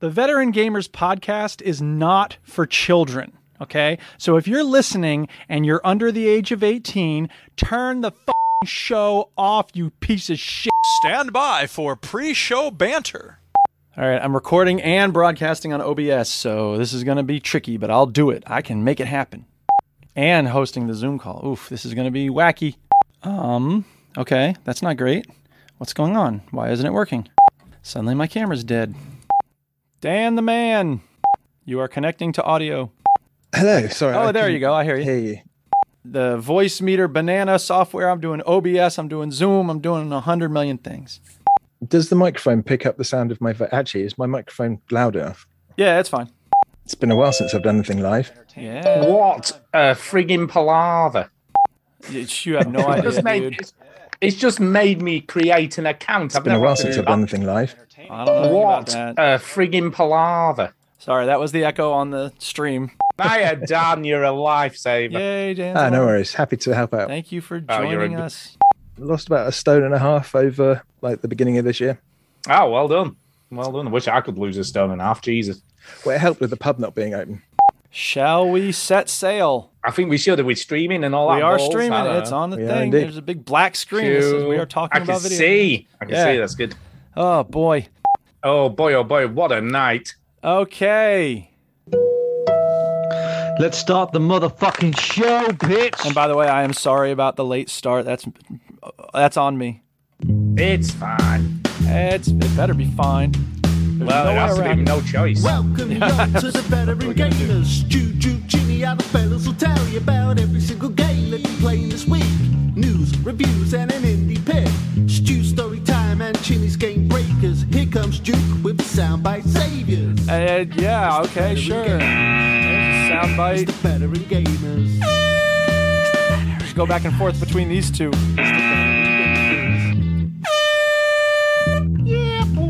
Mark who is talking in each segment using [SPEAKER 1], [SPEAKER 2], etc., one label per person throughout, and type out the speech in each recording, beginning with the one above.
[SPEAKER 1] The Veteran Gamers podcast is not for children. Okay. So if you're listening and you're under the age of 18, turn the fing show off, you piece of shit.
[SPEAKER 2] Stand by for pre show banter.
[SPEAKER 1] All right. I'm recording and broadcasting on OBS. So this is going to be tricky, but I'll do it. I can make it happen. And hosting the Zoom call. Oof. This is going to be wacky. Um, okay. That's not great. What's going on? Why isn't it working? Suddenly my camera's dead. Dan the man. You are connecting to audio.
[SPEAKER 3] Hello. Sorry.
[SPEAKER 1] Oh, there you go. I hear you.
[SPEAKER 3] Hear you.
[SPEAKER 1] The voice meter, banana software. I'm doing OBS. I'm doing Zoom. I'm doing a hundred million things.
[SPEAKER 3] Does the microphone pick up the sound of my voice? Actually, is my microphone loud enough?
[SPEAKER 1] Yeah, it's fine.
[SPEAKER 3] It's been a while since I've done anything live.
[SPEAKER 1] Yeah,
[SPEAKER 4] What a frigging palaver.
[SPEAKER 1] you you have no idea,
[SPEAKER 4] Just made,
[SPEAKER 1] dude.
[SPEAKER 4] it's, it's just made me create an account. I've
[SPEAKER 3] It's been a
[SPEAKER 4] never
[SPEAKER 3] while
[SPEAKER 4] had to
[SPEAKER 3] since
[SPEAKER 4] do
[SPEAKER 3] I've done
[SPEAKER 4] that.
[SPEAKER 3] anything live.
[SPEAKER 1] I don't know about
[SPEAKER 4] What
[SPEAKER 1] that.
[SPEAKER 4] a frigging palaver.
[SPEAKER 1] Sorry, that was the echo on the stream.
[SPEAKER 4] Hiya, Dan, you're a lifesaver.
[SPEAKER 1] Yay, Dan.
[SPEAKER 3] Ah, no worries. Happy to help out.
[SPEAKER 1] Thank you for
[SPEAKER 4] Oh, you're
[SPEAKER 1] joining
[SPEAKER 4] a good-
[SPEAKER 1] us.
[SPEAKER 3] Lost about a stone and a half over like the beginning of this year.
[SPEAKER 4] Oh, well done. Well done. I wish I could lose a stone and a half. Jesus.
[SPEAKER 3] Well, it helped with the pub not being open.
[SPEAKER 1] Shall we set sail?
[SPEAKER 4] I think we should. Are we streaming and all that?
[SPEAKER 1] We are
[SPEAKER 4] balls? I
[SPEAKER 1] streaming.
[SPEAKER 4] don't
[SPEAKER 1] It's
[SPEAKER 4] know.
[SPEAKER 1] on the
[SPEAKER 3] We are
[SPEAKER 1] thing.
[SPEAKER 3] indeed.
[SPEAKER 1] There's a big black screen. This is, we are talking
[SPEAKER 4] I can
[SPEAKER 1] about video.
[SPEAKER 4] see. I can
[SPEAKER 1] Yeah.
[SPEAKER 4] see. That's good.
[SPEAKER 1] Oh boy.
[SPEAKER 4] Oh, boy, oh, boy. What a night.
[SPEAKER 1] Okay.
[SPEAKER 5] Let's start the motherfucking show, bitch.
[SPEAKER 1] And by the way, I am sorry about the late start. That's that's on me.
[SPEAKER 4] It's fine.
[SPEAKER 1] It's, it better be fine.
[SPEAKER 4] Well, there has to be no choice.
[SPEAKER 6] Welcome y'all to the veteran gamers. Juju, Jimmy, other fellas will tell you about every single game that we play this week. News, reviews, and an indie pick. Stu story time and Chinny's game breakers. Here comes Duke with the soundbite saviors.
[SPEAKER 1] Uh, yeah, okay, sure. There's a
[SPEAKER 6] It's the
[SPEAKER 1] soundbite.
[SPEAKER 6] veteran gamers.
[SPEAKER 1] Just go back and forth between these two.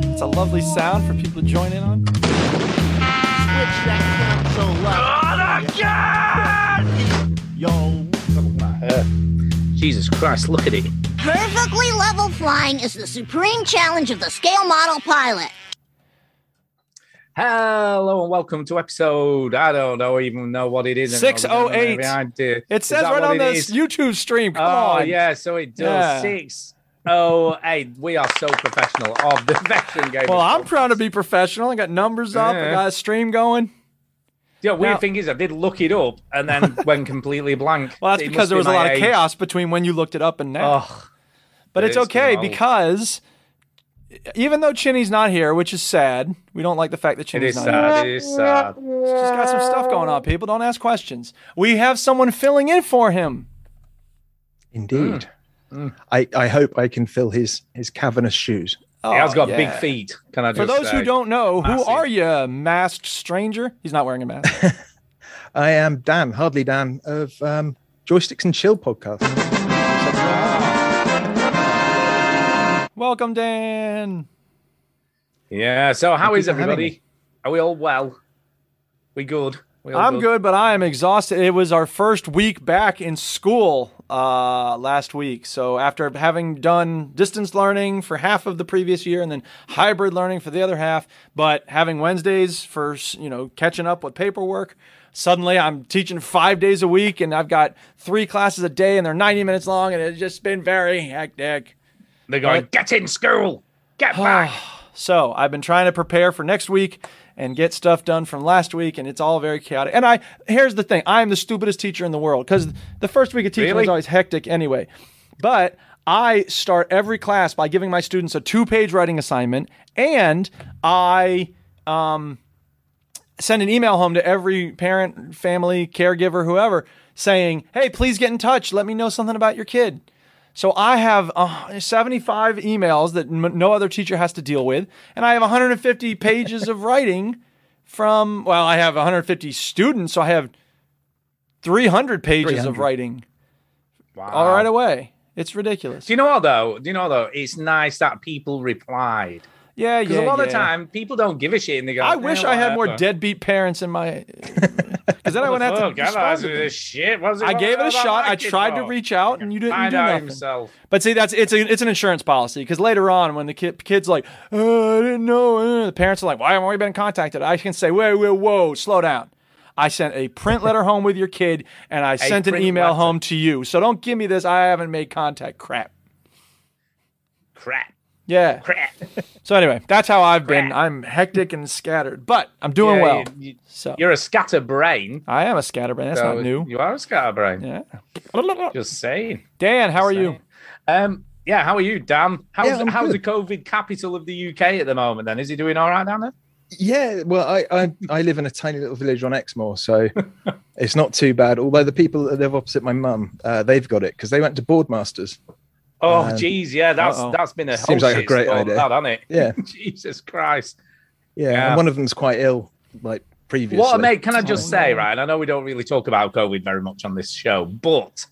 [SPEAKER 1] It's a lovely sound for people to join in on.
[SPEAKER 6] Switch that console up. Yo.
[SPEAKER 4] Uh, Jesus Christ, look at it.
[SPEAKER 7] Perfectly level flying is the supreme challenge of the scale model pilot.
[SPEAKER 4] Hello and welcome to episode. I don't know even know what it is.
[SPEAKER 1] 608. It says right on this
[SPEAKER 4] this.
[SPEAKER 1] YouTube stream. Come
[SPEAKER 4] Oh
[SPEAKER 1] on.
[SPEAKER 4] yeah, so it does.
[SPEAKER 1] Yeah.
[SPEAKER 4] Six oh eight. We are so professional of the veteran game.
[SPEAKER 1] Well, I'm proud to be professional. I got numbers up. I
[SPEAKER 4] Yeah.
[SPEAKER 1] got a stream going.
[SPEAKER 4] Yeah, weird
[SPEAKER 1] now-
[SPEAKER 4] thing is, I did look it up and then went completely blank.
[SPEAKER 1] Well, that's
[SPEAKER 4] It
[SPEAKER 1] because
[SPEAKER 4] must
[SPEAKER 1] there
[SPEAKER 4] be
[SPEAKER 1] was a
[SPEAKER 4] my
[SPEAKER 1] lot of
[SPEAKER 4] age.
[SPEAKER 1] chaos between when you looked it up and now.
[SPEAKER 4] Oh,
[SPEAKER 1] But it's
[SPEAKER 4] It's
[SPEAKER 1] okay
[SPEAKER 4] wild.
[SPEAKER 1] because even though Chinny's not here, which is sad, we don't like the fact that
[SPEAKER 4] it
[SPEAKER 1] Chinny's not
[SPEAKER 4] is sad. It is sad.
[SPEAKER 1] here. She's got some stuff going on, people. Don't ask questions. We have someone filling in for him.
[SPEAKER 3] Indeed. I, I hope I can fill his his cavernous shoes.
[SPEAKER 1] Oh,
[SPEAKER 4] He has got big
[SPEAKER 1] yeah.
[SPEAKER 4] feet. Can I just
[SPEAKER 1] For those who
[SPEAKER 4] say.
[SPEAKER 1] don't know, who
[SPEAKER 4] Massive.
[SPEAKER 1] are you, masked stranger? He's not wearing a mask.
[SPEAKER 3] I am Dan, hardly Dan of um, Joysticks and Chill podcast.
[SPEAKER 1] Welcome, Dan.
[SPEAKER 4] Yeah. So, how
[SPEAKER 3] Thank you
[SPEAKER 4] is
[SPEAKER 3] for having
[SPEAKER 4] everybody?
[SPEAKER 3] me.
[SPEAKER 4] Are we all well? We good? We all
[SPEAKER 1] I'm good, but I am exhausted. It was our first week back in school uh, last week. So after having done distance learning for half of the previous year and then hybrid learning for the other half, but having Wednesdays for you know catching up with paperwork, suddenly I'm teaching five days a week and I've got three classes a day and they're 90 minutes long and it's just been very hectic.
[SPEAKER 4] They're going, get in school, get back.
[SPEAKER 1] So I've been trying to prepare for next week and get stuff done from last week, and it's all very chaotic. And I here's the thing: I am the stupidest teacher in the world because the first week of teaching
[SPEAKER 4] Really?
[SPEAKER 1] is always hectic anyway. But I start every class by giving my students a two-page writing assignment, and I um, send an email home to every parent, family, caregiver, whoever, saying, "Hey, please get in touch. Let me know something about your kid." So I have uh, 75 emails that m- no other teacher has to deal with, and I have 150 pages of writing from. Well, I have 150 students, so I have 300 pages of
[SPEAKER 3] 300.
[SPEAKER 1] writing
[SPEAKER 4] wow.
[SPEAKER 1] all right away. It's ridiculous.
[SPEAKER 4] Do you know what though? Do you know though? It's nice that people replied.
[SPEAKER 1] Yeah, yeah.
[SPEAKER 4] Because a lot of
[SPEAKER 1] yeah.
[SPEAKER 4] the time, people don't give a shit and they go,
[SPEAKER 1] I
[SPEAKER 4] "Eh,
[SPEAKER 1] wish I had more
[SPEAKER 4] whatever."
[SPEAKER 1] deadbeat parents in my. Because then I wouldn't have to.
[SPEAKER 4] Look, Oh, I
[SPEAKER 1] respond
[SPEAKER 4] lost
[SPEAKER 1] to them.
[SPEAKER 4] this shit. What was
[SPEAKER 1] I gave it a
[SPEAKER 4] what
[SPEAKER 1] shot. I
[SPEAKER 4] liked it
[SPEAKER 1] tried to
[SPEAKER 4] for?
[SPEAKER 1] reach out, and you didn't you
[SPEAKER 4] Find
[SPEAKER 1] do
[SPEAKER 4] out
[SPEAKER 1] nothing.
[SPEAKER 4] himself.
[SPEAKER 1] But see, that's it's a, it's an insurance policy because later on, when the kid, kid's like, "Uh, I didn't know, uh," the parents are like, why haven't we been contacted? I can say, whoa, whoa, whoa, slow down. I sent a print letter home with your kid, and I sent an
[SPEAKER 4] print
[SPEAKER 1] email
[SPEAKER 4] letter.
[SPEAKER 1] home to you. So don't give me this. I haven't made contact. Crap.
[SPEAKER 4] Crap.
[SPEAKER 1] Yeah.
[SPEAKER 4] Crap.
[SPEAKER 1] So anyway, that's how I've been.
[SPEAKER 4] Crap.
[SPEAKER 1] I'm hectic and scattered, but I'm doing
[SPEAKER 4] Yeah,
[SPEAKER 1] well.
[SPEAKER 4] You,
[SPEAKER 1] so
[SPEAKER 4] are a scatterbrain.
[SPEAKER 1] I am a scatterbrain. That's
[SPEAKER 4] so
[SPEAKER 1] not new.
[SPEAKER 4] You are a scatterbrain.
[SPEAKER 1] Yeah.
[SPEAKER 4] Just saying.
[SPEAKER 1] Dan, how are you?
[SPEAKER 4] Um, yeah, how are you, Dan? How's,
[SPEAKER 3] Yeah, I'm
[SPEAKER 4] how's the
[SPEAKER 3] good.
[SPEAKER 4] COVID capital of the UK at the moment then? Is he doing all right down there?
[SPEAKER 3] Yeah, well, I, I I live in a tiny little village on Exmoor, so it's not too bad. Although the people that live opposite my mum, uh, they've got it because they went to Boardmasters.
[SPEAKER 4] Oh,
[SPEAKER 3] Um,
[SPEAKER 4] geez, yeah, that's
[SPEAKER 1] uh-oh.
[SPEAKER 4] that's been a whole
[SPEAKER 3] Seems like a great
[SPEAKER 4] shitstorm,
[SPEAKER 3] idea.
[SPEAKER 4] that, hasn't it?
[SPEAKER 3] Yeah.
[SPEAKER 4] Jesus Christ.
[SPEAKER 3] Yeah,
[SPEAKER 4] Yeah.
[SPEAKER 3] and one of them's quite ill, like previously.
[SPEAKER 4] What a mate, can I just
[SPEAKER 1] Oh,
[SPEAKER 4] say,
[SPEAKER 1] no.
[SPEAKER 4] right? I know we don't really talk about COVID very much on this show, but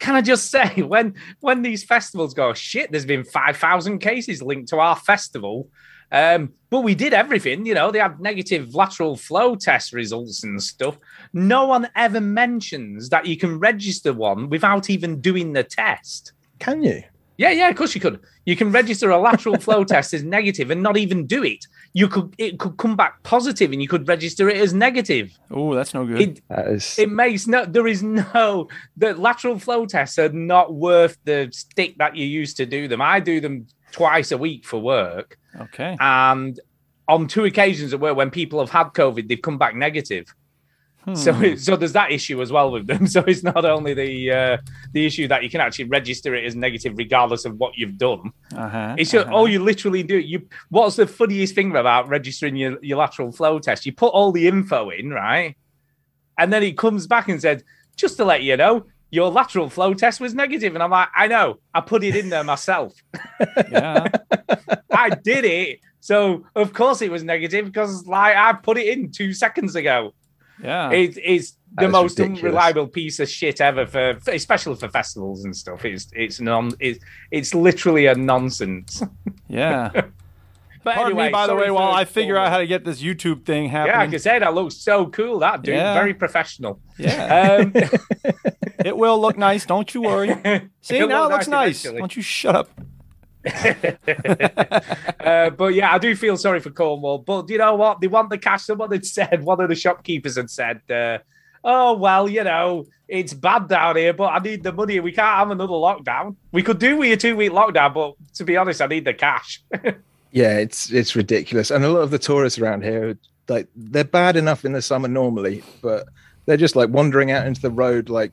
[SPEAKER 4] can I just say when when these festivals go, shit, there's been five thousand cases linked to our festival. Um, but we did everything, you know, they had negative lateral flow test results and stuff. No one ever mentions that you can register one without even doing the test.
[SPEAKER 3] Can you?
[SPEAKER 4] Yeah, yeah, of course you could. You can register a lateral flow test as negative and not even do it. You could it could come back positive and you could register it as negative.
[SPEAKER 1] Oh, that's no good.
[SPEAKER 4] It
[SPEAKER 3] That is.
[SPEAKER 4] it makes no there is no the lateral flow tests are not worth the stick that you use to do them. I do them twice a week for work.
[SPEAKER 1] okay.
[SPEAKER 4] uh, And on two occasions at work when people have had COVID, they've come back negative. So, so there's that issue as well with them. So it's not only the uh, the issue that you can actually register it as negative regardless of what you've done.
[SPEAKER 1] Uh-huh.
[SPEAKER 4] It's just, all you literally do. You what's the funniest thing about registering your, your lateral flow test? You put all the info in, right? And then it comes back and says, just to let you know, your lateral flow test was negative. And I'm like, I know, I put it in there myself. oh,
[SPEAKER 1] yeah.
[SPEAKER 4] I did it. So of course it was negative because like I put it in two seconds ago.
[SPEAKER 1] Yeah.
[SPEAKER 4] It is
[SPEAKER 3] That
[SPEAKER 4] the
[SPEAKER 3] is
[SPEAKER 4] most
[SPEAKER 3] ridiculous.
[SPEAKER 4] unreliable piece of shit ever for, for- especially for festivals and stuff. It's it's non it's it's literally a nonsense.
[SPEAKER 1] yeah.
[SPEAKER 4] But
[SPEAKER 1] Pardon
[SPEAKER 4] anyway,
[SPEAKER 1] me, by the
[SPEAKER 4] sorry
[SPEAKER 1] way,
[SPEAKER 4] for
[SPEAKER 1] while
[SPEAKER 4] the
[SPEAKER 1] I figure out
[SPEAKER 4] forward.
[SPEAKER 1] how to get this YouTube thing
[SPEAKER 4] Yeah, like
[SPEAKER 1] happening.
[SPEAKER 4] I said, that looks so cool. That dude,
[SPEAKER 1] Yeah.
[SPEAKER 4] very professional.
[SPEAKER 1] Yeah,
[SPEAKER 4] Um,
[SPEAKER 1] it will look nice. Don't you worry. See,
[SPEAKER 4] It'll
[SPEAKER 1] now it
[SPEAKER 4] look
[SPEAKER 1] looks nice.
[SPEAKER 4] eventually.
[SPEAKER 1] Don't you shut up?
[SPEAKER 4] uh, but yeah, I do feel sorry for Cornwall. But you know what? They want the cash. Someone had said, one of the shopkeepers had said, uh, "Oh well, you know, it's bad down here, but I need the money. We can't have another lockdown. We could do with a two-week lockdown, but to be honest, I need the cash."
[SPEAKER 3] Yeah, it's it's ridiculous, and a lot of the tourists around here, are, like they're bad enough in the summer normally, but they're just like wandering out into the road like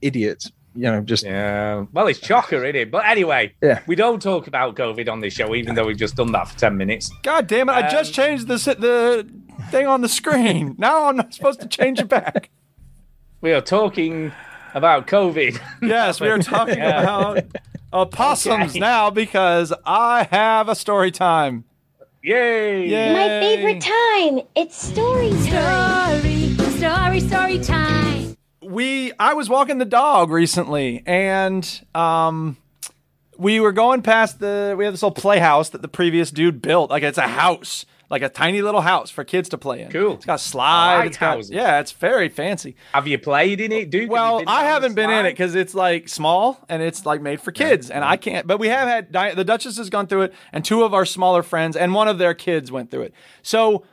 [SPEAKER 3] idiots. You know, just
[SPEAKER 4] yeah. Well, it's chocker, isn't it? But anyway,
[SPEAKER 3] Yeah.
[SPEAKER 4] we don't talk about COVID on this show, even though we've just done that for ten minutes.
[SPEAKER 1] God damn it! I just
[SPEAKER 4] Um,
[SPEAKER 1] changed the si- the thing on the screen. now I'm not supposed to change it back.
[SPEAKER 4] We are talking about COVID.
[SPEAKER 1] Yes, we are talking about opossums
[SPEAKER 4] Okay.
[SPEAKER 1] now because I have a story time.
[SPEAKER 4] Yay!
[SPEAKER 1] Yay.
[SPEAKER 8] My favorite time. It's story time.
[SPEAKER 9] Story, story, story time.
[SPEAKER 1] we I was walking the dog recently and um we were going past the we have this little playhouse that the previous dude built. Like it's a house, like a tiny little house for kids to play in.
[SPEAKER 4] Cool.
[SPEAKER 1] It's got slide.
[SPEAKER 4] I like
[SPEAKER 1] It's got,
[SPEAKER 4] houses.
[SPEAKER 1] yeah, it's very fancy.
[SPEAKER 4] Have you played in it, dude?
[SPEAKER 1] Well, I haven't been in it because it's like small and it's like made for kids, and I can't. But we have had Di- the Duchess has gone through it, and two of our smaller friends and one of their kids went through it. So,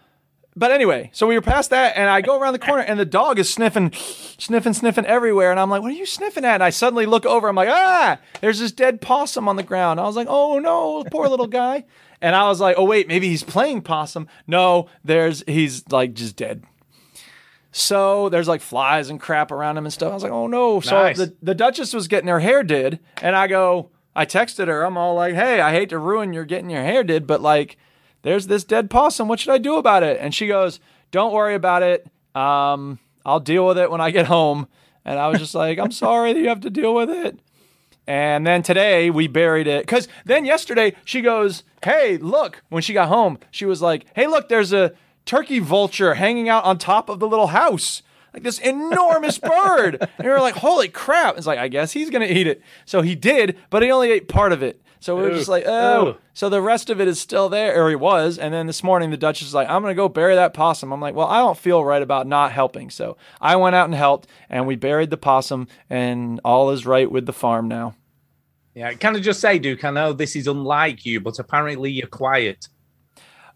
[SPEAKER 1] but anyway, so we were past that, and I go around the corner, and the dog is sniffing, sniffing, sniffing everywhere, and I'm like, "What are you sniffing at?" And I suddenly look over, I'm like, "Ah, there's this dead possum on the ground." I was like, "Oh no, poor little guy." And I was like, "Oh wait, maybe he's playing possum." No, there's he's like just dead. So there's like flies and crap around him and stuff. I was like, oh no. So
[SPEAKER 4] Nice.
[SPEAKER 1] the, the Duchess was getting her hair did. And I go, I texted her. I'm all like, hey, I hate to ruin your getting your hair did, but like, there's this dead possum. What should I do about it? And she goes, don't worry about it. Um, I'll deal with it when I get home. And I was just like, I'm sorry that you have to deal with it. And then today we buried it. Cause then yesterday she goes, Hey, look, when she got home, she was like, Hey, look, there's a turkey vulture hanging out on top of the little house. Like this enormous bird. And we were like, Holy crap. It's like, I guess he's gonna eat it. So he did, but he only ate part of it. So we were just
[SPEAKER 4] Ooh.
[SPEAKER 1] like, oh.
[SPEAKER 4] Ooh.
[SPEAKER 1] So the rest of it is still there, or it was. And then this morning, the Duchess is like, I'm going to go bury that possum. I'm like, well, I don't feel right about not helping. So I went out and helped, and we buried the possum, and all is right with the farm now.
[SPEAKER 4] Yeah, can I just say, Duke? I know this is unlike you, but apparently you're quiet.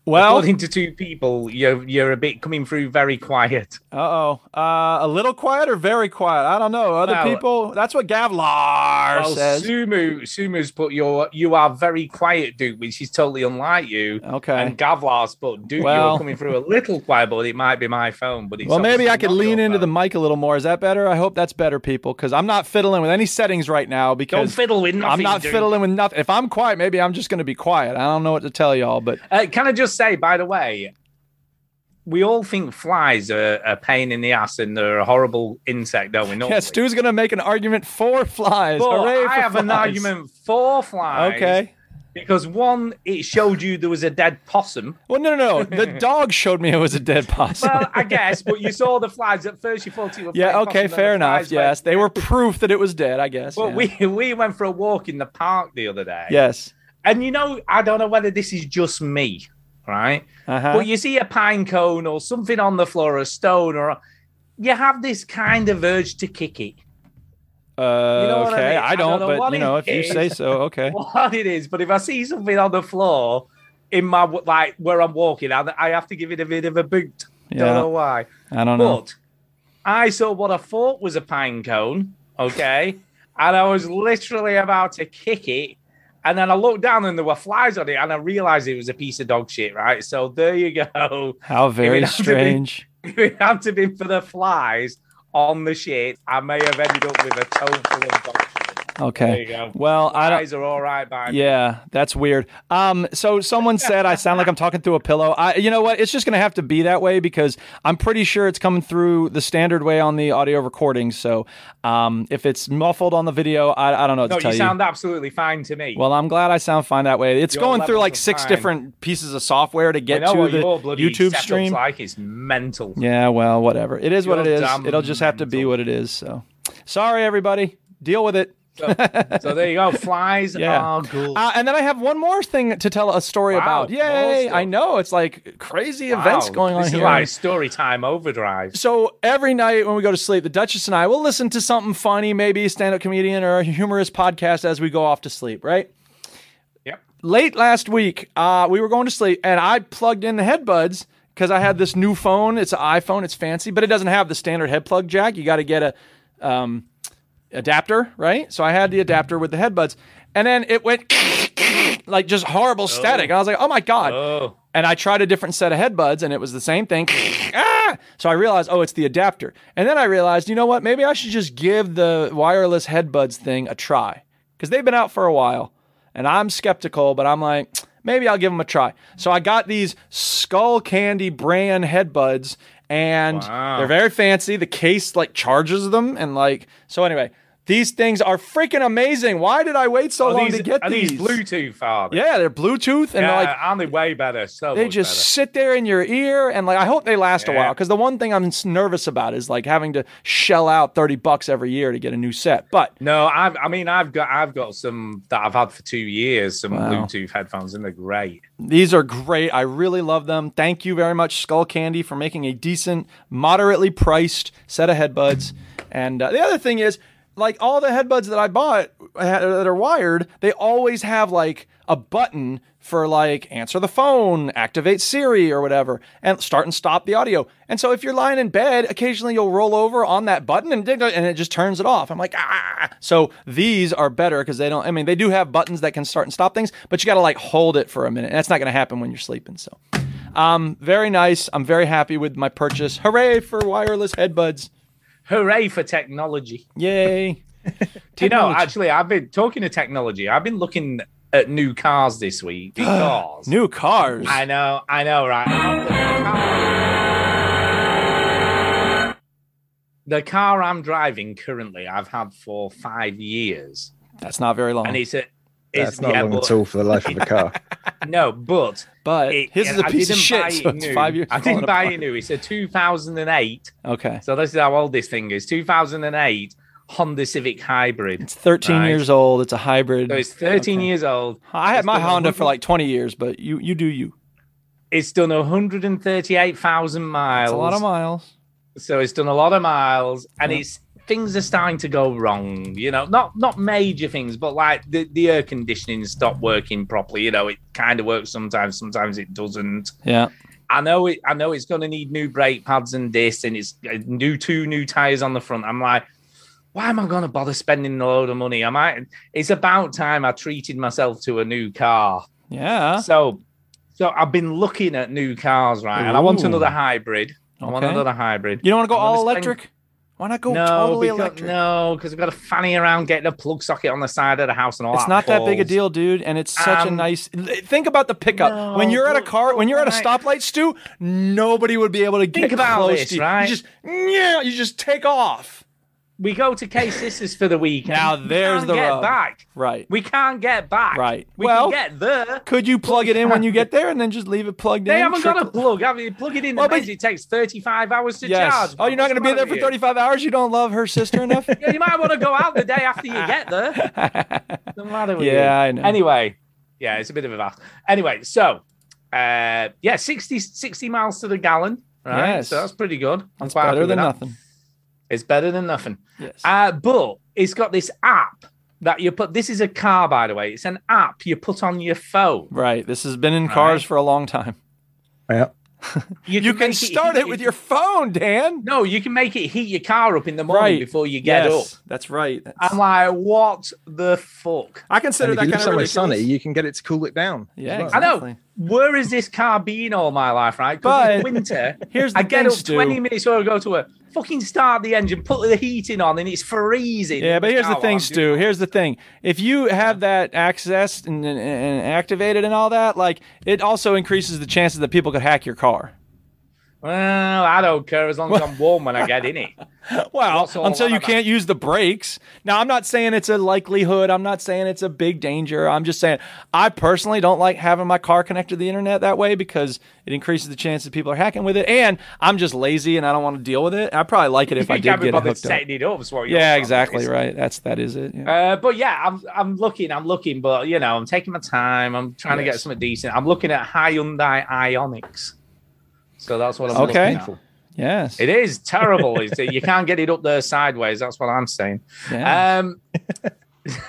[SPEAKER 1] Well,
[SPEAKER 4] According to two people, you're you're a bit coming through very quiet.
[SPEAKER 1] Uh-oh. Uh A little quiet or very quiet? I don't know. Other
[SPEAKER 4] Well-
[SPEAKER 1] people. That's what Gavlar
[SPEAKER 4] Well,
[SPEAKER 1] says.
[SPEAKER 4] Sumu Sumu's put your you are very quiet, Duke, which is totally unlike you.
[SPEAKER 1] Okay.
[SPEAKER 4] And Gavlar's put Duke,
[SPEAKER 1] Well-
[SPEAKER 4] you're coming through a little quiet, but it might be my phone. But it's
[SPEAKER 1] well, maybe
[SPEAKER 4] obviously
[SPEAKER 1] I could
[SPEAKER 4] not
[SPEAKER 1] lean
[SPEAKER 4] your
[SPEAKER 1] into the
[SPEAKER 4] phone.
[SPEAKER 1] mic a little more. Is that better? I hope that's better, people, because I'm not fiddling with any settings right now.
[SPEAKER 4] Don't
[SPEAKER 1] Because
[SPEAKER 4] fiddle with nothing.
[SPEAKER 1] I'm not
[SPEAKER 4] Duke.
[SPEAKER 1] fiddling with nothing. If I'm quiet, maybe I'm just going to be quiet. I don't know what to tell y'all, but
[SPEAKER 4] Uh, can I just say, by the way, we all think flies are a pain in the ass and they're a horrible insect, don't we? Normally?
[SPEAKER 1] yeah, Stu's going to make an argument for flies.
[SPEAKER 4] But
[SPEAKER 1] Hooray
[SPEAKER 4] I
[SPEAKER 1] for
[SPEAKER 4] have an
[SPEAKER 1] flies.
[SPEAKER 4] argument for flies.
[SPEAKER 1] Okay.
[SPEAKER 4] Because one, it showed you there was a dead possum.
[SPEAKER 1] Well, no, no, no. The dog showed me it was a dead possum.
[SPEAKER 4] Well, I guess, but you saw the flies at first. You thought it was
[SPEAKER 1] yeah, okay, fair enough. Yes, they were proof that it was dead. I guess.
[SPEAKER 4] But
[SPEAKER 1] yeah.
[SPEAKER 4] we we went for a walk in the park the other day.
[SPEAKER 1] Yes.
[SPEAKER 4] And you know, I don't know whether this is just me, right?
[SPEAKER 1] Uh-huh.
[SPEAKER 4] But you see a pine cone or something on the floor, a stone, or a- you have this kind of urge to kick it.
[SPEAKER 1] Uh,
[SPEAKER 4] know what I
[SPEAKER 1] okay,
[SPEAKER 4] mean?
[SPEAKER 1] I
[SPEAKER 4] I
[SPEAKER 1] don't,
[SPEAKER 4] don't know
[SPEAKER 1] but
[SPEAKER 4] what
[SPEAKER 1] you know, if
[SPEAKER 4] it
[SPEAKER 1] you
[SPEAKER 4] is.
[SPEAKER 1] say so, okay.
[SPEAKER 4] What it is, but if I see something on the floor in my w- like where I'm walking, I, I have to give it a bit of a boot.
[SPEAKER 1] Yeah.
[SPEAKER 4] Don't know why.
[SPEAKER 1] I don't know.
[SPEAKER 4] But I saw what I thought was a pine cone, okay? and I was literally about to kick it. And then I looked down and there were flies on it, and I realized it was a piece of dog shit, right? So there you go.
[SPEAKER 1] How very
[SPEAKER 4] it had to be-
[SPEAKER 1] strange.
[SPEAKER 4] If it had to be for the flies on the shit, I may have ended up with a toad full of dog shit. There you
[SPEAKER 1] Okay.
[SPEAKER 4] go.
[SPEAKER 1] Well, I don't.
[SPEAKER 4] Flies are all right by me.
[SPEAKER 1] Yeah, that's weird. Um, so someone said I sound like I'm talking through a pillow. I, you know what? It's just gonna have to be that way because I'm pretty sure it's coming through the standard way on the audio recording. So, um, if it's muffled on the video, I, I don't know what
[SPEAKER 4] No,
[SPEAKER 1] to tell
[SPEAKER 4] you
[SPEAKER 1] you.
[SPEAKER 4] sound absolutely fine to me.
[SPEAKER 1] well, I'm glad I sound fine that way. It's
[SPEAKER 4] Your
[SPEAKER 1] going through
[SPEAKER 4] levels
[SPEAKER 1] like
[SPEAKER 4] of
[SPEAKER 1] six
[SPEAKER 4] fine.
[SPEAKER 1] different pieces of software to
[SPEAKER 4] I
[SPEAKER 1] get
[SPEAKER 4] know
[SPEAKER 1] to
[SPEAKER 4] what
[SPEAKER 1] the
[SPEAKER 4] your bloody
[SPEAKER 1] YouTube
[SPEAKER 4] setup's
[SPEAKER 1] stream.
[SPEAKER 4] like it's mental.
[SPEAKER 1] Yeah, well, whatever. It is what it
[SPEAKER 4] You're
[SPEAKER 1] is.
[SPEAKER 4] dumb
[SPEAKER 1] It'll just have to be
[SPEAKER 4] mental.
[SPEAKER 1] what it is. So, sorry everybody. Deal with it.
[SPEAKER 4] So there you go. Flies
[SPEAKER 1] Yeah.
[SPEAKER 4] are good.
[SPEAKER 1] Uh, and then I have one more thing to tell a story
[SPEAKER 4] Wow,
[SPEAKER 1] about.
[SPEAKER 4] more
[SPEAKER 1] Yay!
[SPEAKER 4] stuff.
[SPEAKER 1] I know it's like crazy events
[SPEAKER 4] Wow,
[SPEAKER 1] going on
[SPEAKER 4] this
[SPEAKER 1] here.
[SPEAKER 4] Is like story time overdrive.
[SPEAKER 1] So every night when we go to sleep, the Duchess and I will listen to something funny, maybe a stand-up comedian or a humorous podcast as we go off to sleep, right?
[SPEAKER 4] Yep.
[SPEAKER 1] Late last week, uh, we were going to sleep and I plugged in the headbuds because I had this new phone. It's an iPhone, it's fancy, but it doesn't have the standard head plug jack. You got to get a um, adapter, right? So I had the adapter with the headbuds, and then it went like just horrible static. And I was like, oh my god!
[SPEAKER 4] Oh.
[SPEAKER 1] And I tried a different set of headbuds, and it was the same thing. ah! So I realized, oh, it's the adapter. And then I realized, you know what? Maybe I should just give the wireless headbuds thing a try because they've been out for a while, and I'm skeptical, but I'm like. Maybe I'll give them a try. So I got these Skull Candy brand headbuds, and
[SPEAKER 4] Wow.
[SPEAKER 1] they're very fancy. The case like charges them, and like so. Anyway, these things are freaking amazing. Why did I wait so long
[SPEAKER 4] Are these,
[SPEAKER 1] to get
[SPEAKER 4] are
[SPEAKER 1] these?
[SPEAKER 4] these Bluetooth are they?
[SPEAKER 1] Yeah, they're Bluetooth, and
[SPEAKER 4] yeah,
[SPEAKER 1] they're like
[SPEAKER 4] aren't they way better? So
[SPEAKER 1] they
[SPEAKER 4] much
[SPEAKER 1] just sit there in your ear, and like I hope they last a
[SPEAKER 4] Yeah.
[SPEAKER 1] while because the one thing I'm s- nervous about is like having to shell out thirty bucks every year to get a new set. But
[SPEAKER 4] better. No, I've, I mean I've got I've got some that I've had for two years, some
[SPEAKER 1] Wow.
[SPEAKER 4] Bluetooth headphones, and they're great.
[SPEAKER 1] These are great. I really love them. Thank you very much, Skull Candy, for making a decent, moderately priced set of headbuds. And uh, the other thing is, like all the headbuds that I bought uh, that are wired, they always have like a button for like answer the phone, activate Siri or whatever, and start and stop the audio. And so if you're lying in bed, occasionally you'll roll over on that button and ding- and it just turns it off. I'm like, ah. So these are better because they don't. I mean, they do have buttons that can start and stop things, but you got to like hold it for a minute. And that's not going to happen when you're sleeping. So, um, very nice. I'm very happy with my purchase. Hooray for wireless headbuds!
[SPEAKER 4] Hooray for technology!
[SPEAKER 1] Yay.
[SPEAKER 4] Do you know? Actually, I've been talking to technology. I've been looking at new cars this week because
[SPEAKER 1] New cars.
[SPEAKER 4] I know, I know, right? And The car I'm driving currently, I've had for five years,
[SPEAKER 1] That's not very long.
[SPEAKER 4] and it's a. It's,
[SPEAKER 3] That's not
[SPEAKER 4] yeah,
[SPEAKER 3] long
[SPEAKER 4] but-
[SPEAKER 3] at all for the life of a car.
[SPEAKER 4] No, but
[SPEAKER 1] but
[SPEAKER 4] it-
[SPEAKER 1] his is a
[SPEAKER 4] I
[SPEAKER 1] Uh, piece of
[SPEAKER 4] didn't buy
[SPEAKER 1] shit. So
[SPEAKER 4] it
[SPEAKER 1] it's
[SPEAKER 4] new.
[SPEAKER 1] five years.
[SPEAKER 4] I didn't
[SPEAKER 1] falling
[SPEAKER 4] buy
[SPEAKER 1] apart.
[SPEAKER 4] it new. It's a 2008.
[SPEAKER 1] Okay.
[SPEAKER 4] So this is how old this thing is. 2008 Honda Civic Hybrid.
[SPEAKER 1] It's 13
[SPEAKER 4] Right.
[SPEAKER 1] years old. It's a hybrid.
[SPEAKER 4] So it's 13 years old.
[SPEAKER 1] I had
[SPEAKER 4] It's
[SPEAKER 1] my
[SPEAKER 4] done a
[SPEAKER 1] Honda for
[SPEAKER 4] hundred-
[SPEAKER 1] like 20 years, but you you do you.
[SPEAKER 4] It's done 138,000 miles.
[SPEAKER 1] It's a lot of miles.
[SPEAKER 4] So it's done a lot of miles, and it's things are starting to go wrong. You know, not not major things, but like the, the air conditioning stopped working properly. You know, it kind of works sometimes, sometimes it doesn't.
[SPEAKER 1] Yeah.
[SPEAKER 4] I know it. I know it's going to need new brake pads and this, and it's uh, new two new tires on the front. I'm like, why am I going to bother spending a load of money? I might. It's about time I treated myself to a new car.
[SPEAKER 1] Yeah.
[SPEAKER 4] So, so I've been looking at new cars, right? And I want
[SPEAKER 1] Ooh.
[SPEAKER 4] another hybrid. I want
[SPEAKER 1] Okay.
[SPEAKER 4] another hybrid.
[SPEAKER 1] You don't want to go
[SPEAKER 4] I wanna
[SPEAKER 1] all
[SPEAKER 4] spend-
[SPEAKER 1] electric? Why not go totally
[SPEAKER 4] because,
[SPEAKER 1] electric?
[SPEAKER 4] No, because I've got to fanny around getting a plug socket on the side of the house and all
[SPEAKER 1] It's
[SPEAKER 4] that.
[SPEAKER 1] not that big a
[SPEAKER 4] balls.
[SPEAKER 1] deal, dude, and it's such a
[SPEAKER 4] Um,
[SPEAKER 1] nice. Think about the pickup when
[SPEAKER 4] no,
[SPEAKER 1] you're at a
[SPEAKER 4] but-
[SPEAKER 1] car, when you're at a
[SPEAKER 4] right.
[SPEAKER 1] stoplight, Stu. Nobody would be able to get
[SPEAKER 4] Think about
[SPEAKER 1] close
[SPEAKER 4] this,
[SPEAKER 1] to you. You
[SPEAKER 4] right?
[SPEAKER 1] just yeah, you just take off.
[SPEAKER 4] We go to K Sisters for the weekend.
[SPEAKER 1] Now there's
[SPEAKER 4] we can't
[SPEAKER 1] the
[SPEAKER 4] get
[SPEAKER 1] rub.
[SPEAKER 4] back.
[SPEAKER 1] Right?
[SPEAKER 4] We can't get back.
[SPEAKER 1] Right.
[SPEAKER 4] We
[SPEAKER 1] Well,
[SPEAKER 4] can get there.
[SPEAKER 1] Could you plug it in when you get there and then just leave it plugged in?
[SPEAKER 4] They haven't got a
[SPEAKER 1] Trickle-
[SPEAKER 4] plug. I mean, plug it in.
[SPEAKER 1] Well,
[SPEAKER 4] Well,
[SPEAKER 1] but-
[SPEAKER 4] it takes 35 hours to
[SPEAKER 1] Yes.
[SPEAKER 4] charge.
[SPEAKER 1] oh, you're not
[SPEAKER 4] What's
[SPEAKER 1] going to be
[SPEAKER 4] matter
[SPEAKER 1] there
[SPEAKER 4] with
[SPEAKER 1] for
[SPEAKER 4] you?
[SPEAKER 1] 35 hours. You don't love her sister enough.
[SPEAKER 4] Yeah, you might want to go out the day after you get there. What's the matter with you?
[SPEAKER 1] Yeah, I know.
[SPEAKER 4] Anyway, yeah, it's a bit of a vast. Anyway, so uh, yeah, 60, 60 miles to the gallon. Right,
[SPEAKER 1] Yes.
[SPEAKER 4] so that's pretty good. I'm
[SPEAKER 1] It's
[SPEAKER 4] quite happy
[SPEAKER 1] better
[SPEAKER 4] with
[SPEAKER 1] than
[SPEAKER 4] that.
[SPEAKER 1] nothing.
[SPEAKER 4] It's better than nothing.
[SPEAKER 1] Yes.
[SPEAKER 4] Uh, but it's got this app that you put. This is a car, by the way. It's an app you put on your phone.
[SPEAKER 1] right. This has been in cars
[SPEAKER 4] Right.
[SPEAKER 1] for a long time.
[SPEAKER 3] Yeah.
[SPEAKER 1] You can
[SPEAKER 4] make
[SPEAKER 1] start it with your phone, Dan.
[SPEAKER 4] No, you can make it heat your car up in the morning
[SPEAKER 1] Right.
[SPEAKER 4] before you get
[SPEAKER 1] yes,
[SPEAKER 4] up.
[SPEAKER 1] That's right. That's-
[SPEAKER 4] I'm like, what the fuck?
[SPEAKER 1] I
[SPEAKER 3] And
[SPEAKER 1] consider
[SPEAKER 3] if
[SPEAKER 1] that
[SPEAKER 3] you
[SPEAKER 1] kind
[SPEAKER 3] live
[SPEAKER 1] of
[SPEAKER 3] somewhere
[SPEAKER 1] ridiculous.
[SPEAKER 3] sunny, you can get it to cool it down. as
[SPEAKER 1] Yeah,
[SPEAKER 3] well.
[SPEAKER 1] exactly.
[SPEAKER 4] I know. Where has this car been all my life, right?
[SPEAKER 1] But-
[SPEAKER 4] Because in winter,
[SPEAKER 1] here's
[SPEAKER 4] I
[SPEAKER 1] the
[SPEAKER 4] get
[SPEAKER 1] thing,
[SPEAKER 4] up
[SPEAKER 1] Stu.
[SPEAKER 4] 20 minutes before I go to work. Fucking start the engine, put the heating on, and it's freezing.
[SPEAKER 1] Yeah, but here's the
[SPEAKER 4] Oh,
[SPEAKER 1] thing,
[SPEAKER 4] I'm
[SPEAKER 1] Stu.
[SPEAKER 4] doing-
[SPEAKER 1] Here's the thing. If you have that accessed and, and, and activated and all that, like it also increases the chances that people could hack your car.
[SPEAKER 4] Well, I don't care as long as I'm warm when I get in it.
[SPEAKER 1] Well,
[SPEAKER 4] What's all
[SPEAKER 1] until
[SPEAKER 4] that
[SPEAKER 1] you
[SPEAKER 4] about?
[SPEAKER 1] can't use the brakes. Now, I'm not saying it's a likelihood. I'm not saying it's a big danger. I'm just saying I personally don't like having my car connected to the internet that way because it increases the chance that people are hacking with it. And I'm just lazy and I don't want to deal with it. I probably like it if I
[SPEAKER 4] You
[SPEAKER 1] did
[SPEAKER 4] can't
[SPEAKER 1] get
[SPEAKER 4] be
[SPEAKER 1] it
[SPEAKER 4] bothered
[SPEAKER 1] hooked up.
[SPEAKER 4] setting it up. is what your
[SPEAKER 1] Yeah,
[SPEAKER 4] problem
[SPEAKER 1] exactly
[SPEAKER 4] is.
[SPEAKER 1] right. That's that is it. Yeah.
[SPEAKER 4] Uh, but yeah, I'm I'm looking, I'm looking, but you know, I'm taking my time. I'm trying to get
[SPEAKER 1] Yes.
[SPEAKER 4] something decent. I'm looking at Hyundai Ionics, so that's what I'm
[SPEAKER 1] Okay.
[SPEAKER 4] looking at.
[SPEAKER 1] Yes.
[SPEAKER 4] It is terrible. is it? You can't get it up there sideways. That's what I'm saying.
[SPEAKER 1] Yeah.
[SPEAKER 4] Um, so,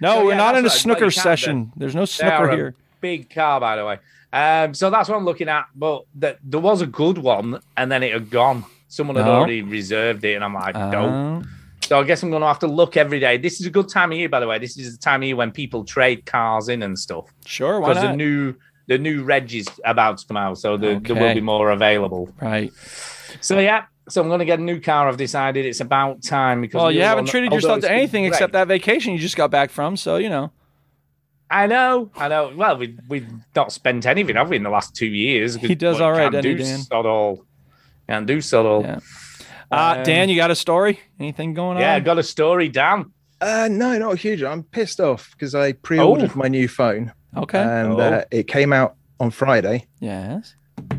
[SPEAKER 1] No,
[SPEAKER 4] so
[SPEAKER 1] we're not in
[SPEAKER 4] yeah, that's
[SPEAKER 1] a
[SPEAKER 4] what- but you
[SPEAKER 1] snooker
[SPEAKER 4] can do.
[SPEAKER 1] session. There's no
[SPEAKER 4] They are
[SPEAKER 1] snooker
[SPEAKER 4] a
[SPEAKER 1] here.
[SPEAKER 4] Big car, by the way. Um, so that's what I'm looking at. But th- there was a good one, and then it had gone. Someone had
[SPEAKER 1] Oh.
[SPEAKER 4] already reserved it, and I'm like, no.
[SPEAKER 1] Oh.
[SPEAKER 4] So I guess I'm going to have to look every day. This is a good time of year, by the way. This is the time of year when people trade cars in and stuff
[SPEAKER 1] Sure, why
[SPEAKER 4] because the
[SPEAKER 1] not?
[SPEAKER 4] new the new reg is about to come out, so the, there
[SPEAKER 1] Okay.
[SPEAKER 4] will be more available.
[SPEAKER 1] right.
[SPEAKER 4] So yeah, so I'm going to get a new car. I've decided it's about time because
[SPEAKER 1] Well,
[SPEAKER 4] the
[SPEAKER 1] you
[SPEAKER 4] other
[SPEAKER 1] haven't
[SPEAKER 4] one-
[SPEAKER 1] treated
[SPEAKER 4] although
[SPEAKER 1] yourself
[SPEAKER 4] it's
[SPEAKER 1] to
[SPEAKER 4] been
[SPEAKER 1] anything except
[SPEAKER 4] great-
[SPEAKER 1] that vacation you just got back from, so you know.
[SPEAKER 4] I know, I know. Well, we we've not spent anything, have we, in the last two years?
[SPEAKER 1] He does all right,
[SPEAKER 4] Can't
[SPEAKER 1] doesn't he,
[SPEAKER 4] do
[SPEAKER 1] Dan?
[SPEAKER 4] sod all. Can't do sod all.
[SPEAKER 1] Yeah.
[SPEAKER 4] Yeah,
[SPEAKER 1] Uh,
[SPEAKER 4] Um,
[SPEAKER 1] Dan, uh, you got a story? Anything going
[SPEAKER 4] I
[SPEAKER 1] on?
[SPEAKER 4] got a story down.
[SPEAKER 3] Uh, no, not huge. I'm pissed off because I pre-ordered
[SPEAKER 4] Oh.
[SPEAKER 3] my new phone
[SPEAKER 1] Okay.
[SPEAKER 3] and
[SPEAKER 4] Oh.
[SPEAKER 3] uh, it came out on Friday.
[SPEAKER 1] yes.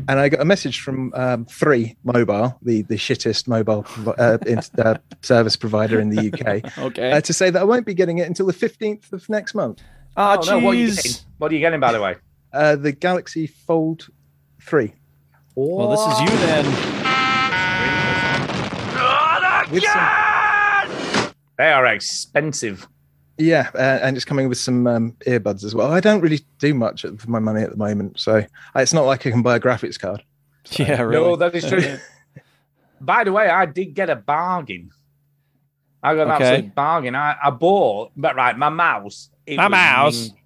[SPEAKER 3] And I got a message from um, Three Mobile, the, the shittest mobile uh, in, uh, service provider in the UK,
[SPEAKER 1] Okay.
[SPEAKER 3] uh, to say that I won't be getting it until the 15th of next month.
[SPEAKER 1] Ah,
[SPEAKER 4] Oh, no, what are you getting?
[SPEAKER 1] jeez.
[SPEAKER 4] What are you getting, by the way?
[SPEAKER 3] Uh, the Galaxy Fold 3
[SPEAKER 1] Well, this is you then.
[SPEAKER 3] with some
[SPEAKER 4] They are expensive.
[SPEAKER 3] Yeah, uh, and it's coming with some um, earbuds as well. I don't really do much with my money at the moment, so uh, it's not like I can buy a graphics card.
[SPEAKER 1] Yeah, really.
[SPEAKER 4] No, that is true. By the way, I did get a bargain. I got an
[SPEAKER 1] Okay.
[SPEAKER 4] absolute bargain. I, I bought, but right, my mouse. It
[SPEAKER 1] My
[SPEAKER 4] was
[SPEAKER 1] mouse.
[SPEAKER 4] ming-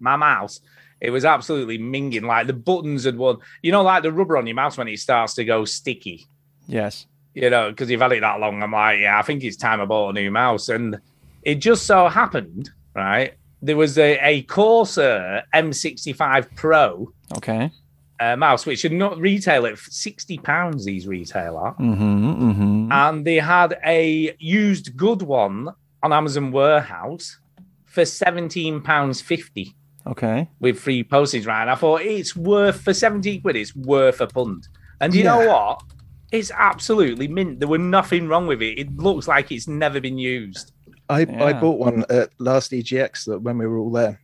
[SPEAKER 4] my mouse. It was absolutely minging. Like the buttons had won. You know, like the rubber on your mouse when it starts to go sticky.
[SPEAKER 1] yes.
[SPEAKER 4] You know, because you've had it that long. I'm like, yeah, I think it's time I bought a new mouse. And it just so happened, right? There was a, a Corsair M65 Pro
[SPEAKER 1] Okay.
[SPEAKER 4] uh, mouse, which should not retail at sixty pounds. These retail are,
[SPEAKER 1] Mm-hmm. Mm-hmm.
[SPEAKER 4] and they had a used good one on Amazon warehouse for seventeen pounds fifty
[SPEAKER 1] Okay.
[SPEAKER 4] with free postage. Right, and I thought it's worth for seventeen quid. It's worth a pund. And you know
[SPEAKER 3] Yeah.
[SPEAKER 4] what? It's absolutely mint. There was nothing wrong with it. It looks like it's never been used.
[SPEAKER 3] I, I
[SPEAKER 1] Yeah.
[SPEAKER 3] bought one at last EGX that when we were all there,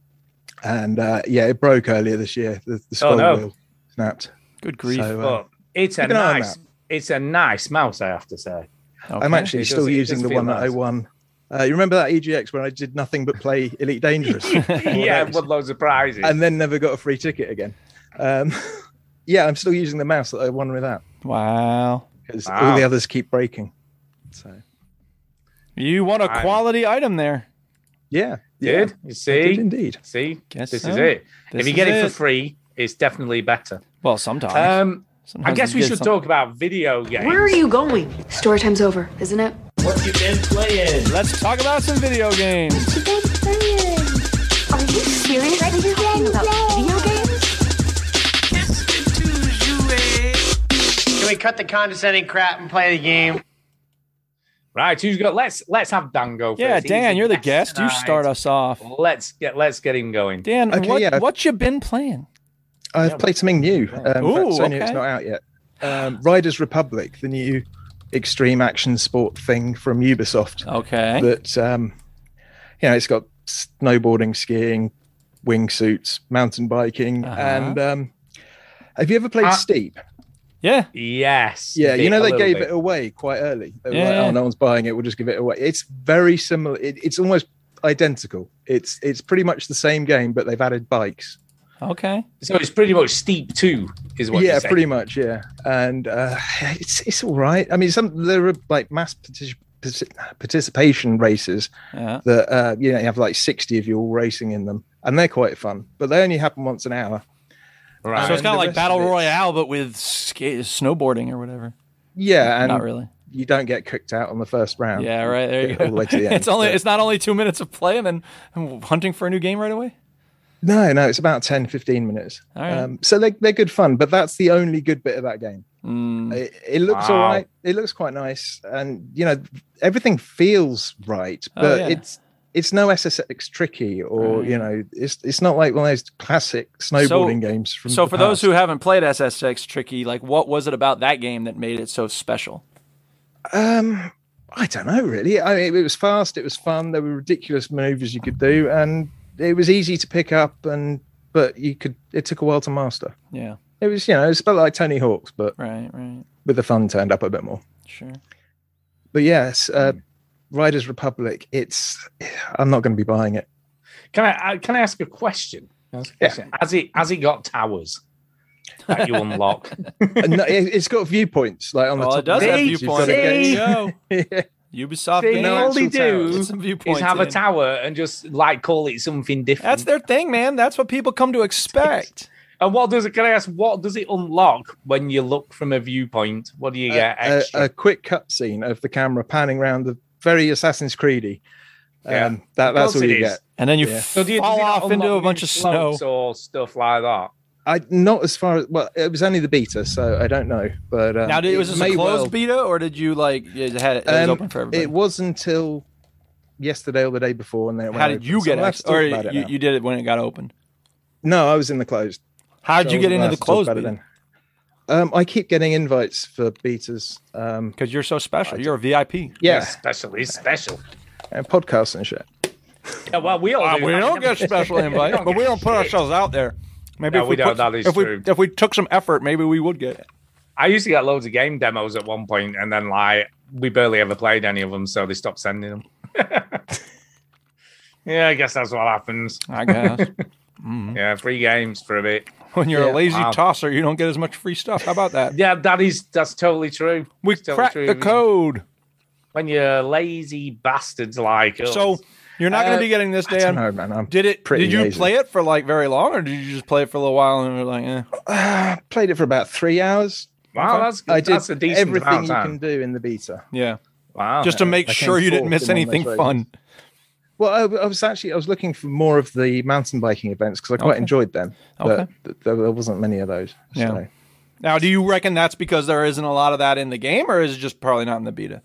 [SPEAKER 3] and uh, yeah, it broke earlier this year. The, the scroll
[SPEAKER 4] Oh, no.
[SPEAKER 3] wheel snapped.
[SPEAKER 1] Good grief.
[SPEAKER 3] So, uh,
[SPEAKER 4] But it's a
[SPEAKER 3] keep an eye on
[SPEAKER 4] nice, it's a nice mouse. I have to say.
[SPEAKER 1] Okay.
[SPEAKER 3] I'm actually
[SPEAKER 4] It
[SPEAKER 3] still
[SPEAKER 4] does- it
[SPEAKER 3] using
[SPEAKER 4] does
[SPEAKER 3] the
[SPEAKER 4] feel
[SPEAKER 3] one that I
[SPEAKER 4] nice.
[SPEAKER 3] won. Uh, you remember that EGX when I did nothing but play Elite Dangerous?
[SPEAKER 4] yeah, it won loads of prizes.
[SPEAKER 3] and then never got a free ticket again. Um, yeah, I'm still using the mouse that I won with that
[SPEAKER 1] Wow.
[SPEAKER 3] because all
[SPEAKER 4] Wow.
[SPEAKER 3] the others keep breaking. So
[SPEAKER 1] You want a
[SPEAKER 4] I'm-
[SPEAKER 1] quality item there.
[SPEAKER 3] yeah, yeah,
[SPEAKER 4] Did you
[SPEAKER 3] I
[SPEAKER 4] see?
[SPEAKER 3] did indeed.
[SPEAKER 4] See,
[SPEAKER 1] Guess
[SPEAKER 4] this
[SPEAKER 1] so.
[SPEAKER 4] is it.
[SPEAKER 1] This
[SPEAKER 4] if you
[SPEAKER 1] is
[SPEAKER 4] get it,
[SPEAKER 1] it.
[SPEAKER 4] for free, it's definitely better.
[SPEAKER 1] Well, sometimes.
[SPEAKER 4] Um, I
[SPEAKER 1] Sometimes
[SPEAKER 4] guess
[SPEAKER 1] you
[SPEAKER 4] we
[SPEAKER 1] get
[SPEAKER 4] should
[SPEAKER 1] some-
[SPEAKER 4] talk about video games.
[SPEAKER 9] Where are you going?
[SPEAKER 8] Story time's over, isn't it?
[SPEAKER 1] Let's talk about some video games.
[SPEAKER 8] Are you seriously talking about video games?
[SPEAKER 10] Can we cut the condescending crap and play the game?
[SPEAKER 4] Right, who's got? Let's let's have Dan go.
[SPEAKER 1] Yeah,
[SPEAKER 4] first. He's
[SPEAKER 1] Dan, you're the guest. You
[SPEAKER 4] tonight.
[SPEAKER 1] start us off.
[SPEAKER 4] Let's get let's get him going.
[SPEAKER 1] Dan,
[SPEAKER 3] Okay,
[SPEAKER 1] what
[SPEAKER 3] yeah.
[SPEAKER 1] what you been playing?
[SPEAKER 3] I've played something new. Um,
[SPEAKER 1] Ooh,
[SPEAKER 3] Ooh, it's
[SPEAKER 1] okay.
[SPEAKER 3] not out yet. Um, Riders Republic, the new extreme action sport thing from Ubisoft.
[SPEAKER 1] Okay.
[SPEAKER 3] That um, you know, it's got snowboarding, skiing, wingsuits, mountain biking,
[SPEAKER 1] Uh-huh.
[SPEAKER 3] and um, have you ever played
[SPEAKER 4] Uh,
[SPEAKER 3] Steep?
[SPEAKER 1] yeah.
[SPEAKER 4] Yes.
[SPEAKER 3] Yeah, you
[SPEAKER 4] bit-
[SPEAKER 3] know
[SPEAKER 4] a
[SPEAKER 3] they
[SPEAKER 4] little
[SPEAKER 3] gave
[SPEAKER 4] bit.
[SPEAKER 3] it away quite early. They were
[SPEAKER 1] Yeah,
[SPEAKER 3] like,
[SPEAKER 1] yeah.
[SPEAKER 3] "Oh, no one's buying it. We'll just give it away." It's very similar. It, it's almost identical. It's it's pretty much the same game, but they've added bikes.
[SPEAKER 1] Okay.
[SPEAKER 4] So it's pretty much steep too, is what?
[SPEAKER 3] yeah,
[SPEAKER 4] you're saying.
[SPEAKER 3] pretty much. Yeah, and uh, it's it's all right. I mean, some there are like mass partic- partic- participation races
[SPEAKER 1] Yeah.
[SPEAKER 3] that uh, you know you have like sixty of you all racing in them, and they're quite fun. But they only happen once an hour.
[SPEAKER 4] Right.
[SPEAKER 1] So it's
[SPEAKER 3] And the
[SPEAKER 1] kind of like
[SPEAKER 3] rest
[SPEAKER 1] battle
[SPEAKER 3] of it's-
[SPEAKER 1] royale, but with ska- snowboarding or whatever.
[SPEAKER 3] Yeah, and
[SPEAKER 1] Not really.
[SPEAKER 3] you don't get kicked out on the first round.
[SPEAKER 1] Yeah, right. There you go.
[SPEAKER 3] all the way to the end,
[SPEAKER 1] it's only
[SPEAKER 3] but-
[SPEAKER 1] it's not only two minutes of play and then hunting for a new game right away.
[SPEAKER 3] No, no, it's about 10, 15 minutes.
[SPEAKER 1] All right.
[SPEAKER 3] Um, so they, they're good fun, but that's the only good bit of that game.
[SPEAKER 1] Mm.
[SPEAKER 3] It, it looks all
[SPEAKER 4] Wow.
[SPEAKER 3] right. It looks quite nice. And, you know, everything feels right,
[SPEAKER 1] Oh,
[SPEAKER 3] but
[SPEAKER 1] yeah.
[SPEAKER 3] it's it's no SSX tricky or, you know, it's it's not like one of those classic snowboarding games.
[SPEAKER 4] Mm,
[SPEAKER 3] From
[SPEAKER 1] So
[SPEAKER 3] the
[SPEAKER 1] for those
[SPEAKER 3] past.
[SPEAKER 1] who haven't played SSX Tricky, like what was it about that game that made it so special?
[SPEAKER 3] Um, I don't know, really. I mean, it was fast. It was fun. There were ridiculous maneuvers you could do. And it was easy to pick up. And, but you could, it took a while to master.
[SPEAKER 1] Yeah.
[SPEAKER 3] It was, you know, it's about like Tony Hawk's, but
[SPEAKER 1] Right, right.
[SPEAKER 3] with the fun turned up a bit more.
[SPEAKER 1] Sure.
[SPEAKER 3] But yes, uh,
[SPEAKER 4] Hmm.
[SPEAKER 3] Riders Republic. It's I'm not going to be buying it.
[SPEAKER 4] Can I I- can I ask a question? Can I ask a
[SPEAKER 3] Yeah.
[SPEAKER 4] question? Has it has it got towers that you unlock?
[SPEAKER 3] Uh, no, it, it's got viewpoints like on the
[SPEAKER 1] Well, Oh,
[SPEAKER 3] top.
[SPEAKER 1] it does
[SPEAKER 3] of
[SPEAKER 1] have
[SPEAKER 3] the
[SPEAKER 4] See?
[SPEAKER 3] mountains, you've
[SPEAKER 1] viewpoints.
[SPEAKER 3] gotta
[SPEAKER 1] There you
[SPEAKER 4] See?
[SPEAKER 1] go.
[SPEAKER 3] get-
[SPEAKER 1] Ubisoft
[SPEAKER 4] See?
[SPEAKER 1] games.
[SPEAKER 4] All they do
[SPEAKER 1] Get some viewpoints
[SPEAKER 4] is have a
[SPEAKER 1] in.
[SPEAKER 4] tower and just like call it something different.
[SPEAKER 1] That's their thing, man. That's what people come to expect.
[SPEAKER 4] And what does it? Can I ask? What does it unlock when you look from a viewpoint? What do you get
[SPEAKER 3] a,
[SPEAKER 4] extra?
[SPEAKER 3] a quick cutscene of the camera panning around the very Assassin's Creedy. Um,
[SPEAKER 4] Yeah.
[SPEAKER 3] that,
[SPEAKER 4] Of
[SPEAKER 3] that's
[SPEAKER 4] course
[SPEAKER 3] all
[SPEAKER 4] it
[SPEAKER 3] you
[SPEAKER 4] is.
[SPEAKER 3] get.
[SPEAKER 1] And then you
[SPEAKER 3] Yeah.
[SPEAKER 4] So do you, does
[SPEAKER 1] fall
[SPEAKER 4] it
[SPEAKER 1] off into
[SPEAKER 4] unlock
[SPEAKER 1] a bunch
[SPEAKER 4] new
[SPEAKER 1] of snow.
[SPEAKER 4] slopes or stuff like that?
[SPEAKER 3] I not as far as well. It was only the beta, so I don't know. But um,
[SPEAKER 1] Now, did,
[SPEAKER 3] it
[SPEAKER 1] was this a
[SPEAKER 3] may
[SPEAKER 1] closed
[SPEAKER 3] well-
[SPEAKER 1] beta, or did you like it had it was
[SPEAKER 3] Um,
[SPEAKER 1] open for everybody?
[SPEAKER 3] It was until yesterday or the day before, and then it went
[SPEAKER 1] How did
[SPEAKER 3] open.
[SPEAKER 1] you
[SPEAKER 3] So
[SPEAKER 1] get
[SPEAKER 3] I'll have
[SPEAKER 1] it?
[SPEAKER 3] to talk
[SPEAKER 1] Or
[SPEAKER 3] about it
[SPEAKER 1] you,
[SPEAKER 3] now.
[SPEAKER 1] you did it when it got open?
[SPEAKER 3] No, I was in the closed.
[SPEAKER 1] How did
[SPEAKER 3] So
[SPEAKER 1] you get into
[SPEAKER 3] we'll
[SPEAKER 1] the
[SPEAKER 3] have to talk
[SPEAKER 1] closed
[SPEAKER 3] about it
[SPEAKER 1] beta?
[SPEAKER 3] then. Um, I keep getting invites for beaters, um,
[SPEAKER 1] Because you're so special. You're a VIP.
[SPEAKER 3] yeah,
[SPEAKER 4] Special is special.
[SPEAKER 3] and podcasts and shit.
[SPEAKER 4] Yeah, well, we all do.
[SPEAKER 1] we
[SPEAKER 4] that.
[SPEAKER 1] don't get special invites, but we don't put ourselves out there. Maybe
[SPEAKER 4] No,
[SPEAKER 1] if
[SPEAKER 4] we don't.
[SPEAKER 1] put-
[SPEAKER 4] That is
[SPEAKER 1] if
[SPEAKER 4] true.
[SPEAKER 1] we if we took some effort, maybe we would get it.
[SPEAKER 4] I used to get loads of game demos at one point, and then like we barely ever played any of them, so they stopped sending them. yeah, I guess that's what happens.
[SPEAKER 1] I guess Mm-hmm.
[SPEAKER 4] Yeah, free games for a bit.
[SPEAKER 1] when you're a
[SPEAKER 3] Yeah.
[SPEAKER 1] lazy
[SPEAKER 4] Wow.
[SPEAKER 1] tosser, you don't get as much free stuff. How about that?
[SPEAKER 4] Yeah, that is that's totally true.
[SPEAKER 1] We
[SPEAKER 4] It's totally
[SPEAKER 1] cracked the code,
[SPEAKER 4] when you're lazy bastards like us.
[SPEAKER 1] so you're not going
[SPEAKER 4] Uh,
[SPEAKER 1] to be getting this,
[SPEAKER 3] I don't
[SPEAKER 1] Dan.
[SPEAKER 3] know, man. I'm
[SPEAKER 1] Did it?
[SPEAKER 3] Pretty
[SPEAKER 1] Did you
[SPEAKER 3] lazy.
[SPEAKER 1] play it for like very long, or did you just play it for a little while and were like, eh?
[SPEAKER 3] I played it for about three hours.
[SPEAKER 4] wow, Oh, that's
[SPEAKER 3] I did
[SPEAKER 4] that's a decent
[SPEAKER 3] everything
[SPEAKER 4] amount of
[SPEAKER 3] you
[SPEAKER 4] time.
[SPEAKER 3] can do in the beta.
[SPEAKER 1] yeah,
[SPEAKER 4] Wow,
[SPEAKER 1] just to make
[SPEAKER 3] Oh, I came
[SPEAKER 1] sure you didn't
[SPEAKER 3] fourth
[SPEAKER 1] miss
[SPEAKER 3] in one of those
[SPEAKER 1] anything
[SPEAKER 3] races.
[SPEAKER 1] fun.
[SPEAKER 3] Well, I, I was actually I was looking for more of the mountain biking events because I quite enjoyed them, but
[SPEAKER 1] Okay.
[SPEAKER 3] th- there there wasn't many of those.
[SPEAKER 1] Yeah.
[SPEAKER 3] So.
[SPEAKER 1] Now, do you reckon that's because there isn't a lot of that in the game, or is it just probably not in the beta?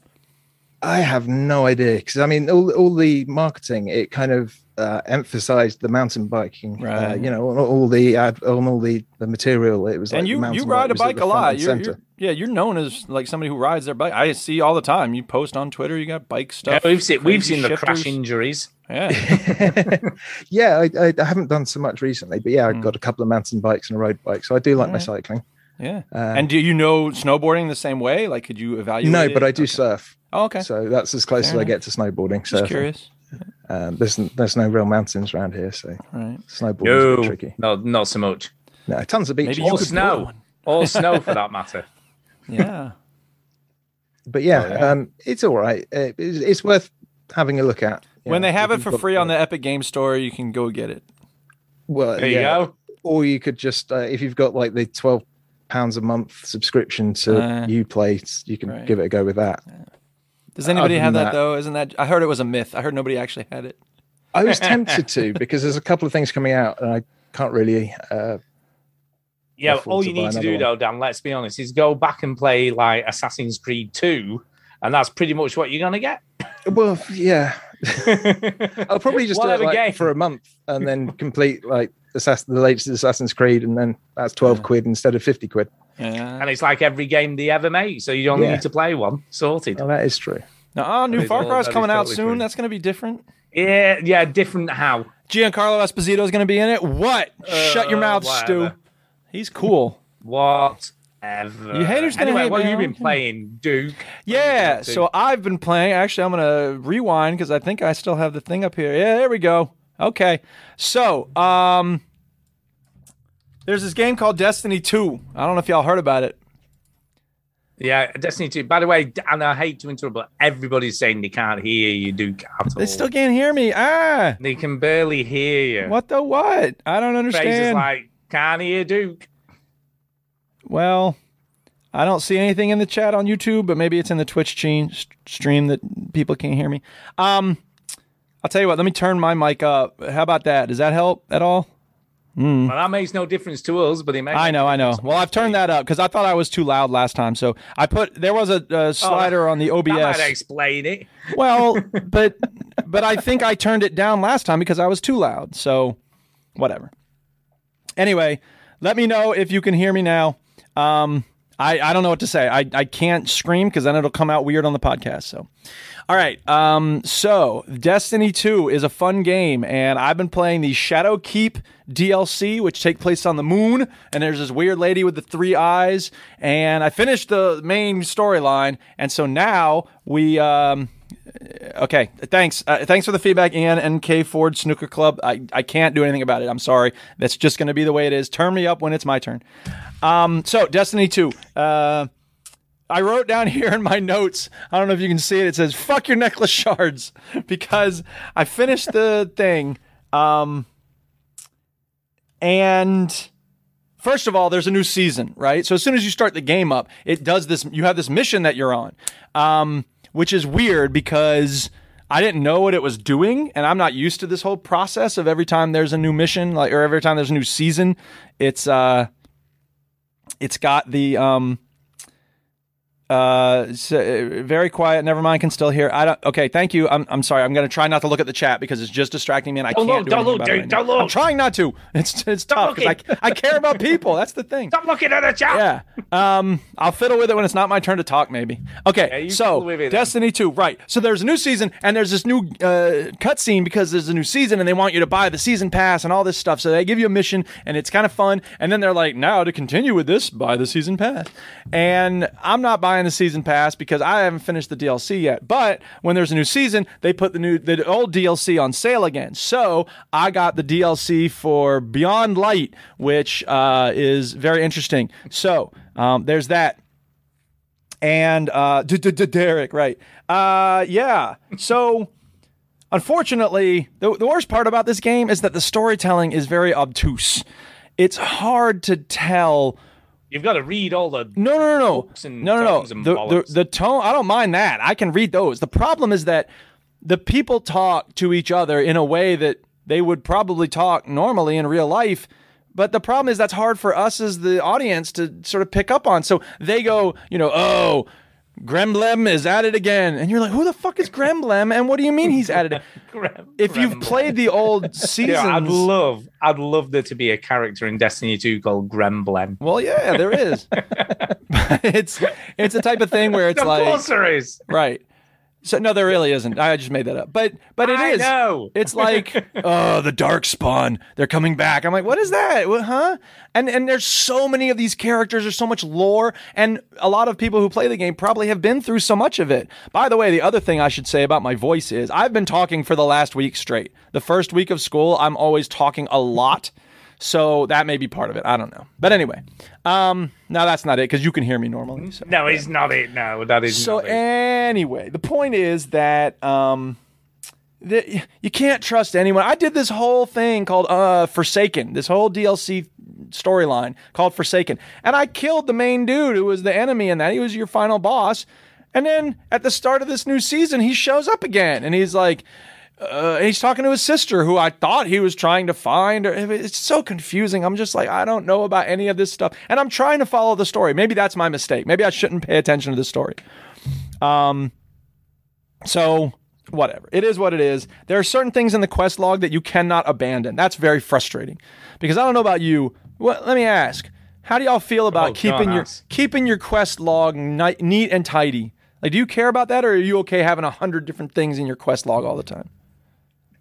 [SPEAKER 3] I have no idea because I mean, all, all the marketing it kind of uh, emphasized the mountain biking. Uh,
[SPEAKER 1] Right.
[SPEAKER 3] you know, on all the ad, on all the, the material, it was.
[SPEAKER 1] and
[SPEAKER 3] like
[SPEAKER 1] you you
[SPEAKER 3] mountain
[SPEAKER 1] ride a
[SPEAKER 3] was at
[SPEAKER 1] bike
[SPEAKER 3] the
[SPEAKER 1] a
[SPEAKER 3] front
[SPEAKER 1] lot.
[SPEAKER 3] and
[SPEAKER 1] You're,
[SPEAKER 3] center.
[SPEAKER 1] you're yeah, you're known as like somebody who rides their bike. I see all the time. You post on Twitter. You got bike
[SPEAKER 4] Yeah,
[SPEAKER 1] stuff.
[SPEAKER 4] we've seen we've
[SPEAKER 1] crazy
[SPEAKER 4] seen the
[SPEAKER 1] shifters.
[SPEAKER 4] crash injuries.
[SPEAKER 1] Yeah,
[SPEAKER 3] yeah, I, I, I haven't done so much recently, but yeah,
[SPEAKER 1] Hmm.
[SPEAKER 3] I've got a couple of mountain bikes and a road bike, so I do like my cycling.
[SPEAKER 1] yeah.
[SPEAKER 3] Um,
[SPEAKER 1] and do you know snowboarding the same way? Like, could you evaluate?
[SPEAKER 3] no,
[SPEAKER 1] it?
[SPEAKER 3] but I do surf,
[SPEAKER 1] Oh, okay.
[SPEAKER 3] so that's as close
[SPEAKER 1] Fair
[SPEAKER 3] as I
[SPEAKER 1] enough.
[SPEAKER 3] get to snowboarding.
[SPEAKER 1] Just
[SPEAKER 3] surfing.
[SPEAKER 1] curious.
[SPEAKER 3] Um, there's n- there's no real mountains around here, so
[SPEAKER 1] All right.
[SPEAKER 3] snowboarding's a
[SPEAKER 4] No,
[SPEAKER 3] bit tricky.
[SPEAKER 4] no, not so much.
[SPEAKER 3] No, tons of beaches,
[SPEAKER 1] Maybe you
[SPEAKER 4] All
[SPEAKER 1] could build
[SPEAKER 4] snow,
[SPEAKER 1] one.
[SPEAKER 4] all snow for that matter.
[SPEAKER 1] Yeah.
[SPEAKER 3] but yeah,
[SPEAKER 4] Oh, yeah.
[SPEAKER 3] Um, it's all right. Uh, It's, it's worth having a look at. you
[SPEAKER 1] when
[SPEAKER 3] know,
[SPEAKER 1] they have
[SPEAKER 3] if
[SPEAKER 1] it
[SPEAKER 3] you've
[SPEAKER 1] for
[SPEAKER 3] got
[SPEAKER 1] free on the Epic Game Store, you can go get it.
[SPEAKER 3] Well,
[SPEAKER 4] There
[SPEAKER 3] yeah.
[SPEAKER 4] you go.
[SPEAKER 3] Or you could just, uh, if you've got like the twelve pounds a month subscription to
[SPEAKER 1] Uh,
[SPEAKER 3] UPlay, you can
[SPEAKER 1] right.
[SPEAKER 3] give it a go with that.
[SPEAKER 1] Does anybody
[SPEAKER 3] Uh, Other
[SPEAKER 1] have
[SPEAKER 3] than
[SPEAKER 1] that,
[SPEAKER 3] that-
[SPEAKER 1] though? Isn't that? I heard it was a myth. I heard nobody actually had it.
[SPEAKER 3] I was tempted to because there's a couple of things coming out, and I can't really. Uh,
[SPEAKER 4] Yeah,
[SPEAKER 3] afford
[SPEAKER 4] all
[SPEAKER 3] to
[SPEAKER 4] you
[SPEAKER 3] buy
[SPEAKER 4] need to
[SPEAKER 3] another
[SPEAKER 4] do
[SPEAKER 3] one.
[SPEAKER 4] though, Dan, let's be honest, is go back and play like Assassin's Creed 2, and that's pretty much what you're gonna get.
[SPEAKER 3] well, yeah, I'll probably just do it
[SPEAKER 4] Whatever
[SPEAKER 3] like,
[SPEAKER 4] game.
[SPEAKER 3] for a month and then complete like Assass- the latest Assassin's Creed, and then that's twelve quid instead of fifty quid.
[SPEAKER 1] Yeah.
[SPEAKER 4] and it's like every game they ever made, so you only
[SPEAKER 3] Yeah.
[SPEAKER 4] need to play one. Sorted.
[SPEAKER 3] Oh, that is true.
[SPEAKER 1] Now, oh, new
[SPEAKER 4] That is
[SPEAKER 1] Far
[SPEAKER 4] all-
[SPEAKER 1] Cry's
[SPEAKER 4] that is
[SPEAKER 1] coming out
[SPEAKER 4] totally
[SPEAKER 1] soon.
[SPEAKER 4] free.
[SPEAKER 1] That's going to be different.
[SPEAKER 4] Yeah, yeah, different how.
[SPEAKER 1] Giancarlo Esposito is going to be in it. What? Shut your
[SPEAKER 4] Uh,
[SPEAKER 1] mouth, Stu.
[SPEAKER 4] whatever.
[SPEAKER 1] He's cool.
[SPEAKER 4] Whatever.
[SPEAKER 1] You haters gonna
[SPEAKER 4] anyway,
[SPEAKER 1] hate
[SPEAKER 4] what
[SPEAKER 1] me,
[SPEAKER 4] have you
[SPEAKER 1] I
[SPEAKER 4] been
[SPEAKER 1] don't care.
[SPEAKER 4] playing, Duke?
[SPEAKER 1] Yeah.
[SPEAKER 4] Duke.
[SPEAKER 1] So I've been playing. Actually, I'm going to rewind because I think I still have the thing up here. Yeah, there we go. Okay. So, um, there's this game called Destiny 2. I don't know if y'all heard about it.
[SPEAKER 4] Yeah, Destiny 2. By the way, d- and I hate to interrupt, but everybody's saying they can't hear you, Duke, at all.
[SPEAKER 1] They still can't hear me. Ah.
[SPEAKER 4] They can barely hear you.
[SPEAKER 1] What the what? I don't
[SPEAKER 4] Phrases
[SPEAKER 1] understand.
[SPEAKER 4] like, can't hear Duke.
[SPEAKER 1] well, I don't see anything in the chat on YouTube, but maybe it's in the Twitch chain, s- stream that people can't hear me. Um, I'll tell you what. Let me turn my mic up. How about that? Does that help at all?
[SPEAKER 4] Well, that makes no difference to us, but it makes.
[SPEAKER 1] Mm. I know, I know. Well, I've turned that up because I thought I was too loud last time. So I put there was a, a slider on the
[SPEAKER 4] Oh, That
[SPEAKER 1] OBS.
[SPEAKER 4] might explain it.
[SPEAKER 1] well, but but I think I turned it down last time because I was too loud. So whatever. Anyway, let me know if you can hear me now. Um, I, I don't know what to say. I, I can't scream because then it'll come out weird on the podcast. So, all right. Um, so, Destiny 2 is a fun game, and I've been playing the Shadow Keep DLC, which take place on the moon. And there's this weird lady with the three eyes. And I finished the main storyline. And so now we. Um, okay. Thanks. Uh, thanks for the feedback, Ian and K Ford Snooker Club. I, I can't do anything about it. I'm sorry. That's just going to be the way it is. Turn me up when it's my turn. Um, so, Destiny 2. Uh, I wrote down here in my notes, I don't know if you can see it, it says, fuck your necklace shards, because I finished the thing. Um, and first of all, there's a new season, right? So as soon as you start the game up, it does this. You have this mission that you're on, um, which is weird because I didn't know what it was doing, and I'm not used to this whole process of every time there's a new mission, like or every time there's a new season, it's uh, it's got the um. Uh, s- uh, very quiet. Never mind. Can still hear. I don't. Okay. Thank you. I'm. I'm sorry. I'm gonna try not to look at the chat because it's just distracting me, and I
[SPEAKER 4] Don't
[SPEAKER 1] can't
[SPEAKER 4] look,
[SPEAKER 1] do
[SPEAKER 4] don't
[SPEAKER 1] anything
[SPEAKER 4] look,
[SPEAKER 1] about it
[SPEAKER 4] dude,
[SPEAKER 1] right now.
[SPEAKER 4] don't look.
[SPEAKER 1] I'm trying not to. It's it's tough because I,
[SPEAKER 4] looking.
[SPEAKER 1] I care about people. That's the thing.
[SPEAKER 4] Stop looking at the chat.
[SPEAKER 1] Yeah. Um, I'll fiddle with it when it's not my turn to talk, maybe. Okay.
[SPEAKER 4] you
[SPEAKER 1] so
[SPEAKER 4] fiddle with it then.
[SPEAKER 1] Destiny 2, right. So there's a new season and there's this new uh, cutscene because there's a new season and they want you to buy the season pass and all this stuff. So they give you a mission and it's kind of fun. And then they're like, now to continue with this, buy the season pass. And I'm not buying the season pass because I haven't finished the DLC yet. But when there's a new season, they put the new the old DLC on sale again. So I got the DLC for Beyond Light, which uh, is very interesting. So um, there's that and uh, D- D- D- Derek, right? Uh, yeah. So, unfortunately, the, the worst part about this game is that the storytelling is very obtuse. It's hard to tell.
[SPEAKER 4] You've got to read all the.
[SPEAKER 1] No, no, no, no,
[SPEAKER 4] and
[SPEAKER 1] no, no,
[SPEAKER 4] tones
[SPEAKER 1] no.
[SPEAKER 4] and
[SPEAKER 1] The,
[SPEAKER 4] bollocks.
[SPEAKER 1] the, the tone. I don't mind that. I can read those. The problem is that the people talk to each other in a way that they would probably talk normally in real life. But the problem is that's hard for us as the audience to sort of pick up on. So they go, you know, oh, Gremlem is at it again, and you're like, who the fuck is Gremlem? And what do you mean he's at it? if you've played the old seasons,
[SPEAKER 4] Yeah, I'd love, I'd love there to be a character in Destiny 2 called Gremlin.
[SPEAKER 1] Well, yeah, there is. it's it's a type of thing where it's
[SPEAKER 4] Of
[SPEAKER 1] like
[SPEAKER 4] course there is.
[SPEAKER 1] right. So no, there really isn't. I just made that up, but but it
[SPEAKER 4] I
[SPEAKER 1] is.
[SPEAKER 4] know.
[SPEAKER 1] It's like oh, the dark spawn. They're coming back. I'm like, what is that? What, huh? And and there's so many of these characters. There's so much lore, and a lot of people who play the game probably have been through so much of it. By the way, the other thing I should say about my voice is I've been talking for the last week straight. The first week of school, I'm always talking a lot. So that may be part of it. I don't know. But anyway, um, now that's not it because you can hear me normally. So.
[SPEAKER 4] No, it's not it. No, that is
[SPEAKER 1] So
[SPEAKER 4] not it.
[SPEAKER 1] anyway, the point is that um, that you can't trust anyone. I did this whole thing called uh, Forsaken, this whole DLC storyline called Forsaken, and I killed the main dude who was the enemy in that. He was your final boss, and then at the start of this new season, he shows up again, and he's like. Uh, he's talking to his sister, who I thought he was trying to find. Or it's so confusing. I'm just like, I don't know about any of this stuff, and I'm trying to follow the story. Maybe that's my mistake. Maybe I shouldn't pay attention to the story. Um, So whatever. It is what it is. There are certain things in the quest log that you cannot abandon. That's very frustrating. Because I don't know about you. Well, let me ask. How do y'all feel about
[SPEAKER 4] Oh,
[SPEAKER 1] keeping
[SPEAKER 4] don't
[SPEAKER 1] your
[SPEAKER 4] ask.
[SPEAKER 1] keeping your quest log ni- neat and tidy? Like, do you care about that, or are you okay having a hundred different things in your quest log all the time?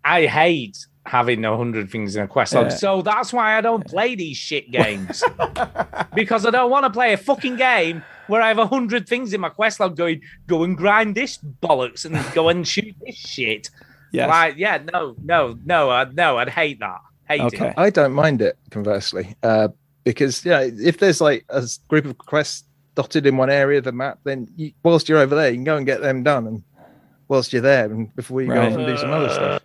[SPEAKER 4] I hate having a hundred things in a quest log. So that's why I don't play these shit games. because I don't want to play a fucking game where I have a hundred things in my quest log going, go and grind this bollocks and go and shoot this shit.
[SPEAKER 1] Yes.
[SPEAKER 4] Like, yeah, no, no, no, uh, no, I'd hate that. Hate
[SPEAKER 1] Okay.
[SPEAKER 4] it.
[SPEAKER 3] I don't mind it, conversely, uh, because yeah, if there's like a s- group of quests dotted in one area of the map, then you, whilst you're over there, you can go and get them done, and whilst you're there, and before you
[SPEAKER 1] Right.
[SPEAKER 3] go off and do some other
[SPEAKER 1] Uh,
[SPEAKER 3] stuff.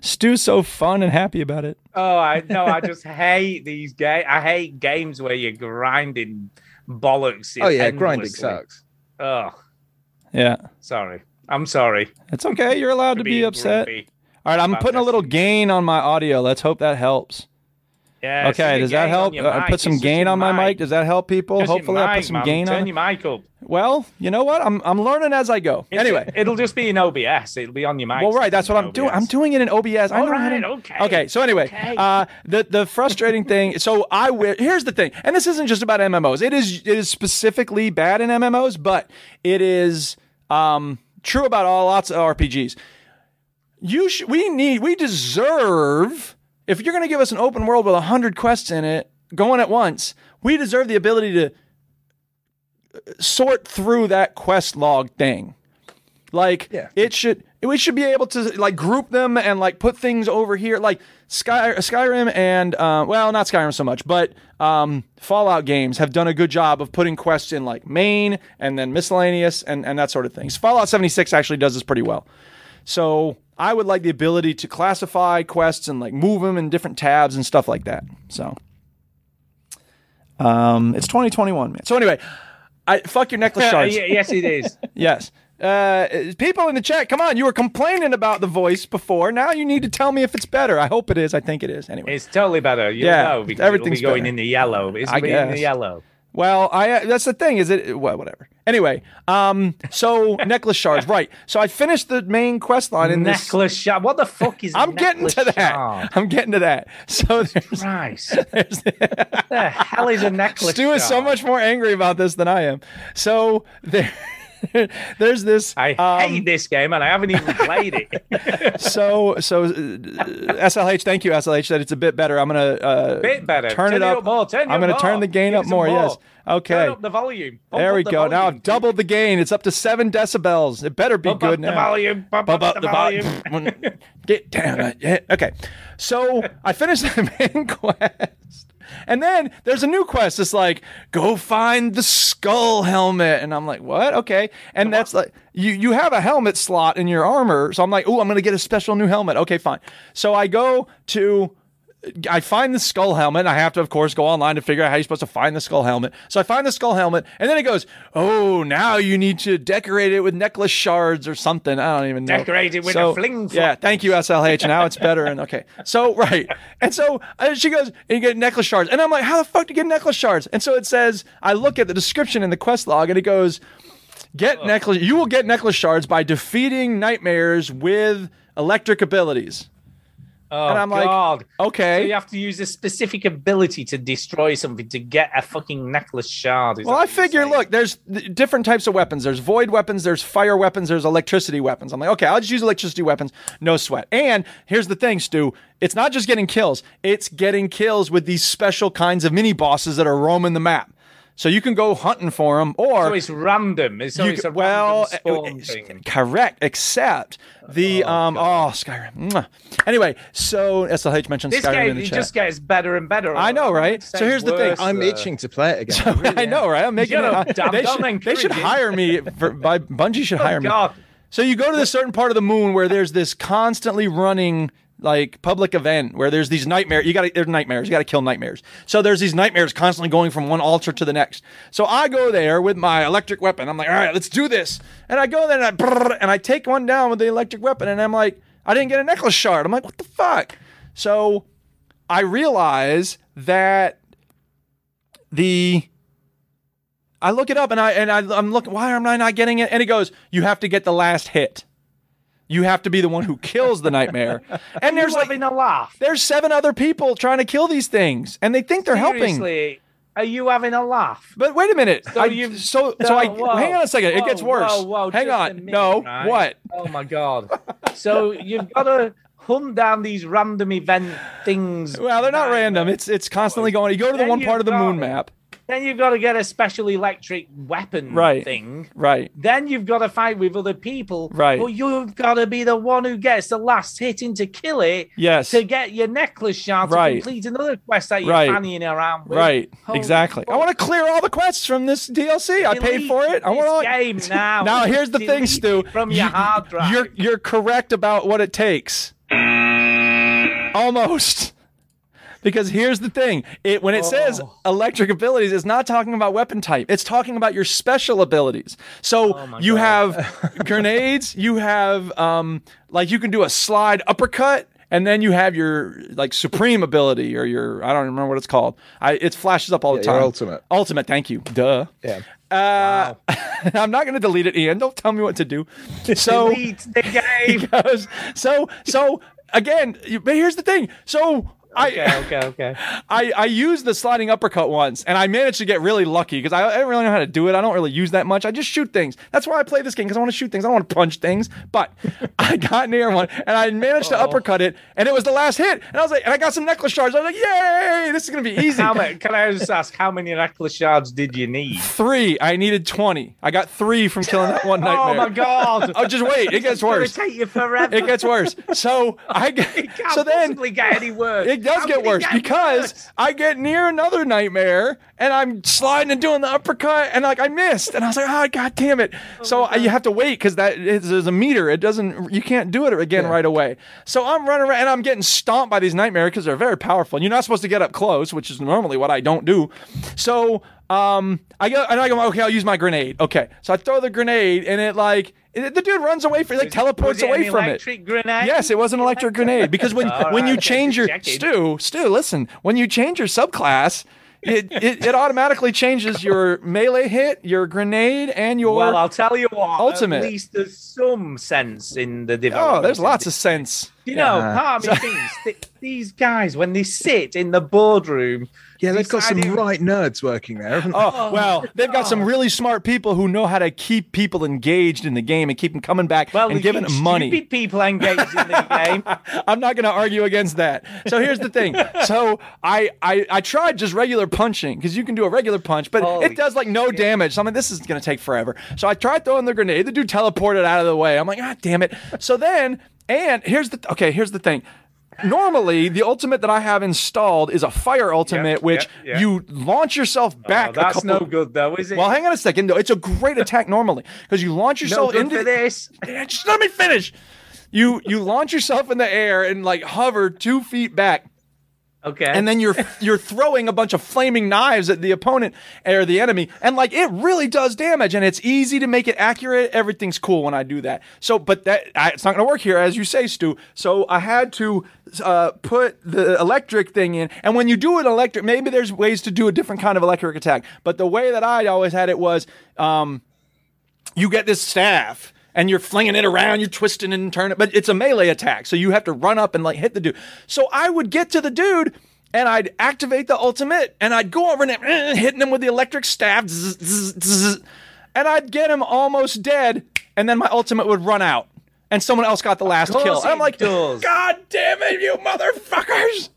[SPEAKER 1] Stu's so fun and happy about it.
[SPEAKER 4] Oh, I no, I just hate these games. I hate games where you're grinding bollocks.
[SPEAKER 3] Oh yeah, grinding
[SPEAKER 4] endlessly.
[SPEAKER 3] sucks.
[SPEAKER 4] Oh,
[SPEAKER 1] Yeah,
[SPEAKER 4] sorry. I'm sorry.
[SPEAKER 1] it's okay. You're allowed to
[SPEAKER 4] for
[SPEAKER 1] be
[SPEAKER 4] being
[SPEAKER 1] upset.
[SPEAKER 4] grumpy.
[SPEAKER 1] All right, I'm
[SPEAKER 4] about
[SPEAKER 1] putting a
[SPEAKER 4] this.
[SPEAKER 1] little gain on my audio. Let's hope that helps.
[SPEAKER 4] Yeah, it's
[SPEAKER 1] Okay,
[SPEAKER 4] just
[SPEAKER 1] does
[SPEAKER 4] a
[SPEAKER 1] that
[SPEAKER 4] gain on
[SPEAKER 1] help?
[SPEAKER 4] your
[SPEAKER 1] Uh, I
[SPEAKER 4] mic.
[SPEAKER 1] put some
[SPEAKER 4] It's just
[SPEAKER 1] gain
[SPEAKER 4] your
[SPEAKER 1] on my mic. Does that help people?
[SPEAKER 4] Just your
[SPEAKER 1] Hopefully, I
[SPEAKER 4] mic,
[SPEAKER 1] put some
[SPEAKER 4] man.
[SPEAKER 1] gain on.
[SPEAKER 4] Turn
[SPEAKER 1] it.
[SPEAKER 4] your mic up.
[SPEAKER 1] Well, you know what? I'm I'm learning as I go.
[SPEAKER 4] It's-
[SPEAKER 1] anyway,
[SPEAKER 4] it'll just be in OBS. It'll be on your mic.
[SPEAKER 1] well, right. That's what I'm
[SPEAKER 4] OBS.
[SPEAKER 1] doing. I'm doing it in OBS. I
[SPEAKER 4] All
[SPEAKER 1] know how
[SPEAKER 4] right,
[SPEAKER 1] to-
[SPEAKER 4] okay.
[SPEAKER 1] Okay. So anyway, uh, the the frustrating thing. So I wi- here's the thing, and this isn't just about MMOs. It is it is specifically bad in MMOs, but it is um, true about all lots of RPGs. You sh- we need we deserve if you're going to give us an open world with hundred quests in it going at once. We deserve the ability to uh, sort through that quest log thing. Like
[SPEAKER 3] Yeah.
[SPEAKER 1] it should we should be able to like group them and like put things over here like Sky Skyrim and uh, well not Skyrim so much but um, Fallout games have done a good job of putting quests in like main and then miscellaneous and and that sort of things. Fallout 76 actually does this pretty well. So I would like the ability to classify quests and like move them in different tabs and stuff like that. So um, it's 2021 man. So anyway, I fuck your necklace
[SPEAKER 4] Yeah,
[SPEAKER 1] shards.
[SPEAKER 4] yeah, yes, it is.
[SPEAKER 1] Yes. Uh, people in the chat, come on. You were complaining about the voice before. Now you need to tell me if it's better. I hope it is. I think it is. Anyway.
[SPEAKER 4] It's totally better. You'll
[SPEAKER 1] Yeah,
[SPEAKER 4] know because
[SPEAKER 1] everything's
[SPEAKER 4] everything's going
[SPEAKER 1] better.
[SPEAKER 4] in the yellow. It's
[SPEAKER 1] I
[SPEAKER 4] going in
[SPEAKER 1] guess.
[SPEAKER 4] the yellow.
[SPEAKER 1] Well, I uh, that's the thing is it well whatever. Anyway, um so necklace shards, right. So I finished the main quest line in this
[SPEAKER 4] necklace shot. What the fuck is?
[SPEAKER 1] I'm getting to
[SPEAKER 4] necklace
[SPEAKER 1] that.
[SPEAKER 4] shard?
[SPEAKER 1] I'm getting to that. So there's,
[SPEAKER 4] Christ,
[SPEAKER 1] there's
[SPEAKER 4] the hell is a necklace?
[SPEAKER 1] Stu is so
[SPEAKER 4] shard?
[SPEAKER 1] much more angry about this than I am. So there there's this
[SPEAKER 4] I
[SPEAKER 1] um,
[SPEAKER 4] hate this game, and I haven't even played it.
[SPEAKER 1] so so uh, SLH, thank you SLH that it's a bit better. I'm gonna uh,
[SPEAKER 4] Bit better.
[SPEAKER 1] Turn, it up.
[SPEAKER 4] more. Turn
[SPEAKER 1] I'm
[SPEAKER 4] it
[SPEAKER 1] gonna
[SPEAKER 4] up
[SPEAKER 1] turn the gain
[SPEAKER 4] Give
[SPEAKER 1] up
[SPEAKER 4] us some
[SPEAKER 1] more. Yes. Okay.
[SPEAKER 4] Turn up the volume. Pump
[SPEAKER 1] there
[SPEAKER 4] up
[SPEAKER 1] we
[SPEAKER 4] the
[SPEAKER 1] go. Now
[SPEAKER 4] volume.
[SPEAKER 1] I've doubled the gain. It's up to seven decibels. It better be
[SPEAKER 4] Pump
[SPEAKER 1] good
[SPEAKER 4] up
[SPEAKER 1] now.
[SPEAKER 4] The volume. Pump
[SPEAKER 1] Bump
[SPEAKER 4] up
[SPEAKER 1] up
[SPEAKER 4] the
[SPEAKER 1] the bottom.
[SPEAKER 4] volume.
[SPEAKER 1] Get down. uh, yeah. Okay. So I finished the main quest. And then there's a new quest. It's like, go find the skull helmet. And I'm like, what? Okay. And that's like you you have a helmet slot in your armor. So I'm like, oh, I'm gonna get a special new helmet. Okay, fine. So I go to I find the skull helmet. and I have to, of course, go online to figure out how you're supposed to find the skull helmet. So I find the skull helmet, and then it goes, "Oh, now you need to decorate it with necklace shards or something." I don't even know.
[SPEAKER 4] Decorate it with a fling
[SPEAKER 1] Yeah, thank you, SLH. Now it's better. And okay, so right, and so uh, she goes, "And you get necklace shards," and I'm like, "How the fuck do you get necklace shards?" And so it says, I look at the description in the quest log, and it goes, "Get necklace. You will get necklace shards by defeating nightmares with electric abilities."
[SPEAKER 4] Oh,
[SPEAKER 1] and I'm like,
[SPEAKER 4] God.
[SPEAKER 1] okay.
[SPEAKER 4] So you have to use a specific ability to destroy something to get a fucking necklace shard. Is
[SPEAKER 1] Well, I
[SPEAKER 4] that what you're
[SPEAKER 1] figure,
[SPEAKER 4] saying?
[SPEAKER 1] look, there's th- different types of weapons. There's void weapons, there's fire weapons, there's electricity weapons. I'm like, okay, I'll just use electricity weapons, no sweat. And here's the thing, Stu it's not just getting kills, it's getting kills with these special kinds of mini bosses that are roaming the map. So you can go hunting for them, or
[SPEAKER 4] So it's random. It's, so
[SPEAKER 1] you
[SPEAKER 4] it's
[SPEAKER 1] c-
[SPEAKER 4] a
[SPEAKER 1] well,
[SPEAKER 4] random spawn
[SPEAKER 1] it's-
[SPEAKER 4] thing.
[SPEAKER 1] correct, except the um oh Skyrim. Mwah. Anyway, so SLH mentioned
[SPEAKER 4] This
[SPEAKER 1] Skyrim in
[SPEAKER 4] game
[SPEAKER 1] the
[SPEAKER 4] it
[SPEAKER 1] chat.
[SPEAKER 4] just gets better and better.
[SPEAKER 1] I know, right?
[SPEAKER 4] It's
[SPEAKER 1] So here's the thing.
[SPEAKER 4] worse,
[SPEAKER 3] I'm
[SPEAKER 4] uh,
[SPEAKER 3] itching to play it again.
[SPEAKER 1] I know, right? I'm making
[SPEAKER 4] Shut
[SPEAKER 1] it.
[SPEAKER 4] up, Dom.
[SPEAKER 1] they,
[SPEAKER 4] Don't
[SPEAKER 1] should, they
[SPEAKER 4] encourage
[SPEAKER 1] should
[SPEAKER 4] him.
[SPEAKER 1] hire me. For, by Bungie should hire me.
[SPEAKER 4] Oh, God.
[SPEAKER 1] So you go to this certain part of the moon where there's this constantly running like public event where there's these nightmares. You got to there's nightmares. You got to kill nightmares. So there's these nightmares constantly going from one altar to the next. So I go there with my electric weapon. I'm like, all right, let's do this. And I go there and I brrr, and I take one down with the electric weapon. And I'm like, I didn't get a necklace shard. I'm like, what the fuck? So I realize that the I look it up and I and I, I'm looking. Why am I not getting it? And it goes, you have to get the last hit. You have to be the one who kills the nightmare. And
[SPEAKER 4] You're
[SPEAKER 1] there's like
[SPEAKER 4] having a laugh.
[SPEAKER 1] there's seven other people trying to kill these things, and they think they're helping.
[SPEAKER 4] Seriously, are you having a laugh?
[SPEAKER 1] But wait a minute.
[SPEAKER 4] So
[SPEAKER 1] I-
[SPEAKER 4] you've-
[SPEAKER 1] so so I
[SPEAKER 4] whoa,
[SPEAKER 1] hang on a second. it
[SPEAKER 4] whoa,
[SPEAKER 1] gets worse.
[SPEAKER 4] Whoa, whoa,
[SPEAKER 1] hang
[SPEAKER 4] just
[SPEAKER 1] on.
[SPEAKER 4] a minute,
[SPEAKER 1] no.
[SPEAKER 4] right?
[SPEAKER 1] What?
[SPEAKER 4] Oh my god. So you've got to hunt down these random event things.
[SPEAKER 1] Well, they're not
[SPEAKER 4] Right.
[SPEAKER 1] random. It's it's constantly going. You go to the
[SPEAKER 4] Then
[SPEAKER 1] one
[SPEAKER 4] you've
[SPEAKER 1] part of the
[SPEAKER 4] got
[SPEAKER 1] moon
[SPEAKER 4] it.
[SPEAKER 1] map.
[SPEAKER 4] Then you've got to get a special electric weapon
[SPEAKER 1] Right.
[SPEAKER 4] thing.
[SPEAKER 1] Right.
[SPEAKER 4] Then you've got to fight with other people.
[SPEAKER 1] Right.
[SPEAKER 4] But you've got to be the one who gets the last hit in to kill it.
[SPEAKER 1] Yes.
[SPEAKER 4] To get your necklace shard
[SPEAKER 1] Right.
[SPEAKER 4] to complete another quest that you're
[SPEAKER 1] Right.
[SPEAKER 4] fannying around with.
[SPEAKER 1] Right.
[SPEAKER 4] Holy
[SPEAKER 1] exactly. I
[SPEAKER 4] fuck.
[SPEAKER 1] want to clear all the quests from this DLC. I paid
[SPEAKER 4] Delete
[SPEAKER 1] for it. I want
[SPEAKER 4] this
[SPEAKER 1] all
[SPEAKER 4] game now.
[SPEAKER 1] Now here's the thing,
[SPEAKER 4] Delete
[SPEAKER 1] Stu.
[SPEAKER 4] it from your hard drive.
[SPEAKER 1] You're you're correct about what it takes. Almost. Because here's the thing, it when it says
[SPEAKER 4] Oh.
[SPEAKER 1] electric abilities, it's not talking about weapon type. It's talking about your special abilities. So
[SPEAKER 4] Oh,
[SPEAKER 1] you have grenades, you have um like you can do a slide uppercut, and then you have your like supreme ability or your I don't remember what it's called. I it flashes up all the
[SPEAKER 3] Yeah,
[SPEAKER 1] time.
[SPEAKER 3] your ultimate.
[SPEAKER 1] Ultimate, thank you. Duh.
[SPEAKER 3] Yeah.
[SPEAKER 1] Uh, I'm not going to delete it, Ian. Don't tell me what to do. So
[SPEAKER 4] Delete the
[SPEAKER 1] he
[SPEAKER 4] game.
[SPEAKER 1] goes. So so again, you- but here's the thing. So I.
[SPEAKER 4] okay, okay, okay.
[SPEAKER 1] I, I used the sliding uppercut once and I managed to get really lucky because I, I don't really know how to do it. I don't really use that much. I just shoot things. That's why I play this game because I want to shoot things. I don't want to punch things. But I got near one and I managed to uppercut it and it was the last hit. And I was like, and I got some necklace shards. I was like, yay, this is going to be easy.
[SPEAKER 4] How many, can I just ask how many necklace shards did you need?
[SPEAKER 1] three. I needed 20. I got three from killing that one nightmare.
[SPEAKER 4] Oh my god!
[SPEAKER 1] Oh, just wait. It gets
[SPEAKER 4] It's gonna
[SPEAKER 1] worse.
[SPEAKER 4] take you forever.
[SPEAKER 1] It gets worse. So I
[SPEAKER 4] It
[SPEAKER 1] get,
[SPEAKER 4] can't
[SPEAKER 1] so then
[SPEAKER 4] possibly get any worse.
[SPEAKER 1] it does
[SPEAKER 4] How
[SPEAKER 1] get
[SPEAKER 4] can it
[SPEAKER 1] worse
[SPEAKER 4] get any
[SPEAKER 1] because
[SPEAKER 4] worse?
[SPEAKER 1] I get near another nightmare and I'm sliding and doing the uppercut and like I missed and I was like, oh god damn it. so I, you have to wait because that is, there's a meter. It doesn't you can't do it again right away. So I'm running around and I'm getting stomped by these nightmares because they're very powerful. And you're not supposed to get up close, which is normally what I don't do. So um, I go and I go. Okay, I'll use my grenade. Okay, so I throw the grenade and it like it, the dude runs away for like teleports
[SPEAKER 4] Was it
[SPEAKER 1] away
[SPEAKER 4] an
[SPEAKER 1] from it.
[SPEAKER 4] electric Grenade?
[SPEAKER 1] Yes, it was an electric grenade because when
[SPEAKER 4] All
[SPEAKER 1] when
[SPEAKER 4] right,
[SPEAKER 1] you
[SPEAKER 4] okay,
[SPEAKER 1] change your
[SPEAKER 4] just
[SPEAKER 1] Stu
[SPEAKER 4] checking.
[SPEAKER 1] Stu, listen, when you change your subclass, it, it, it automatically changes your melee hit, your grenade, and your
[SPEAKER 4] Well, I'll tell you what.
[SPEAKER 1] ultimate.
[SPEAKER 4] At least there's some sense in the development.
[SPEAKER 1] oh, there's lots of sense.
[SPEAKER 4] You know, part of me thinks that these guys, when they sit in the boardroom,
[SPEAKER 3] Yeah, they've got some
[SPEAKER 4] deciding-
[SPEAKER 3] right nerds working there, haven't they?
[SPEAKER 1] Oh well, they've got some really smart people who know how to keep people engaged in the game and keep them coming back
[SPEAKER 4] well,
[SPEAKER 1] and
[SPEAKER 4] they keep
[SPEAKER 1] giving them money.
[SPEAKER 4] Stupid people engaged in the game.
[SPEAKER 1] I'm not going to argue against that. So here's the thing. So I I, I tried just regular punching because you can do a regular punch, but
[SPEAKER 4] Holy
[SPEAKER 1] it does like no damage. So I'm like, this is going to take forever. So I tried throwing the grenade. The dude teleported out of the way. I'm like, ah, damn it. So then, and here's the okay. Here's the thing. Normally, the ultimate that I have installed is a fire ultimate,
[SPEAKER 4] Yep,
[SPEAKER 1] which
[SPEAKER 4] yep, yep.
[SPEAKER 1] you launch yourself back.
[SPEAKER 4] Oh,
[SPEAKER 1] a
[SPEAKER 4] that's
[SPEAKER 1] couple-
[SPEAKER 4] no good, though, is it?
[SPEAKER 1] Well, hang on a second. though. It's a great attack normally because you launch
[SPEAKER 4] no
[SPEAKER 1] yourself
[SPEAKER 4] good
[SPEAKER 1] into
[SPEAKER 4] for this.
[SPEAKER 1] yeah, just let me finish. You you launch yourself in the air and like hover two feet back,
[SPEAKER 4] Okay.
[SPEAKER 1] and then you're you're throwing a bunch of flaming knives at the opponent or the enemy, and like it really does damage, and it's easy to make it accurate. Everything's cool when I do that. So, but that I, it's not going to work here, as you say, Stu. So I had to uh, put the electric thing in, and when you do an electric, maybe there's ways to do a different kind of electric attack, but the way that I always had it was. Um, you get this staff and you're flinging it around, you're twisting and turning. But it's a melee attack, so you have to run up and like hit the dude. So I would get to the dude. And I'd activate the ultimate, and I'd go over and eh, hitting him with the electric staff, zzz, zzz, zzz, and I'd get him almost dead, and then my ultimate would run out, and someone else got the last
[SPEAKER 4] course
[SPEAKER 1] kill. And I'm
[SPEAKER 4] it
[SPEAKER 1] like,
[SPEAKER 4] does. Oh
[SPEAKER 1] God damn it, you motherfuckers!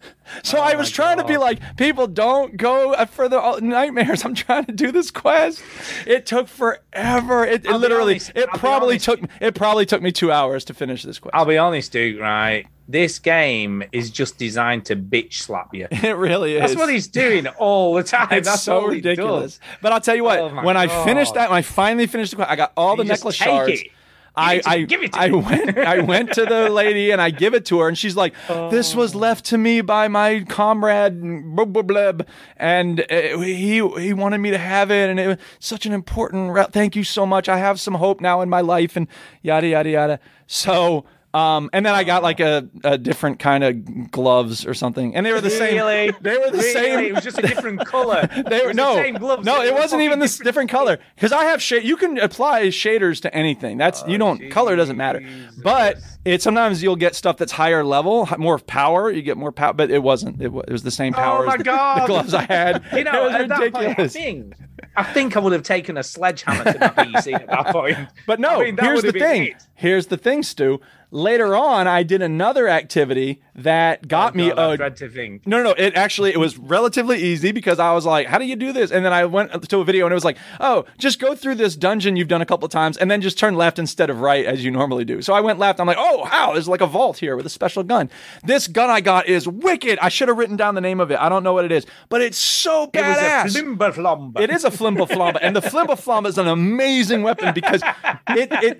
[SPEAKER 1] So I was trying to be like, people don't go for the all- nightmares. I'm trying to do this quest. It took forever. It, it
[SPEAKER 4] I'll be
[SPEAKER 1] literally,
[SPEAKER 4] honest,
[SPEAKER 1] it
[SPEAKER 4] I'll be
[SPEAKER 1] probably
[SPEAKER 4] honest.
[SPEAKER 1] took it probably took me two hours to finish this quest.
[SPEAKER 4] I'll be honest, Duke, right? This game is just designed to bitch slap you.
[SPEAKER 1] it really is.
[SPEAKER 4] That's what he's doing all the time.
[SPEAKER 1] It's
[SPEAKER 4] That's
[SPEAKER 1] so
[SPEAKER 4] all he
[SPEAKER 1] ridiculous.
[SPEAKER 4] Does.
[SPEAKER 1] But I'll tell you what,
[SPEAKER 4] Oh my
[SPEAKER 1] when I finished
[SPEAKER 4] God.
[SPEAKER 1] that, when I finally finished the quest, I got all the
[SPEAKER 4] You just
[SPEAKER 1] necklace
[SPEAKER 4] take
[SPEAKER 1] shards.
[SPEAKER 4] it. Give
[SPEAKER 1] I
[SPEAKER 4] it to-
[SPEAKER 1] I,
[SPEAKER 4] give it to
[SPEAKER 1] I
[SPEAKER 4] me.
[SPEAKER 1] went I went to the lady and I give it to her and she's like,
[SPEAKER 4] Oh.
[SPEAKER 1] "This was left to me by my comrade, blah, blah, blah, and uh, he he wanted me to have it, and it was such an important. Re- thank you so much. I have some hope now in my life, and yada yada yada. So." Um, and then I got like a, a different kind of gloves or something, and they were the same.
[SPEAKER 4] Really?
[SPEAKER 1] They were the
[SPEAKER 4] Really?
[SPEAKER 1] same.
[SPEAKER 4] It was just a different color.
[SPEAKER 1] They
[SPEAKER 4] It
[SPEAKER 1] were
[SPEAKER 4] was
[SPEAKER 1] no,
[SPEAKER 4] the same gloves.
[SPEAKER 1] no.
[SPEAKER 4] They
[SPEAKER 1] It
[SPEAKER 4] were
[SPEAKER 1] wasn't even
[SPEAKER 4] fucking
[SPEAKER 1] this different color because I have shade. You can apply shaders to anything. That's
[SPEAKER 4] Oh,
[SPEAKER 1] you don't color doesn't matter. But it sometimes you'll get stuff that's higher level, h- more power. You get more power, but it wasn't. It was, it was the same power. as
[SPEAKER 4] Oh, my
[SPEAKER 1] the- The
[SPEAKER 4] God.
[SPEAKER 1] gloves I had.
[SPEAKER 4] You know,
[SPEAKER 1] it was
[SPEAKER 4] at that point, I
[SPEAKER 1] ridiculous.
[SPEAKER 4] think, I think I would have taken a sledgehammer to my PC at that point.
[SPEAKER 1] But no,
[SPEAKER 4] I mean, that
[SPEAKER 1] here's
[SPEAKER 4] would
[SPEAKER 1] the
[SPEAKER 4] have been
[SPEAKER 1] thing.
[SPEAKER 4] it.
[SPEAKER 1] Here's the thing, Stu. Later on, I did another activity that got me uh,
[SPEAKER 4] Oh, God, I
[SPEAKER 1] a
[SPEAKER 4] dread to think.
[SPEAKER 1] No, no, no. It actually it was relatively easy because I was like, "How do you do this?" And then I went to a video and it was like, "Oh, just go through this dungeon you've done a couple of times, and then just turn left instead of right as you normally do." So I went left. I'm like, "Oh, how? There's like a vault here with a special gun. This gun I got is wicked. I should have written down the name of it. I don't know what it is, but it's so
[SPEAKER 4] It was
[SPEAKER 1] badass."
[SPEAKER 4] a flimber flomber.
[SPEAKER 1] It is a flimba flamba, and the flimba flamba is an amazing weapon because it it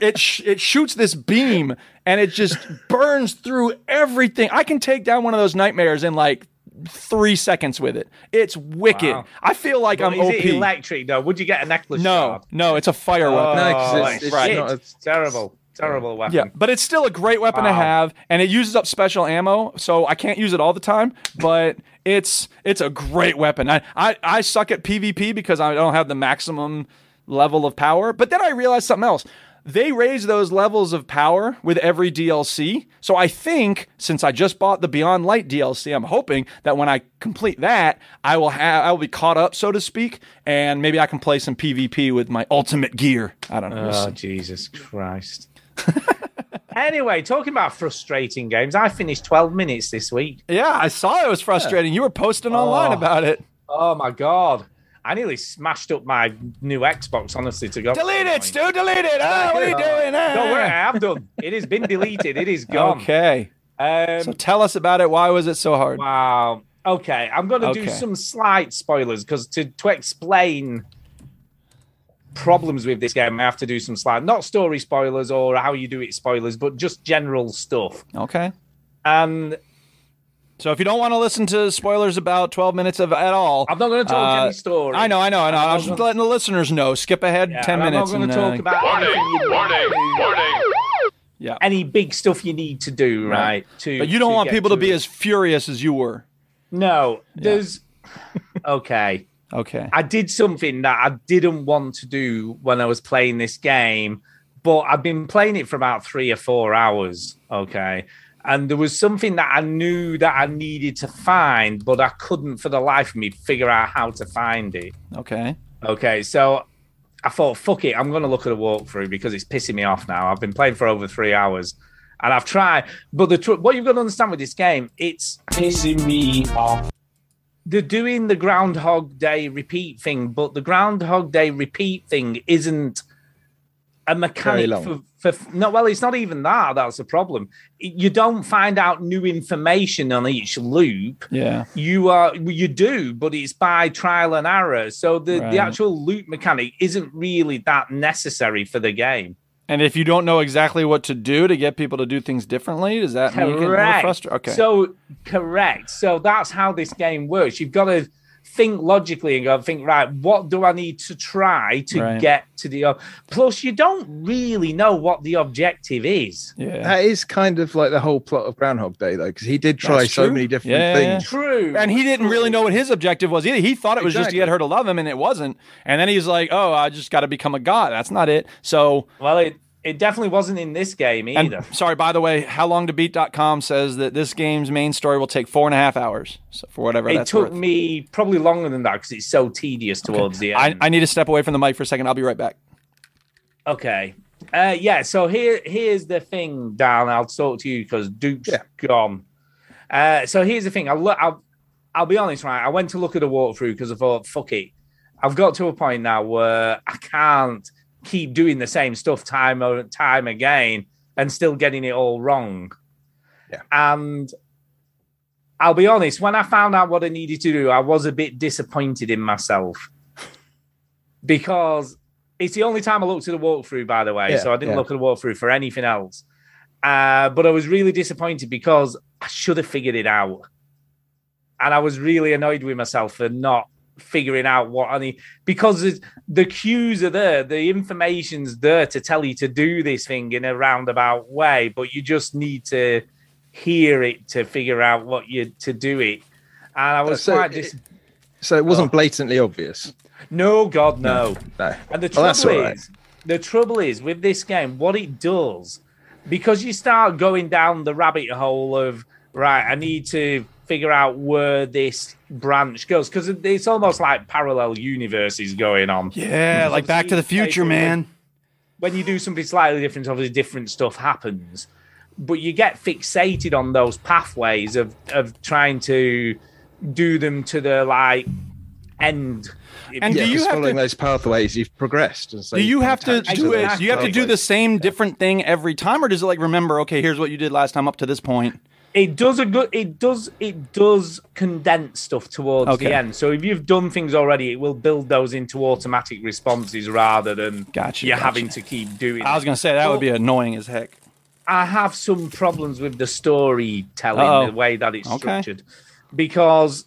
[SPEAKER 1] it sh- it shoots this beam and it just burns through everything. I can take down one of those nightmares in like three seconds with it. It's wicked.
[SPEAKER 4] Wow.
[SPEAKER 1] I feel like I'm
[SPEAKER 4] is
[SPEAKER 1] OP.
[SPEAKER 4] it electric though? Would you get a necklace?
[SPEAKER 1] no,
[SPEAKER 4] shard?
[SPEAKER 1] no, it's a fire weapon.
[SPEAKER 3] No, 'cause
[SPEAKER 4] Oh,
[SPEAKER 3] it's- it's
[SPEAKER 4] shit.
[SPEAKER 3] not a-
[SPEAKER 4] terrible, terrible weapon.
[SPEAKER 1] Yeah, but it's still a great weapon to
[SPEAKER 4] Wow.
[SPEAKER 1] have, and it uses up special ammo, so I can't use it all the time. But it's it's a great weapon. I I, I suck at PvP because I don't have the maximum level of power. But then I realized something else. They raise those levels of power with every DLC. So I think since I just bought the Beyond Light DLC, I'm hoping that when I complete that, I will have I will be caught up, so to speak, and maybe I can play some PvP with my ultimate gear. I don't know. We'll see.
[SPEAKER 4] Oh Jesus Christ. anyway, talking about frustrating games, I finished 12 minutes this week.
[SPEAKER 1] Yeah, I saw it was frustrating. You were posting online
[SPEAKER 4] Oh.
[SPEAKER 1] about it.
[SPEAKER 4] Oh my god. I nearly smashed up my new Xbox, honestly, to go.
[SPEAKER 1] Delete it, Stu. Delete it. Oh, what are you doing?
[SPEAKER 4] Don't worry, I have done. It has been deleted. It is gone.
[SPEAKER 1] Okay.
[SPEAKER 4] Um,
[SPEAKER 1] So tell us about it. Why was it so hard?
[SPEAKER 4] Wow. Um, Okay, I'm gonna
[SPEAKER 1] Okay.
[SPEAKER 4] do some slight spoilers because to to explain problems with this game, I have to do some slight, not story spoilers or how you do it spoilers, but just general stuff.
[SPEAKER 1] Okay.
[SPEAKER 4] And uh,
[SPEAKER 1] So if you don't want to listen to spoilers about 12 minutes of at all,
[SPEAKER 4] I'm not gonna talk
[SPEAKER 1] uh,
[SPEAKER 4] any story.
[SPEAKER 1] I know, I know, I know. I'm just
[SPEAKER 4] gonna-
[SPEAKER 1] letting the listeners know. Skip ahead
[SPEAKER 4] Yeah,
[SPEAKER 1] 10
[SPEAKER 4] and
[SPEAKER 1] minutes.
[SPEAKER 4] I'm not
[SPEAKER 1] and,
[SPEAKER 4] gonna
[SPEAKER 1] uh,
[SPEAKER 4] talk about anything you-
[SPEAKER 1] yeah.
[SPEAKER 4] any big stuff you need to do, right? To
[SPEAKER 1] But you don't want
[SPEAKER 4] get
[SPEAKER 1] people to
[SPEAKER 4] to
[SPEAKER 1] be
[SPEAKER 4] it.
[SPEAKER 1] as furious as you were.
[SPEAKER 4] no. There's okay.
[SPEAKER 1] Okay.
[SPEAKER 4] I did something that I didn't want to do when I was playing this game, but I've been playing it for about three or four hours. Okay. And there was something that I knew that I needed to find, but I couldn't for the life of me figure out how to find it.
[SPEAKER 1] Okay.
[SPEAKER 4] Okay. So I thought, fuck it, I'm going to look at a walkthrough because it's pissing me off now. I've been playing for over three hours and I've tried. But the tr- what you've got to understand with this game, it's pissing me off. They're doing the Groundhog Day repeat thing, but the Groundhog Day repeat thing isn't a
[SPEAKER 3] Very
[SPEAKER 4] mechanic for,
[SPEAKER 3] long.
[SPEAKER 4] for no well it's not even that that's the problem you don't find out new information on each loop
[SPEAKER 1] Yeah.
[SPEAKER 4] you are you do but it's by trial and error so the,
[SPEAKER 1] Right.
[SPEAKER 4] the actual loop mechanic isn't really that necessary for the game
[SPEAKER 1] And if you don't know exactly what to do to get people to do things differently, does that make it more
[SPEAKER 4] correct
[SPEAKER 1] frustrating? Okay.
[SPEAKER 4] so correct so that's how this game works you've got to think logically and go think right what do i need to try to
[SPEAKER 1] Right.
[SPEAKER 4] get to the ob-" plus you don't really know what the objective is
[SPEAKER 1] yeah.
[SPEAKER 3] That is kind of like the whole plot of Groundhog Day, though, because he did try
[SPEAKER 1] That's
[SPEAKER 3] so
[SPEAKER 1] true.
[SPEAKER 3] many different
[SPEAKER 1] Yeah, yeah,
[SPEAKER 3] things.
[SPEAKER 4] true
[SPEAKER 1] And he didn't really know what his objective was either. He thought it was just to
[SPEAKER 3] Exactly.
[SPEAKER 1] get her to love him, and it wasn't. And then he's like, "Oh, I just got to become a god." That's not it. So
[SPEAKER 4] Well, it it definitely wasn't in this game
[SPEAKER 1] And
[SPEAKER 4] either.
[SPEAKER 1] sorry, by the way, howlongtobeat.com says that this game's main story will take four and a half hours. So for whatever
[SPEAKER 4] it
[SPEAKER 1] that's
[SPEAKER 4] took
[SPEAKER 1] worth.
[SPEAKER 4] me probably longer than that because it's so tedious towards the
[SPEAKER 1] I,
[SPEAKER 4] end.
[SPEAKER 1] I need to step away from the mic for a second. I'll be right back.
[SPEAKER 4] okay. Uh, yeah. So here, here's the thing, Dan. I'll talk to you because Duke's gone. Uh, so here's the thing. I look. I'll, I'll be honest, right? I went to look at the walkthrough because I thought, fuck it. I've got to a point now where I can't keep doing the same stuff time and time again and still getting it all wrong. And I'll be honest, when I found out what I needed to do, I was a bit disappointed in myself because it's the only time I looked at the walkthrough, by the way.
[SPEAKER 3] Yeah,
[SPEAKER 4] so I didn't
[SPEAKER 3] yeah.
[SPEAKER 4] look at the walkthrough for anything else. Uh, but I was really disappointed because I should have figured it out. And I was really annoyed with myself for not figuring out what I need because it's- the cues are there, the information's there to tell you to do this thing in a roundabout way, but you just need to hear it to figure out what you to do it. And I was
[SPEAKER 3] So
[SPEAKER 4] quite
[SPEAKER 3] it-
[SPEAKER 4] dis-
[SPEAKER 3] So it
[SPEAKER 1] Oh.
[SPEAKER 3] wasn't blatantly obvious.
[SPEAKER 4] no, God, no.
[SPEAKER 3] No.
[SPEAKER 4] And the
[SPEAKER 3] Well,
[SPEAKER 4] trouble
[SPEAKER 3] that's all right.
[SPEAKER 4] is, the trouble is with this game, what it does, because you start going down the rabbit hole of right, I need to figure out where this branch goes because it's almost like parallel universes going on.
[SPEAKER 11] Yeah,
[SPEAKER 4] Because
[SPEAKER 11] like Back to the
[SPEAKER 4] obviously,
[SPEAKER 11] Future,
[SPEAKER 4] basically,
[SPEAKER 11] man.
[SPEAKER 4] When you do something slightly different, obviously different stuff happens. But you get fixated on those pathways of of trying to do them to the like end.
[SPEAKER 1] And do you
[SPEAKER 3] because
[SPEAKER 1] have
[SPEAKER 3] following
[SPEAKER 1] to-
[SPEAKER 3] those pathways, you've progressed. And so
[SPEAKER 1] do you
[SPEAKER 3] can
[SPEAKER 1] have to
[SPEAKER 3] attach
[SPEAKER 1] do
[SPEAKER 3] those
[SPEAKER 1] it? Do you have to do
[SPEAKER 3] pathways.
[SPEAKER 1] the same different thing every time, or does it like remember? Okay, here's what you did last time up to this point.
[SPEAKER 4] it does a good it does it does condense stuff towards
[SPEAKER 1] Okay.
[SPEAKER 4] the end so if you've done things already it will build those into automatic responses rather than
[SPEAKER 1] Gotcha,
[SPEAKER 4] you're
[SPEAKER 1] gotcha.
[SPEAKER 4] having to keep doing
[SPEAKER 1] I was
[SPEAKER 4] it.
[SPEAKER 1] gonna say that
[SPEAKER 4] So
[SPEAKER 1] would be annoying as heck.
[SPEAKER 4] i have some problems with the storytelling
[SPEAKER 1] Uh-oh.
[SPEAKER 4] the way that it's
[SPEAKER 1] Okay.
[SPEAKER 4] structured because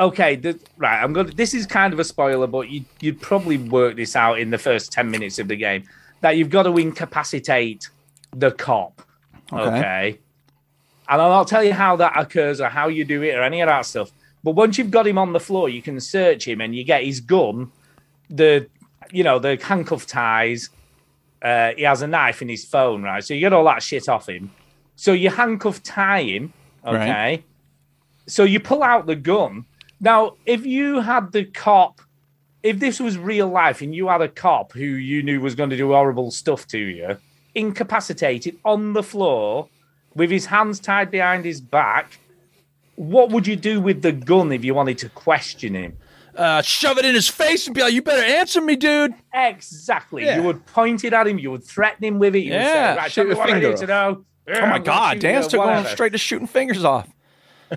[SPEAKER 4] okay the, right i'm gonna this is kind of a spoiler but you you'd probably work this out in the first 10 minutes of the game that you've got to incapacitate the cop
[SPEAKER 1] Okay.
[SPEAKER 4] okay. And I'll not tell you how that occurs or how you do it or any of that stuff. But once you've got him on the floor, you can search him and you get his gun, the you know, the handcuff ties. Uh, he has a knife in his phone, right? So you get all that shit off him. So you handcuff tie him, okay?
[SPEAKER 1] Right.
[SPEAKER 4] So you pull out the gun. Now, if you had the cop, if this was real life and you had a cop who you knew was going to do horrible stuff to you, incapacitated on the floor with his hands tied behind his back, what would you do with the gun if you wanted to question him?
[SPEAKER 1] Uh, shove it in his face and be like, "You better answer me, dude."
[SPEAKER 4] Exactly.
[SPEAKER 1] Yeah.
[SPEAKER 4] You would point it at him. You would threaten him with it. You
[SPEAKER 1] Yeah,
[SPEAKER 4] would say, right,
[SPEAKER 1] shoot
[SPEAKER 4] tell me
[SPEAKER 1] your
[SPEAKER 4] what I
[SPEAKER 1] finger
[SPEAKER 4] need to know.
[SPEAKER 1] oh my god,
[SPEAKER 4] uh,
[SPEAKER 1] Dan's took one straight to shooting fingers off.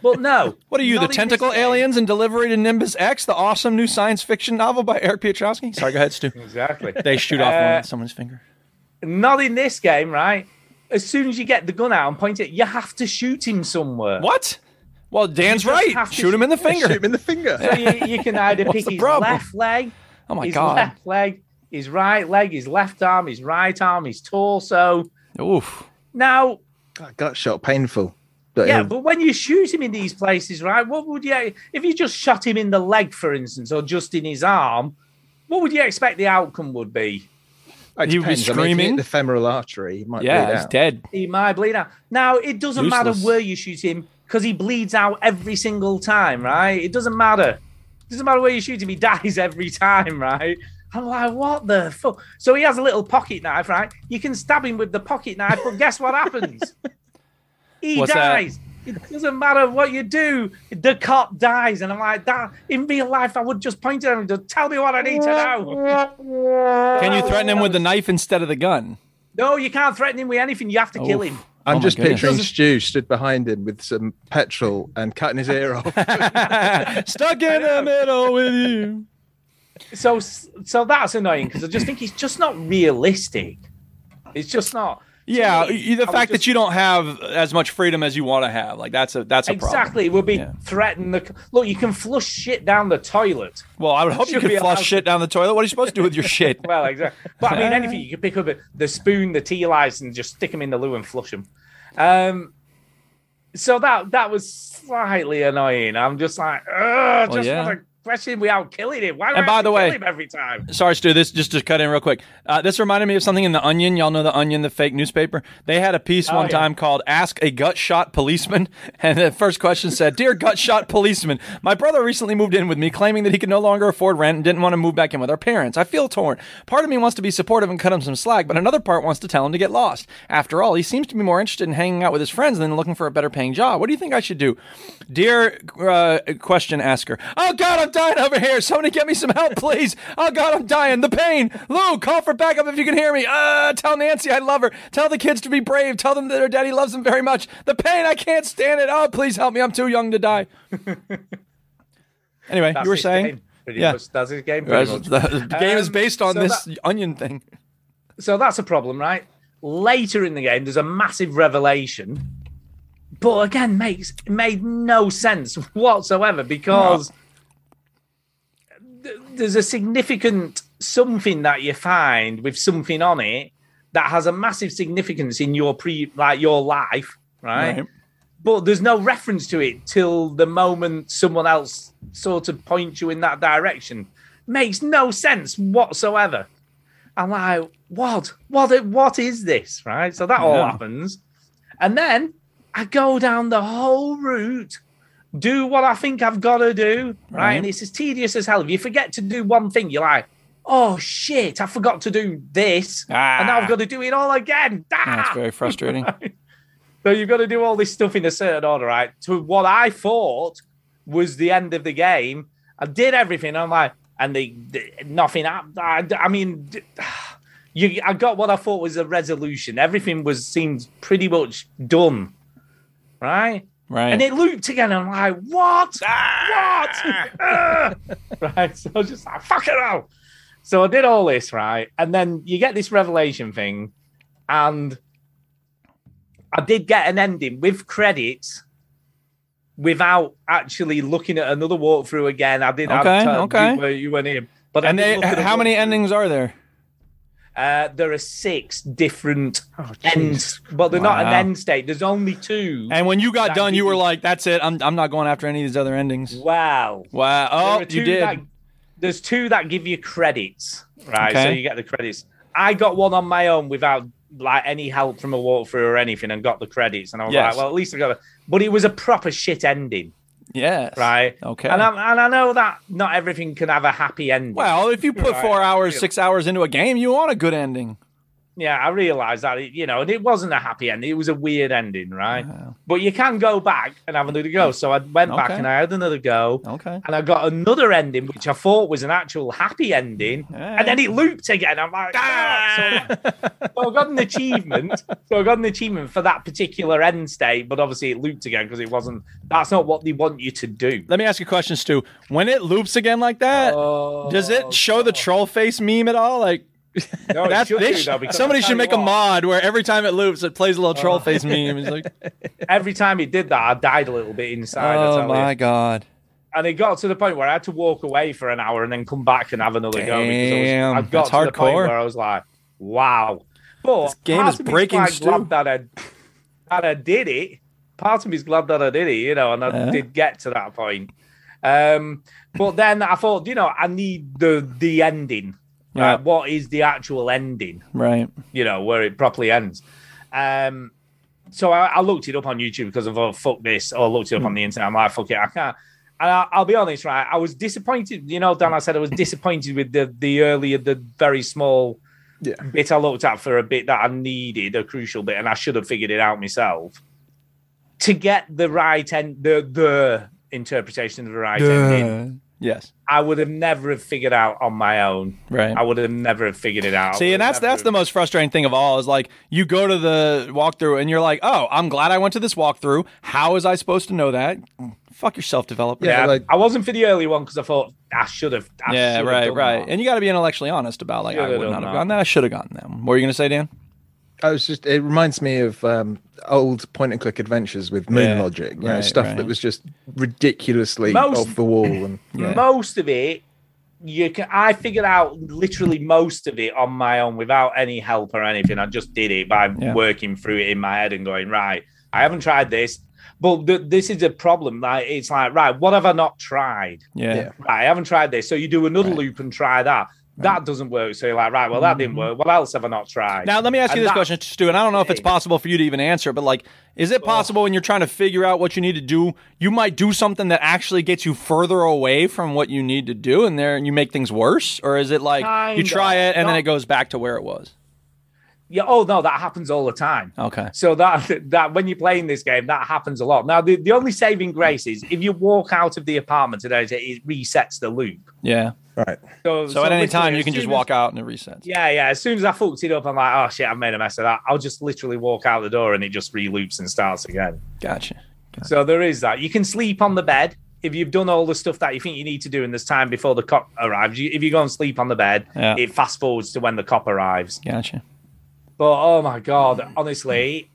[SPEAKER 4] Well, no.
[SPEAKER 1] What are you,
[SPEAKER 4] Not
[SPEAKER 1] the
[SPEAKER 4] in
[SPEAKER 1] tentacle aliens and delivery to Nimbus X, the awesome new science fiction novel by Eric Piotrowski? Sorry, go ahead, Stu.
[SPEAKER 4] Exactly.
[SPEAKER 1] They shoot off
[SPEAKER 4] Uh,
[SPEAKER 1] one at someone's finger.
[SPEAKER 4] Not in this game, right? As soon as you get the gun out and point it, you have to shoot him somewhere.
[SPEAKER 1] What? Well, Dan's
[SPEAKER 4] You just
[SPEAKER 1] right.
[SPEAKER 4] have to
[SPEAKER 1] Shoot him in the finger.
[SPEAKER 3] Shoot him in the finger.
[SPEAKER 4] So you, you can either
[SPEAKER 1] What's
[SPEAKER 4] pick
[SPEAKER 1] the
[SPEAKER 4] his
[SPEAKER 1] problem?
[SPEAKER 4] left leg,
[SPEAKER 1] Oh my
[SPEAKER 4] his
[SPEAKER 1] God.
[SPEAKER 4] left leg, his right leg, his left arm, his right arm, his torso.
[SPEAKER 1] Oof.
[SPEAKER 4] Now,
[SPEAKER 3] God, gut shot, painful. But
[SPEAKER 4] yeah,
[SPEAKER 3] he'll-
[SPEAKER 4] but when you shoot him in these places, right? What would you if you just shot him in the leg, for instance, or just in his arm? What would you expect the outcome would be?
[SPEAKER 3] it
[SPEAKER 1] he would be
[SPEAKER 3] depends. I mean, if you hit
[SPEAKER 1] screaming.
[SPEAKER 3] the femoral artery. He might bleed
[SPEAKER 1] Yeah, he's
[SPEAKER 3] out.
[SPEAKER 1] dead.
[SPEAKER 4] He might bleed out. Now it doesn't matter
[SPEAKER 1] Useless.
[SPEAKER 4] where you shoot him because he bleeds out every single time, right? It doesn't matter. It doesn't matter where you shoot him, he dies every time, right? I'm like, what the fuck? So he has a little pocket knife, right? You can stab him with the pocket knife, but guess what happens? He
[SPEAKER 1] What's that?
[SPEAKER 4] dies. It doesn't matter what you do. The cop dies, and I'm like that. In real life, I would just point at him and just tell me what I need to know.
[SPEAKER 1] Can you threaten him with the knife instead of the gun?
[SPEAKER 4] No, you can't threaten him with anything. You have to kill
[SPEAKER 1] Oof.
[SPEAKER 4] him.
[SPEAKER 1] Oh
[SPEAKER 3] I'm
[SPEAKER 1] my
[SPEAKER 3] just
[SPEAKER 1] goodness.
[SPEAKER 3] picturing Stu stood behind him with some petrol and cutting his ear off.
[SPEAKER 1] Stuck in the middle with you.
[SPEAKER 4] so so that's annoying because I just think it's just not realistic. It's just not.
[SPEAKER 1] Yeah,
[SPEAKER 4] To me,
[SPEAKER 1] y- the
[SPEAKER 4] I would
[SPEAKER 1] fact
[SPEAKER 4] just-
[SPEAKER 1] that you don't have as much freedom as you want to have, like that's a that's a problem.
[SPEAKER 4] exactly it would be threaten the look. You can flush shit down the toilet.
[SPEAKER 1] Well, I would hope you
[SPEAKER 4] Should
[SPEAKER 1] could
[SPEAKER 4] be
[SPEAKER 1] flush
[SPEAKER 4] allowed
[SPEAKER 1] shit down the toilet. What are you supposed to do with your shit?
[SPEAKER 4] Well, exactly. But I mean, anything you can pick up the spoon, the tea lights, and just stick them in the loo and flush them. Um, so that that was slightly annoying. I'm just like, Ugh,
[SPEAKER 1] Well,
[SPEAKER 4] just
[SPEAKER 1] yeah.
[SPEAKER 4] want to expressing without killing him. Why do
[SPEAKER 1] And
[SPEAKER 4] I
[SPEAKER 1] by
[SPEAKER 4] have to
[SPEAKER 1] the way-
[SPEAKER 4] kill him every time?
[SPEAKER 1] Sorry, Stu. This just to cut in real quick. Uh, this reminded me of something in the Onion. Y'all know the Onion, the fake newspaper. They had a piece
[SPEAKER 4] Oh,
[SPEAKER 1] one
[SPEAKER 4] yeah.
[SPEAKER 1] time called "Ask a Gut Shot Policeman," and the first question said, "Dear Gut Shot Policeman, my brother recently moved in with me, claiming that he could no longer afford rent and didn't want to move back in with our parents. I feel torn. Part of me wants to be supportive and cut him some slack, but another part wants to tell him to get lost. After all, he seems to be more interested in hanging out with his friends than looking for a better-paying job. Ah, What do you think I should do?" Dear uh, question asker, oh God, I'm dying over here. Somebody get me some help, please. Oh God, I'm dying. The pain. Lou, call for backup if you can hear me. Uh, tell Nancy I love her. Tell the kids to be brave. Tell them that their daddy loves them very much. The pain, I can't stand it. Oh, please help me. I'm too young to die. anyway,
[SPEAKER 4] That's
[SPEAKER 1] you were
[SPEAKER 4] his
[SPEAKER 1] saying.
[SPEAKER 4] game, pretty
[SPEAKER 1] yeah.
[SPEAKER 4] much. That's his game. pretty
[SPEAKER 1] That's-
[SPEAKER 4] much.
[SPEAKER 1] The the game is
[SPEAKER 4] Um,
[SPEAKER 1] based on
[SPEAKER 4] so
[SPEAKER 1] this
[SPEAKER 4] that-
[SPEAKER 1] onion thing.
[SPEAKER 4] so that's a problem, right? Later in the game, there's a massive revelation, but again, makes made no sense whatsoever because th- there's a significant something that you find with something on it that has a massive significance in your pre like your life, right?
[SPEAKER 1] Right.
[SPEAKER 4] But there's no reference to it till the moment someone else sort of points you in that direction. Makes no sense whatsoever. I'm like, what? What? What is this? Right. So that all
[SPEAKER 1] Yeah.
[SPEAKER 4] happens, and then I go down the whole route, do what I think I've got to do. Right.
[SPEAKER 1] Right.
[SPEAKER 4] And it's as tedious as hell. If you forget to do one thing, you're like, oh shit, I forgot to do this, and now
[SPEAKER 1] Ah.
[SPEAKER 4] I've got to do it all again. Ah!
[SPEAKER 1] That's very frustrating.
[SPEAKER 4] So you've got to do all this stuff in a certain order, right? To what I thought was the end of the game, I did everything. I'm like, and they, they- nothing. I, I, I mean, d- you, I got what I thought was a resolution. Everything was seemed pretty much done, right?
[SPEAKER 1] Right.
[SPEAKER 4] And it looped again. I'm like, what? What? Ah! right. So I was just like, fuck it out. So I did all this, right? And then you get this revelation thing, and I did get an ending with credits without actually looking at another walkthrough again. I did.
[SPEAKER 1] Okay,
[SPEAKER 4] I,
[SPEAKER 1] okay.
[SPEAKER 4] You, were- you went in, but I
[SPEAKER 1] and
[SPEAKER 4] did
[SPEAKER 1] they,
[SPEAKER 4] look at a
[SPEAKER 1] how many e-,
[SPEAKER 4] walkthrough.
[SPEAKER 1] endings are there?
[SPEAKER 4] Uh, there are six different ends, but they're not an
[SPEAKER 1] Oh, Wow.
[SPEAKER 4] end state. There's only two.
[SPEAKER 1] And when you got
[SPEAKER 4] That
[SPEAKER 1] done, you
[SPEAKER 4] didn't-
[SPEAKER 1] were like, "That's it. I'm, I'm not going after any of these other endings."
[SPEAKER 4] wow.
[SPEAKER 1] Wow! Oh,
[SPEAKER 4] There are two
[SPEAKER 1] you did.
[SPEAKER 4] That, there's two that give you credits, right? So
[SPEAKER 1] Okay.
[SPEAKER 4] you get the credits. I got one on my own without like any help from a walkthrough or anything, and got the credits. And I was
[SPEAKER 1] Yes.
[SPEAKER 4] like, well, at least I got. A... But it was a proper shit ending,
[SPEAKER 1] Yes.
[SPEAKER 4] right?
[SPEAKER 1] Okay.
[SPEAKER 4] And, I'm, and I know that not everything can have a happy ending.
[SPEAKER 1] well, if you put
[SPEAKER 4] Right.
[SPEAKER 1] four hours,
[SPEAKER 4] Yeah.
[SPEAKER 1] six hours into a game, you want a good ending.
[SPEAKER 4] yeah, I realised that, it, you know, and it wasn't a happy ending. It was a weird ending, right? But you can go back and have another go. So I went back
[SPEAKER 1] Okay.
[SPEAKER 4] and I had another go.
[SPEAKER 1] Okay.
[SPEAKER 4] And I got another ending, which I thought was an actual happy ending. And then it looped again. I'm like, ah! so, so I got an achievement. So I got an achievement for that particular end state, but obviously it looped again because it wasn't, that's not what they want you to do.
[SPEAKER 1] Let me ask you a question, Stu. When it loops again like that,
[SPEAKER 4] Oh,
[SPEAKER 1] does it show the troll face meme at all? Like
[SPEAKER 4] No, it
[SPEAKER 1] that's
[SPEAKER 4] should
[SPEAKER 1] they
[SPEAKER 4] do,
[SPEAKER 1] sh-
[SPEAKER 4] though, because
[SPEAKER 1] somebody
[SPEAKER 4] I'll tell
[SPEAKER 1] should
[SPEAKER 4] you Uh,
[SPEAKER 1] make a
[SPEAKER 4] what.
[SPEAKER 1] mod where every time it loops, it plays a little troll face meme. It's like,
[SPEAKER 4] Every time it did that, I died a little bit inside. I
[SPEAKER 1] oh
[SPEAKER 4] tell you.
[SPEAKER 1] my god.
[SPEAKER 4] and it got to the point where I had to walk away for an hour and then come back and have another go because
[SPEAKER 1] Damn,
[SPEAKER 4] I, was, I got
[SPEAKER 1] that's
[SPEAKER 4] to the point
[SPEAKER 1] hardcore.
[SPEAKER 4] where I was like, "Wow!" But
[SPEAKER 1] This game
[SPEAKER 4] part
[SPEAKER 1] is
[SPEAKER 4] of me's
[SPEAKER 1] breaking,
[SPEAKER 4] quite
[SPEAKER 1] Stu.
[SPEAKER 4] glad that I that I did it. Part of me's glad that I did it, you know, and I
[SPEAKER 1] Yeah.
[SPEAKER 4] did get to that point. Um, but then I thought, you know, I need the the ending.
[SPEAKER 1] Yeah.
[SPEAKER 4] Like, what is the actual ending?
[SPEAKER 1] Right.
[SPEAKER 4] you know, where it properly ends. Um, so I, I looked it up on YouTube because I thought, fuck this, or looked it up on the internet. I'm like, fuck it, I can't. And I, I'll be honest, right? I was disappointed. You know, Dan, I said I was disappointed with the the earlier, the very small
[SPEAKER 3] Yeah.
[SPEAKER 4] bit I looked at for a bit that I needed, a crucial bit, and I should have figured it out myself to get the right end, the the interpretation of the right ending.
[SPEAKER 1] Uh, Yes.
[SPEAKER 4] I would have never have figured out on my own.
[SPEAKER 1] Right.
[SPEAKER 4] I would have never have figured it out.
[SPEAKER 1] See, and that's that's the
[SPEAKER 4] most.
[SPEAKER 1] most frustrating thing of all is like you go to the walkthrough and you're like, oh, I'm glad I went to this walkthrough. How was I supposed to know that? Fuck yourself, developer.
[SPEAKER 3] Yeah,
[SPEAKER 4] Yeah,
[SPEAKER 3] like-
[SPEAKER 4] I wasn't for the early one because I thought "Ah, I should have. I
[SPEAKER 1] Yeah,
[SPEAKER 4] should have
[SPEAKER 1] right,
[SPEAKER 4] done
[SPEAKER 1] right.
[SPEAKER 4] that.
[SPEAKER 1] And you got to be intellectually honest about like I
[SPEAKER 4] Should've
[SPEAKER 1] would
[SPEAKER 4] done
[SPEAKER 1] not have
[SPEAKER 4] that.
[SPEAKER 1] gotten that. I should have gotten that. one. What were you gonna say, Dan?
[SPEAKER 3] I was just. It reminds me of um, old point and click adventures with Moon
[SPEAKER 1] Yeah,
[SPEAKER 3] Logic, you know,
[SPEAKER 1] right,
[SPEAKER 3] stuff
[SPEAKER 1] right.
[SPEAKER 3] that was just ridiculously
[SPEAKER 4] Most-
[SPEAKER 3] off the wall. And
[SPEAKER 1] Yeah.
[SPEAKER 4] Most of it, you can. I figured out literally most of it on my own without any help or anything. I just did it by
[SPEAKER 1] Yeah.
[SPEAKER 4] working through it in my head and going right. I haven't tried this. But th- this is a problem. Like it's like, right, what have I not tried?
[SPEAKER 1] Yeah. Yeah.
[SPEAKER 4] Right, I haven't tried this. So you do another loop and try that. That doesn't work. So you're like, right, well, that didn't work. What else have I not tried?
[SPEAKER 1] Mm-hmm. Now, let me ask you
[SPEAKER 4] And
[SPEAKER 1] this
[SPEAKER 4] that-
[SPEAKER 1] question, Stu, and I don't know if it's possible for you to even answer, but like, is it possible when you're trying to figure out what you need to do, you might do something that actually gets you further away from what you need to do, and there you make things worse, or is it like you
[SPEAKER 4] Kinda.
[SPEAKER 1] try it and then
[SPEAKER 4] No.
[SPEAKER 1] it goes back to where it was?
[SPEAKER 4] Yeah. Oh no, that happens all the time.
[SPEAKER 1] Okay.
[SPEAKER 4] So that that when you're playing this game, that happens a lot. Now the, the only saving grace is if you walk out of the apartment today, it it resets the loop.
[SPEAKER 1] Yeah.
[SPEAKER 3] Right.
[SPEAKER 4] So,
[SPEAKER 1] So at any
[SPEAKER 4] literally,
[SPEAKER 1] time
[SPEAKER 4] as
[SPEAKER 1] you can just
[SPEAKER 4] soon
[SPEAKER 1] walk
[SPEAKER 4] as-
[SPEAKER 1] out and it resets.
[SPEAKER 4] Yeah, yeah. As soon as I fucked it up, I'm like, oh shit, I've made a mess of that. I'll just literally walk out the door and it just reloops and starts again.
[SPEAKER 1] Gotcha.
[SPEAKER 4] So there is that. You can sleep on the bed if you've done all the stuff that you think you need to do in this time before the cop arrives. You, if you go and sleep on the bed,
[SPEAKER 1] Yeah.
[SPEAKER 4] it fast forwards to when the cop arrives.
[SPEAKER 1] Gotcha.
[SPEAKER 4] But oh my god, honestly,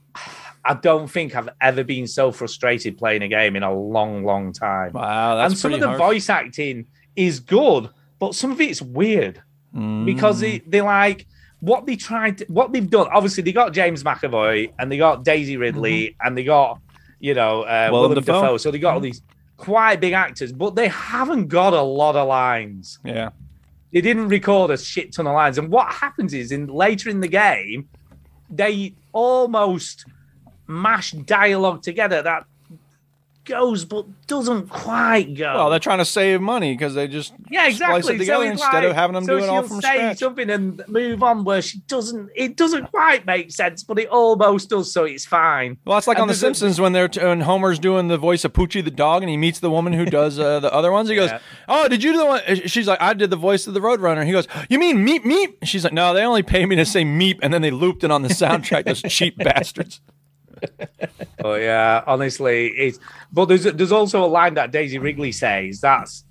[SPEAKER 4] I don't think I've ever been so frustrated playing a game in a long, long time.
[SPEAKER 1] Wow, that's
[SPEAKER 4] and some of
[SPEAKER 1] pretty
[SPEAKER 4] the
[SPEAKER 1] harsh.
[SPEAKER 4] voice acting is good, but some of it's weird because
[SPEAKER 1] Mm.
[SPEAKER 4] they, they like what they tried, to, what they've done. Obviously, they got James McAvoy and they got Daisy Ridley and they got you know uh,
[SPEAKER 1] Mm-hmm. Willem
[SPEAKER 4] Willem
[SPEAKER 1] Dafoe. Mm-hmm.
[SPEAKER 4] Dafoe. So they got all these quite big actors, but they haven't got a lot of lines
[SPEAKER 1] Yeah.
[SPEAKER 4] they didn't record a shit ton of lines. And what happens is in later in the game, they almost mash dialogue together that goes but doesn't quite go.
[SPEAKER 1] Well, they're trying to save money because they just
[SPEAKER 4] yeah,
[SPEAKER 1] splice it
[SPEAKER 4] exactly.
[SPEAKER 1] together
[SPEAKER 4] it's
[SPEAKER 1] instead of
[SPEAKER 4] like-
[SPEAKER 1] having them
[SPEAKER 4] so
[SPEAKER 1] do it all
[SPEAKER 4] she'll
[SPEAKER 1] from
[SPEAKER 4] say
[SPEAKER 1] scratch.
[SPEAKER 4] something and move on where she doesn't. It doesn't quite make sense, but it almost does, so it's fine.
[SPEAKER 1] Well, it's like
[SPEAKER 4] And
[SPEAKER 1] on The
[SPEAKER 4] there's a-
[SPEAKER 1] Simpsons when they're t- when Homer's doing the voice of Poochie the dog, and he meets the woman who does uh, the other ones. He goes,
[SPEAKER 4] Yeah.
[SPEAKER 1] "Oh, did you do the one?" uh, She's like, "I did the voice of the Roadrunner." He goes, "You mean meep meep?" She's like, "No, they only pay me to say meep, and then they looped it on the soundtrack. those cheap bastards."
[SPEAKER 4] But yeah, honestly, it's but there's there's also a line that Daisy Wrigley says that's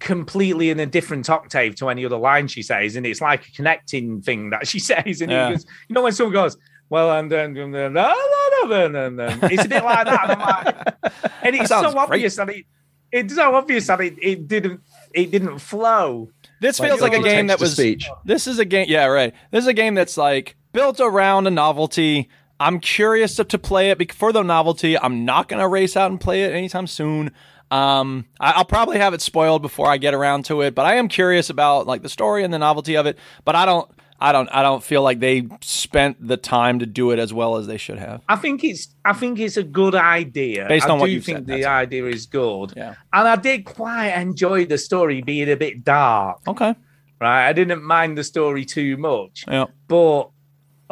[SPEAKER 4] completely in a different octave to any other line she says, and it's like a connecting thing that she says. And it
[SPEAKER 1] Yeah.
[SPEAKER 4] goes, you know, when someone goes, "Well," and then and then, "Ah, la, la, la, la, la," it's a bit like that, and, I'm like, and it's
[SPEAKER 1] sounds
[SPEAKER 4] so
[SPEAKER 1] great.
[SPEAKER 4] obvious that it it's so obvious that it, it didn't it didn't flow.
[SPEAKER 1] This feels like,
[SPEAKER 4] Like,
[SPEAKER 1] a game that
[SPEAKER 3] text to
[SPEAKER 1] was.
[SPEAKER 3] speech.
[SPEAKER 1] This is a game. Yeah, right. This is a game that's like built around a novelty. I'm curious to, to play it bec- for the novelty. I'm not going to race out and play it anytime soon. Um, I, I'll probably have it spoiled before I get around to it, but I am curious about like the story and the novelty of it. But I don't, I don't, I don't feel like they spent the time to do it as well as they should have.
[SPEAKER 4] I think it's I think it's a good idea.
[SPEAKER 1] Based
[SPEAKER 4] I
[SPEAKER 1] on what
[SPEAKER 4] do
[SPEAKER 1] you've
[SPEAKER 4] think
[SPEAKER 1] said,
[SPEAKER 4] the
[SPEAKER 1] that's it.
[SPEAKER 4] idea is good.
[SPEAKER 1] Yeah.
[SPEAKER 4] And I did quite enjoy the story being a bit dark,
[SPEAKER 1] Okay.
[SPEAKER 4] right? I didn't mind the story too much.
[SPEAKER 1] Yeah.
[SPEAKER 4] But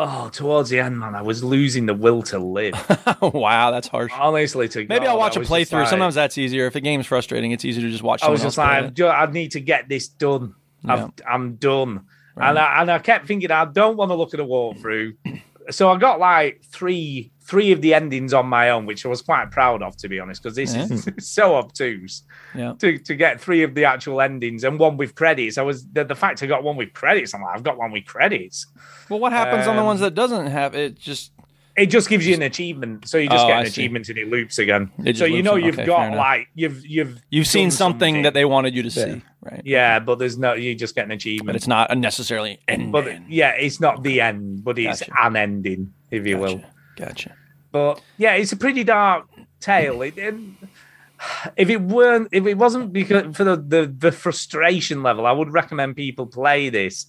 [SPEAKER 4] oh, towards the end, man, I was losing the will to live.
[SPEAKER 1] wow, that's harsh.
[SPEAKER 4] Honestly, to
[SPEAKER 1] Maybe
[SPEAKER 4] God,
[SPEAKER 1] I'll watch a
[SPEAKER 4] I Oh, was just
[SPEAKER 1] playthrough.
[SPEAKER 4] like-
[SPEAKER 1] Sometimes that's easier. If the game's frustrating, it's easier to just watch.
[SPEAKER 4] I was
[SPEAKER 1] someone
[SPEAKER 4] just
[SPEAKER 1] else play
[SPEAKER 4] like,
[SPEAKER 1] it.
[SPEAKER 4] I'm do- I need to get this done. I've, I'm done. And I, and I kept thinking, I don't want to look at a walkthrough. so I got like three three of the endings on my own, which I was quite proud of, to be honest, because this is so obtuse
[SPEAKER 1] Yeah.
[SPEAKER 4] to, to get three of the actual endings and one with credits. I was the, the fact I got one with credits. I'm like, I've got one with credits.
[SPEAKER 1] Well, what happens on the
[SPEAKER 4] Um,
[SPEAKER 1] ones that doesn't have it? Just
[SPEAKER 4] It just gives you an achievement, so you just
[SPEAKER 1] Oh,
[SPEAKER 4] get
[SPEAKER 1] I
[SPEAKER 4] an
[SPEAKER 1] see.
[SPEAKER 4] achievement and it loops again.
[SPEAKER 1] It just
[SPEAKER 4] so you
[SPEAKER 1] loops
[SPEAKER 4] know
[SPEAKER 1] them.
[SPEAKER 4] you've
[SPEAKER 1] Okay, fair
[SPEAKER 4] got
[SPEAKER 1] enough.
[SPEAKER 4] like you've you've
[SPEAKER 1] You've seen
[SPEAKER 4] done
[SPEAKER 1] something, that they wanted you to see, right?
[SPEAKER 4] yeah, but there's no you just get an achievement.
[SPEAKER 1] But it's not a necessarily end.
[SPEAKER 4] But
[SPEAKER 1] end.
[SPEAKER 4] yeah, it's not the end, but it's
[SPEAKER 1] Gotcha.
[SPEAKER 4] an ending, if you will.
[SPEAKER 1] Gotcha. Gotcha.
[SPEAKER 4] But yeah, it's a pretty dark tale. It, and if it weren't, if it wasn't because for the, the the frustration level, I would recommend people play this.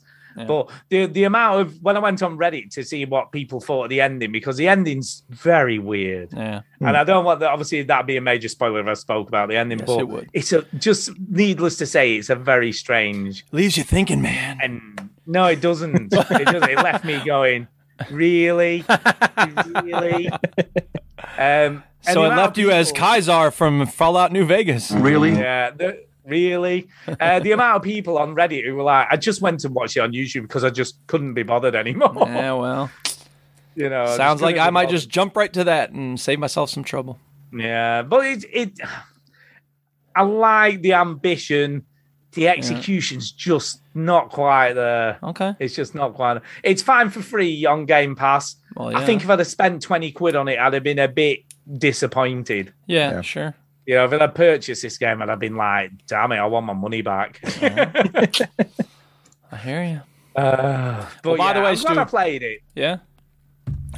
[SPEAKER 4] But the the amount of when I went on Reddit to see what people thought of the ending because the ending's very weird.
[SPEAKER 1] Yeah. Hmm.
[SPEAKER 4] And I don't want that. Obviously, that'd be a major spoiler if I spoke about the ending.
[SPEAKER 1] Yes,
[SPEAKER 4] but
[SPEAKER 1] it would.
[SPEAKER 4] it's a just needless to say, it's a very strange
[SPEAKER 1] Leaves you thinking, man.
[SPEAKER 4] and no, it doesn't. it doesn't. It left me going, really, really. Um, and the
[SPEAKER 1] so it
[SPEAKER 4] amount
[SPEAKER 1] left
[SPEAKER 4] of
[SPEAKER 1] you as
[SPEAKER 4] people-
[SPEAKER 1] Kaisar from Fallout New Vegas.
[SPEAKER 5] Really?
[SPEAKER 4] Yeah, the, really. Uh, the amount of people on Reddit who were like, "I just went and watched it on YouTube because I just couldn't be bothered anymore."
[SPEAKER 1] yeah. Well,
[SPEAKER 4] you know, I Uh, just
[SPEAKER 1] sounds like
[SPEAKER 4] couldn't
[SPEAKER 1] I
[SPEAKER 4] be
[SPEAKER 1] might
[SPEAKER 4] bothered.
[SPEAKER 1] just jump right to that and save myself some trouble.
[SPEAKER 4] Yeah, but it it. I like the ambition. The execution's just not quite there.
[SPEAKER 1] Okay.
[SPEAKER 4] It's just not quite. It's fine for free on Game Pass.
[SPEAKER 1] Well,
[SPEAKER 4] I
[SPEAKER 1] yeah.
[SPEAKER 4] think if I'd have spent twenty quid on it, I'd have been a bit disappointed.
[SPEAKER 1] Yeah. Sure.
[SPEAKER 4] You know, if I'd have purchased this game, I'd have been like, "Damn it, I want my money back."
[SPEAKER 1] I hear you.
[SPEAKER 4] Uh, but
[SPEAKER 1] by the
[SPEAKER 4] yeah,
[SPEAKER 1] way,
[SPEAKER 4] I'm glad I
[SPEAKER 1] Stu-
[SPEAKER 4] played it.
[SPEAKER 1] Yeah.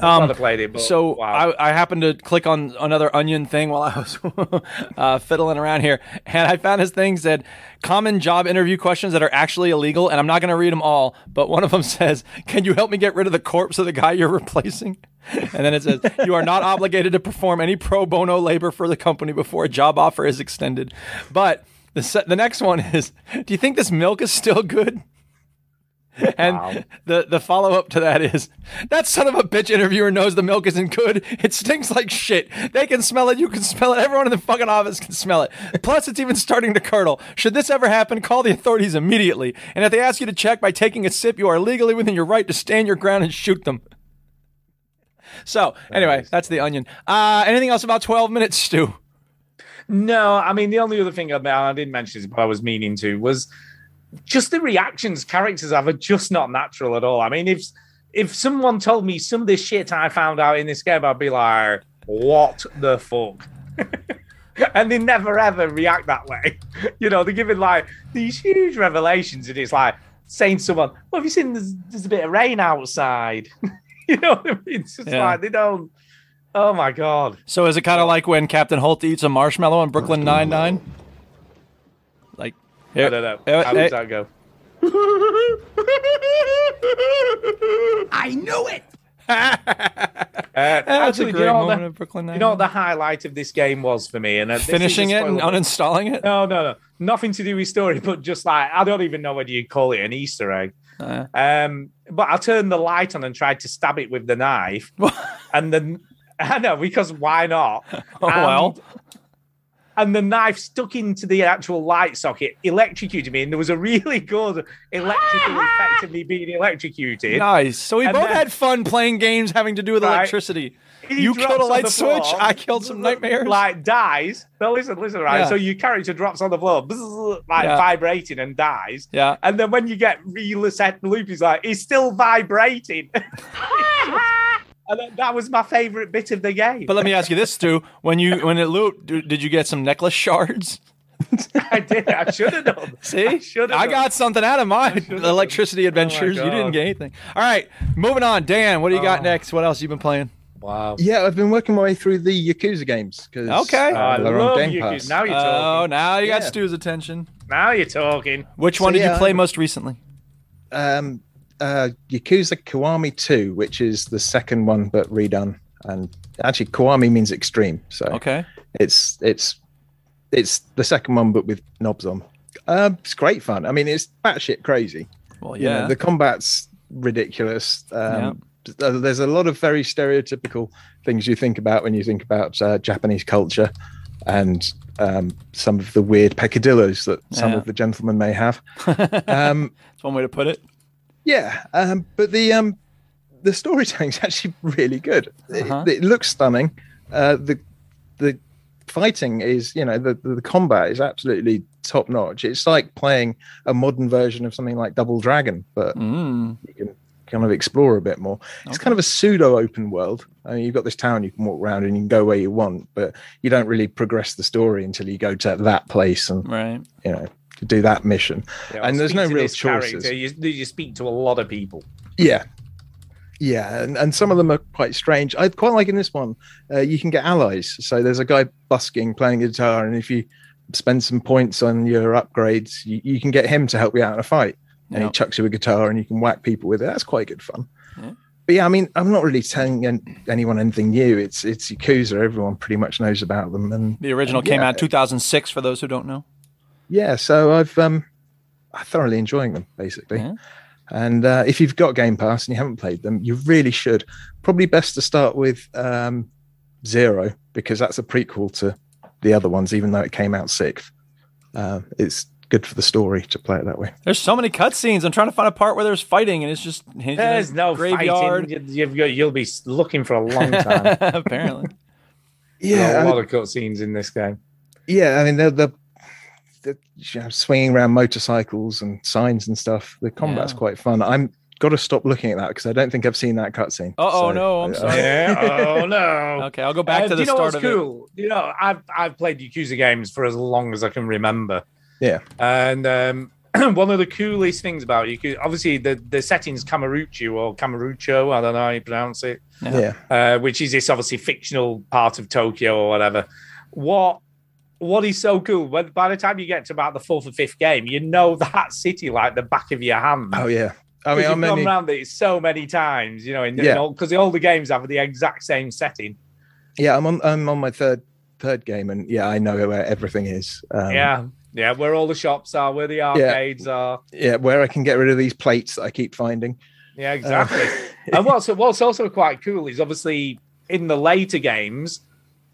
[SPEAKER 1] Um,
[SPEAKER 4] Never played it, but
[SPEAKER 1] so
[SPEAKER 4] wow.
[SPEAKER 1] I, I happened to click on another onion thing while I was uh, fiddling around here, and I found this thing said common job interview questions that are actually illegal, and I'm not going to read them all, but one of them says, "Can you help me get rid of the corpse of the guy you're replacing?" And then it says, "You are not obligated to perform any pro bono labor for the company before a job offer is extended." But the se- the next one is, "Do you think this milk is still good?" And the, the follow up to that is that son of a bitch interviewer knows the milk isn't good. It stinks like shit. They can smell it. You can smell it. Everyone in the fucking office can smell it. Plus, it's even starting to curdle. Should this ever happen, call the authorities immediately. And if they ask you to check by taking a sip, you are legally within your right to stand your ground and shoot them. So, anyway, that's the onion. Uh, anything else about 12 minutes, Stu?
[SPEAKER 4] No, I mean the only other thing about I didn't mention this, but I was meaning to was just the reactions characters have are just not natural at all. I mean, if if someone told me some of this shit I found out in this game, I'd be like, "What the fuck." And they never ever react that way. You know, they're giving like these huge revelations, and it's like saying to someone, Well, have you seen there's, there's a bit of rain outside? you know what I mean? It's just
[SPEAKER 1] Yeah.
[SPEAKER 4] like they don't, oh my God.
[SPEAKER 1] So, is it kind of like when Captain Holt eats a marshmallow in Brooklyn Nine-Nine? Like,
[SPEAKER 4] I don't know.
[SPEAKER 1] eh,
[SPEAKER 4] How does that go?
[SPEAKER 8] I knew it!
[SPEAKER 4] Uh,
[SPEAKER 1] That's a
[SPEAKER 4] actually, do
[SPEAKER 1] great
[SPEAKER 4] you know
[SPEAKER 1] moment
[SPEAKER 4] the,
[SPEAKER 1] of Brooklyn
[SPEAKER 4] You know
[SPEAKER 1] Nine-Nine.
[SPEAKER 4] what the highlight of this game was for me, and uh, this is a
[SPEAKER 1] Finishing it and
[SPEAKER 4] spoiler.
[SPEAKER 1] uninstalling it?
[SPEAKER 4] No, no, no, nothing to do with story, but just like I don't even know whether you call it an Easter egg.
[SPEAKER 1] Uh,
[SPEAKER 4] Um, but I turned the light on and tried to stab it with the knife, and then I know because why not?
[SPEAKER 1] Oh, well.
[SPEAKER 4] And the knife stuck into the actual light socket, electrocuted me, and there was a really good electrical effect of me being electrocuted.
[SPEAKER 1] Nice. So we
[SPEAKER 4] And
[SPEAKER 1] both
[SPEAKER 4] then-
[SPEAKER 1] had fun playing games having to do with
[SPEAKER 4] Right.
[SPEAKER 1] electricity.
[SPEAKER 4] He
[SPEAKER 1] you
[SPEAKER 4] drops
[SPEAKER 1] killed a
[SPEAKER 4] on
[SPEAKER 1] light
[SPEAKER 4] the
[SPEAKER 1] switch.
[SPEAKER 4] floor,
[SPEAKER 1] I killed some nightmares.
[SPEAKER 4] Like dies. No, listen, listen, right.
[SPEAKER 1] Yeah.
[SPEAKER 4] So your character drops on the floor, bzzz, like
[SPEAKER 1] Yeah.
[SPEAKER 4] vibrating and dies.
[SPEAKER 1] Yeah.
[SPEAKER 4] And then when you get reset loop, he's like, he's still vibrating. and then that was my favorite bit of the game.
[SPEAKER 1] But let me ask you this, Stu: when you when it looped, do, did you get some necklace shards?
[SPEAKER 4] I did. I should have done.
[SPEAKER 1] See,
[SPEAKER 4] I should have.
[SPEAKER 1] I got something out of my
[SPEAKER 4] should've
[SPEAKER 1] electricity adventures. you didn't
[SPEAKER 4] Oh God. Oh.
[SPEAKER 1] get anything. All right, moving on. Dan, what do you got next? What else you been playing?
[SPEAKER 4] Wow.
[SPEAKER 3] Yeah, I've been working my way through the Yakuza games because
[SPEAKER 1] Okay.
[SPEAKER 4] I
[SPEAKER 3] they're
[SPEAKER 4] love
[SPEAKER 3] on Uh, Game
[SPEAKER 4] you.
[SPEAKER 3] Pass.
[SPEAKER 4] kids. Now you're
[SPEAKER 1] Oh,
[SPEAKER 4] talking.
[SPEAKER 1] now you got
[SPEAKER 3] Yeah.
[SPEAKER 1] Stu's attention.
[SPEAKER 4] Now you're talking.
[SPEAKER 1] Which
[SPEAKER 3] So,
[SPEAKER 1] one did
[SPEAKER 3] yeah,
[SPEAKER 1] you play
[SPEAKER 3] I'm-
[SPEAKER 1] most recently?
[SPEAKER 3] um, uh, Yakuza Kiwami 2, which is the second one but redone. And actually, Kiwami means extreme. So
[SPEAKER 1] Okay.
[SPEAKER 3] it's it's it's the second one but with knobs on. Um, it's great fun. I mean, it's batshit crazy.
[SPEAKER 1] Well,
[SPEAKER 3] You know,
[SPEAKER 1] yeah.
[SPEAKER 3] the combat's ridiculous. Um, th- There's a lot of very stereotypical things you think about when you think about uh, Japanese culture and um, some of the weird peccadillos that some
[SPEAKER 1] Yeah.
[SPEAKER 3] of the gentlemen may have. um,
[SPEAKER 1] That's one way to put it.
[SPEAKER 3] yeah, um, but the um, the storytelling's actually really good. It- It, looks stunning. Uh, the the fighting is, you know, the the combat is absolutely top notch. It's like playing a modern version of something like Double Dragon, but you can kind of explore a bit more. It's kind of a pseudo open world. I mean, you've got this town you can walk around and you can go where you want, but you don't really progress the story until you go to that place and
[SPEAKER 1] Right.
[SPEAKER 3] you know to do that mission.
[SPEAKER 4] Yeah,
[SPEAKER 3] and there's
[SPEAKER 4] speak
[SPEAKER 3] no
[SPEAKER 4] to
[SPEAKER 3] real
[SPEAKER 4] this character,
[SPEAKER 3] choices.
[SPEAKER 4] You, you speak to a lot of people.
[SPEAKER 3] Yeah. Yeah, and, and some of them are quite strange. I quite like in this one, uh, you can get allies. So there's a guy busking, playing guitar, and if you spend some points on your upgrades, you, you can get him to help you out in a fight. And
[SPEAKER 1] Yeah.
[SPEAKER 3] he chucks you a guitar and you can whack people with it. That's quite good fun. But yeah, I mean, I'm not really telling an- anyone anything new. It's it's Yakuza. Everyone pretty much knows about them. And
[SPEAKER 1] The original came
[SPEAKER 3] yeah.
[SPEAKER 1] out in 2006. For those who don't know.
[SPEAKER 3] yeah, so I've um, I'm thoroughly enjoying them basically.
[SPEAKER 1] Yeah.
[SPEAKER 3] And uh, if you've got Game Pass and you haven't played them, you really should. Probably best to start with um, Zero because that's a prequel to the other ones, even though it came out sixth. Uh, it's good for the story to play it that way.
[SPEAKER 1] There's so many cutscenes. I'm trying to find a part where there's fighting, and it's just hinges in
[SPEAKER 4] There's
[SPEAKER 1] a
[SPEAKER 4] no
[SPEAKER 1] graveyard.
[SPEAKER 4] fighting. You, you've got, you'll be looking for a long time.
[SPEAKER 1] Apparently.
[SPEAKER 4] There's
[SPEAKER 3] Yeah,
[SPEAKER 4] a lot of cutscenes in this game.
[SPEAKER 3] yeah. I mean, they're, they're, they're, you know, swinging around motorcycles and signs and stuff. The combat's
[SPEAKER 1] Yeah.
[SPEAKER 3] quite fun. I'm got to stop looking at that because I don't think I've seen that cutscene.
[SPEAKER 1] Uh-oh,
[SPEAKER 3] So, uh,
[SPEAKER 1] no, I'm
[SPEAKER 3] I-
[SPEAKER 1] sorry.
[SPEAKER 4] Yeah. Oh no.
[SPEAKER 1] Okay, I'll go back to
[SPEAKER 4] Uh, do
[SPEAKER 1] the
[SPEAKER 4] you know
[SPEAKER 1] start
[SPEAKER 4] what's
[SPEAKER 1] of it.
[SPEAKER 4] cool? You know, I've I've played Yakuza games for as long as I can remember,
[SPEAKER 3] yeah.
[SPEAKER 4] and um, one of the coolest things about you, 'cause obviously the the setting's Camarucci or Camarucho, I don't know how you pronounce it.
[SPEAKER 3] Yeah.
[SPEAKER 4] uh, which is this obviously fictional part of Tokyo or whatever. What what is so cool? When, by the time you get to about the fourth or fifth game, you know that city like the back of your hand.
[SPEAKER 3] Oh yeah. I mean,
[SPEAKER 4] Because
[SPEAKER 3] I
[SPEAKER 4] you've gone
[SPEAKER 3] mean,
[SPEAKER 4] around it so many times, you know, in
[SPEAKER 3] Yeah.
[SPEAKER 4] because the older games have the exact same setting.
[SPEAKER 3] yeah, I'm on, I'm on my third third game, and yeah, I know where everything is. Um,
[SPEAKER 4] yeah, yeah, where all the shops are, where the arcades are.
[SPEAKER 3] yeah, where I can get rid of these plates that I keep finding. Uh,
[SPEAKER 4] Yeah, exactly. and what's what's also quite cool is obviously in the later games,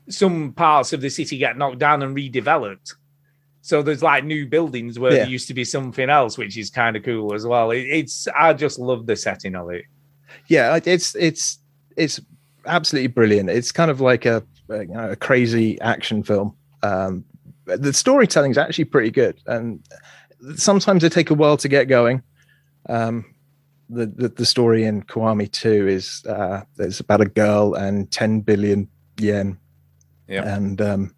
[SPEAKER 4] some parts of the city get knocked down and redeveloped. So there's like new buildings where
[SPEAKER 3] Yeah.
[SPEAKER 4] there used to be something else, which is kind of cool as well. It, it's I just love the setting of it.
[SPEAKER 3] yeah I- it's it's it's absolutely brilliant it's kind of like a, a, you know, a crazy action film um but the storytelling is actually pretty good and sometimes they take a while to get going um the the, the story in Kiwami 2 is uh it's about a girl and 10 billion yen
[SPEAKER 4] Yeah.
[SPEAKER 3] and um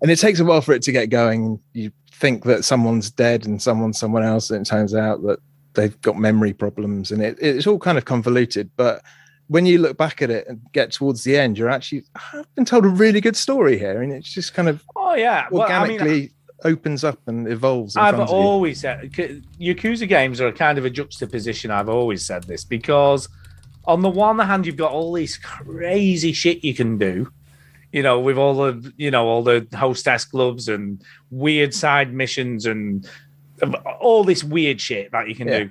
[SPEAKER 3] and it takes a while for it to get going you think that someone's dead and someone's someone else and it turns out that they've got memory problems and it, it's all kind of convoluted but when you look back at it and get towards the end you're actually i've been told a really good story here and it's just kind of
[SPEAKER 4] Oh yeah, well, I mean,
[SPEAKER 3] organically opens up and evolves in
[SPEAKER 4] I've
[SPEAKER 3] front of you.
[SPEAKER 4] always said K- Yakuza games are a kind of a juxtaposition. I've always said this because, on the one hand, you've got all this crazy shit you can do, you know, with all the you know all the hostess clubs and weird side missions and all this weird shit that you can
[SPEAKER 3] Yeah.
[SPEAKER 4] do,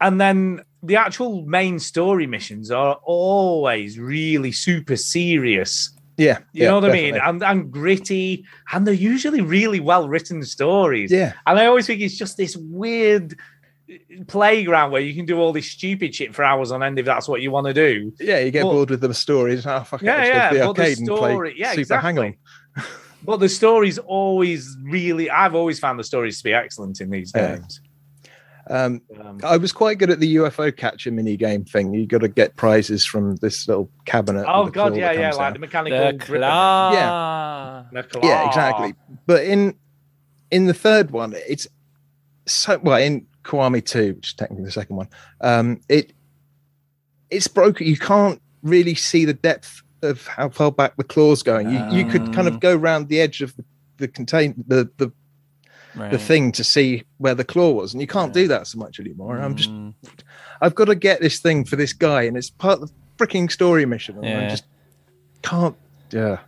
[SPEAKER 4] and then the actual main story missions are always really super serious.
[SPEAKER 3] yeah
[SPEAKER 4] You
[SPEAKER 3] yeah,
[SPEAKER 4] know what I mean?
[SPEAKER 3] definitely.
[SPEAKER 4] And, and gritty, and they're usually really well written stories.
[SPEAKER 3] Yeah.
[SPEAKER 4] And I always think it's just this weird uh, playground where you can do all this stupid shit for hours on end if that's what you want to do.
[SPEAKER 3] yeah you get
[SPEAKER 4] Well-
[SPEAKER 3] bored with the stories oh, fuck
[SPEAKER 4] Yeah,
[SPEAKER 3] it, let's go
[SPEAKER 4] yeah,
[SPEAKER 3] to the
[SPEAKER 4] but the
[SPEAKER 3] arcade and
[SPEAKER 4] story-
[SPEAKER 3] play
[SPEAKER 4] yeah,
[SPEAKER 3] super hang on
[SPEAKER 4] exactly. But the stories always really, I've always found the stories to be excellent in these
[SPEAKER 3] Yeah.
[SPEAKER 4] games.
[SPEAKER 3] um
[SPEAKER 4] Um,
[SPEAKER 3] I was quite good at the UFO catcher mini game thing. You got to get prizes from this little cabinet.
[SPEAKER 4] oh,
[SPEAKER 3] with a
[SPEAKER 4] God.
[SPEAKER 3] claw
[SPEAKER 4] Yeah,
[SPEAKER 3] that
[SPEAKER 4] yeah.
[SPEAKER 3] comes
[SPEAKER 4] Like
[SPEAKER 3] out.
[SPEAKER 4] the mechanical.
[SPEAKER 1] The Ah.
[SPEAKER 4] grip.
[SPEAKER 1] claw.
[SPEAKER 4] The claw.
[SPEAKER 3] yeah exactly but in in the third one it's so well in Kiwami 2 which is technically the second one um it it's broken you can't really see the depth of how far back the claw's going you, you could kind of go round the edge of the, the contain the the,
[SPEAKER 1] Right.
[SPEAKER 3] the thing to see where the claw was and you can't do that so much anymore i'm just i've got to get this thing for this guy and it's part of the freaking story mission and i
[SPEAKER 1] Yeah.
[SPEAKER 3] just can't yeah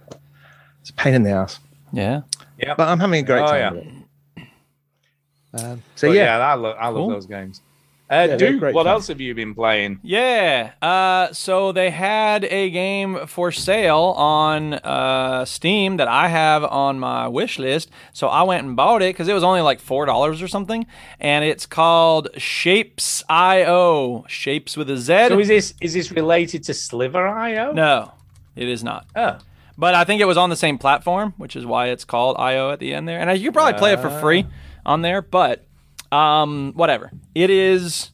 [SPEAKER 3] it's a pain in the ass
[SPEAKER 1] Yeah.
[SPEAKER 4] Yep.
[SPEAKER 3] but I'm having a great
[SPEAKER 4] Oh,
[SPEAKER 3] time.
[SPEAKER 4] yeah.
[SPEAKER 3] with it. Um, so
[SPEAKER 4] But
[SPEAKER 3] yeah,
[SPEAKER 4] yeah, I, lo- I love
[SPEAKER 1] Cool.
[SPEAKER 4] those games. Uh,
[SPEAKER 3] they're
[SPEAKER 4] Duke,
[SPEAKER 3] great
[SPEAKER 4] what
[SPEAKER 3] fun.
[SPEAKER 4] else have you been playing?
[SPEAKER 1] Yeah. Uh, so they had a game for sale on uh, Steam that I have on my wish list. So I went and bought it because it was only like four dollars or something, and it's called Shapes IO. Shapes with a Z.
[SPEAKER 4] So is this is this related to Sliver IO?
[SPEAKER 1] no, it is not.
[SPEAKER 4] Oh.
[SPEAKER 1] But I think it was on the same platform, which is why it's called IO at the end there. And I- you could probably play it for free on there, but um, whatever. It is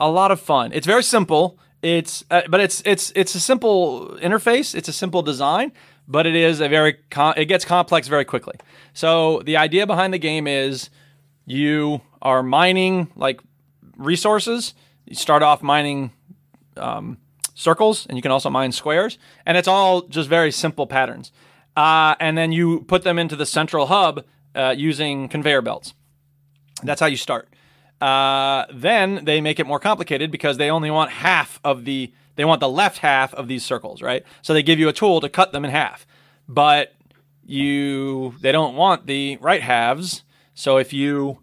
[SPEAKER 1] a lot of fun. It's very simple. It's uh, but it's it's it's a simple interface. It's a simple design, but it is a very com- it gets complex very quickly. So the idea behind the game is you are mining like resources. You start off mining circles and you can also mine squares and it's all just very simple patterns uh, and then you put them into the central hub uh, using conveyor belts that's how you start uh, then they make it more complicated because they only want half of the they want the left half of these circles right so they give you a tool to cut them in half but you they don't want the right halves so if you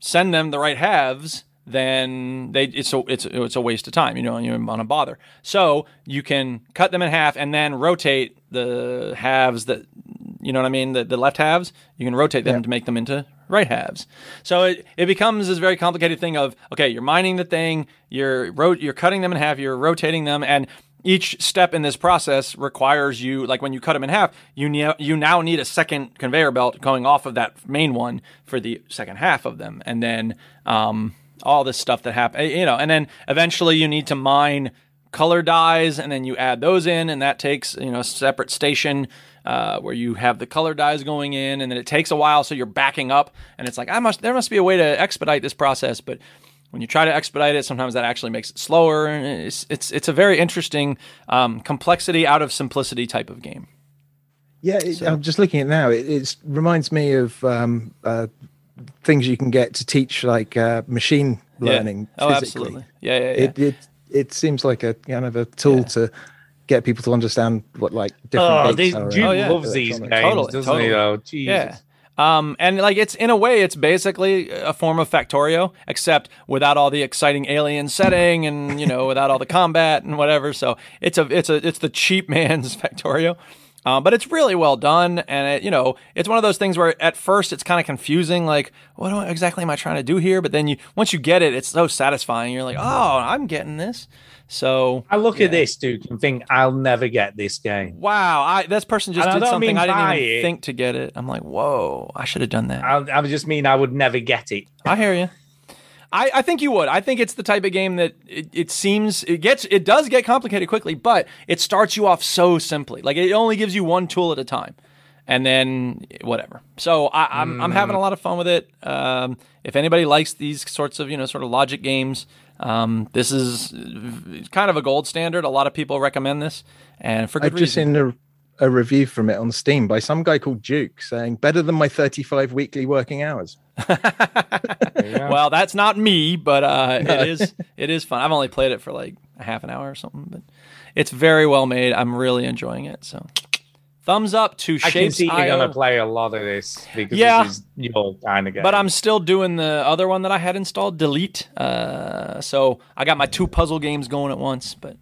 [SPEAKER 1] send them the right halves, then they it's a it's a- it's a waste of time. You know, and you don't want to bother. So you can cut them in half and then rotate the halves that you know what I mean. The, the left halves you can rotate them to make them into right halves. So it, it becomes this very complicated thing of okay, you're mining the thing, you're ro- you're cutting them in half, you're rotating them, and each step in this process requires you like when you cut them in half you ne- you now need a second conveyor belt going off of that main one for the second half of them and then um, all this stuff that happens you know and then eventually you need to mine color dyes, and then you add those in, and that takes you know a separate station uh, where you have the color dyes going in, and then it takes a while, so you're backing up, and it's like I must there must be a way to expedite this process, but when you try to expedite it, sometimes that actually makes it slower. and It's it's it's a very interesting um, complexity out of simplicity type of game.
[SPEAKER 3] Yeah, it, I'm just looking at it now. It it's, reminds me of um, uh, things you can get to teach like uh, machine
[SPEAKER 1] Yeah.
[SPEAKER 3] learning.
[SPEAKER 1] Oh,
[SPEAKER 3] physically.
[SPEAKER 1] absolutely. Yeah, yeah, yeah.
[SPEAKER 3] It, it it seems like a kind of a tool to get people to understand what like different.
[SPEAKER 4] Oh,
[SPEAKER 3] bits
[SPEAKER 4] these-
[SPEAKER 3] are
[SPEAKER 4] Jude
[SPEAKER 3] in
[SPEAKER 4] loves these
[SPEAKER 3] electronics.
[SPEAKER 4] games, doesn't he? Though,
[SPEAKER 1] Yeah.
[SPEAKER 4] Jesus.
[SPEAKER 1] Um, and like it's in a way, it's basically a form of Factorio, except without all the exciting alien setting and you know without all the combat and whatever. So it's a it's a it's the cheap man's Factorio. Um, but it's really well done, and it, you know it's one of those things where at first it's kind of confusing, like what do I- exactly am I trying to do here? But then you once you get it, it's so satisfying. You're like, oh, I'm getting this. So
[SPEAKER 4] I look at this dude and think I'll never get this game.
[SPEAKER 1] wow, I, this person just
[SPEAKER 4] And I
[SPEAKER 1] did
[SPEAKER 4] don't
[SPEAKER 1] something
[SPEAKER 4] mean
[SPEAKER 1] I
[SPEAKER 4] buy
[SPEAKER 1] didn't even
[SPEAKER 4] it.
[SPEAKER 1] think to get it. I'm like, whoa, I should have done that.
[SPEAKER 4] I, I just mean I would never get it.
[SPEAKER 1] I hear you. I, I think you would. I think it's the type of game that it, it seems it gets it does get complicated quickly, but it starts you off so simply. Like it only gives you one tool at a time, and then whatever. So I, I'm I'm having a lot of fun with it. Um, if anybody likes these sorts of you know sort of logic games, um, this is uh, kind of a gold standard. A lot of people recommend this, and for good
[SPEAKER 3] I've just
[SPEAKER 1] reason.
[SPEAKER 3] seen a, a review from it on Steam by some guy called Duke saying better than my 35 weekly working hours.
[SPEAKER 1] Well, that's not me, but uh, it is it is fun. I've only played it for like a half an hour or something, but it's very well made. I'm really enjoying it. So, thumbs up to
[SPEAKER 4] I can
[SPEAKER 1] Shapes
[SPEAKER 4] see you're
[SPEAKER 1] IO.
[SPEAKER 4] gonna play a lot of this because
[SPEAKER 1] Yeah.
[SPEAKER 4] this is your kind of game.
[SPEAKER 1] But I'm still doing the other one that I had installed, Delete. Uh, so I got my two puzzle games going at once. But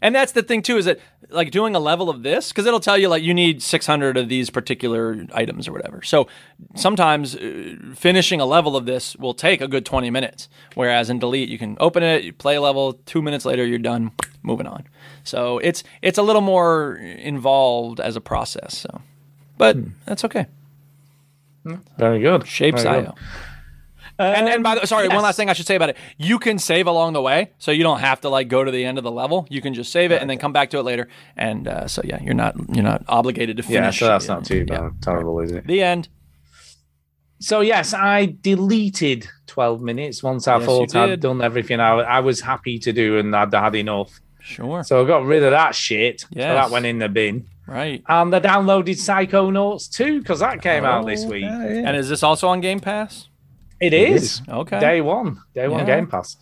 [SPEAKER 1] and that's the thing too is that like doing a level of this because it'll tell you like you need 600 of these particular items or whatever. So sometimes uh, finishing a level of this will take a good 20 minutes. Whereas in Delete, you can open it, you play a level, two minutes later you're done, moving on. So it's it's a little more involved as a process. So, but that's okay.
[SPEAKER 4] very good.
[SPEAKER 1] Shapes
[SPEAKER 4] Very
[SPEAKER 1] IO.
[SPEAKER 4] good.
[SPEAKER 1] and and by the sorry, one
[SPEAKER 4] yes.
[SPEAKER 1] last thing I should say about it. You can save along the way, so you don't have to like go to the end of the level. You can just save it and then come back to it later. And uh, so yeah, you're not you're not obligated to finish.
[SPEAKER 4] Yeah, so that's not
[SPEAKER 1] it.
[SPEAKER 4] too
[SPEAKER 1] Yeah.
[SPEAKER 4] bad. Terrible, is it?
[SPEAKER 1] The end.
[SPEAKER 4] So yes, I deleted twelve minutes once I
[SPEAKER 1] Yes,
[SPEAKER 4] thought
[SPEAKER 1] you did.
[SPEAKER 4] I'd done everything I, I was happy to do and I'd had enough.
[SPEAKER 1] Sure.
[SPEAKER 4] So I got rid of that shit. So
[SPEAKER 1] Yes.
[SPEAKER 4] that went in the bin.
[SPEAKER 1] Right.
[SPEAKER 4] And I downloaded Psychonauts 2 because that came out this week.
[SPEAKER 1] And is this also on Game Pass?
[SPEAKER 4] It is.
[SPEAKER 1] Okay.
[SPEAKER 4] Day one. Day one
[SPEAKER 1] Yeah.
[SPEAKER 4] Game Pass.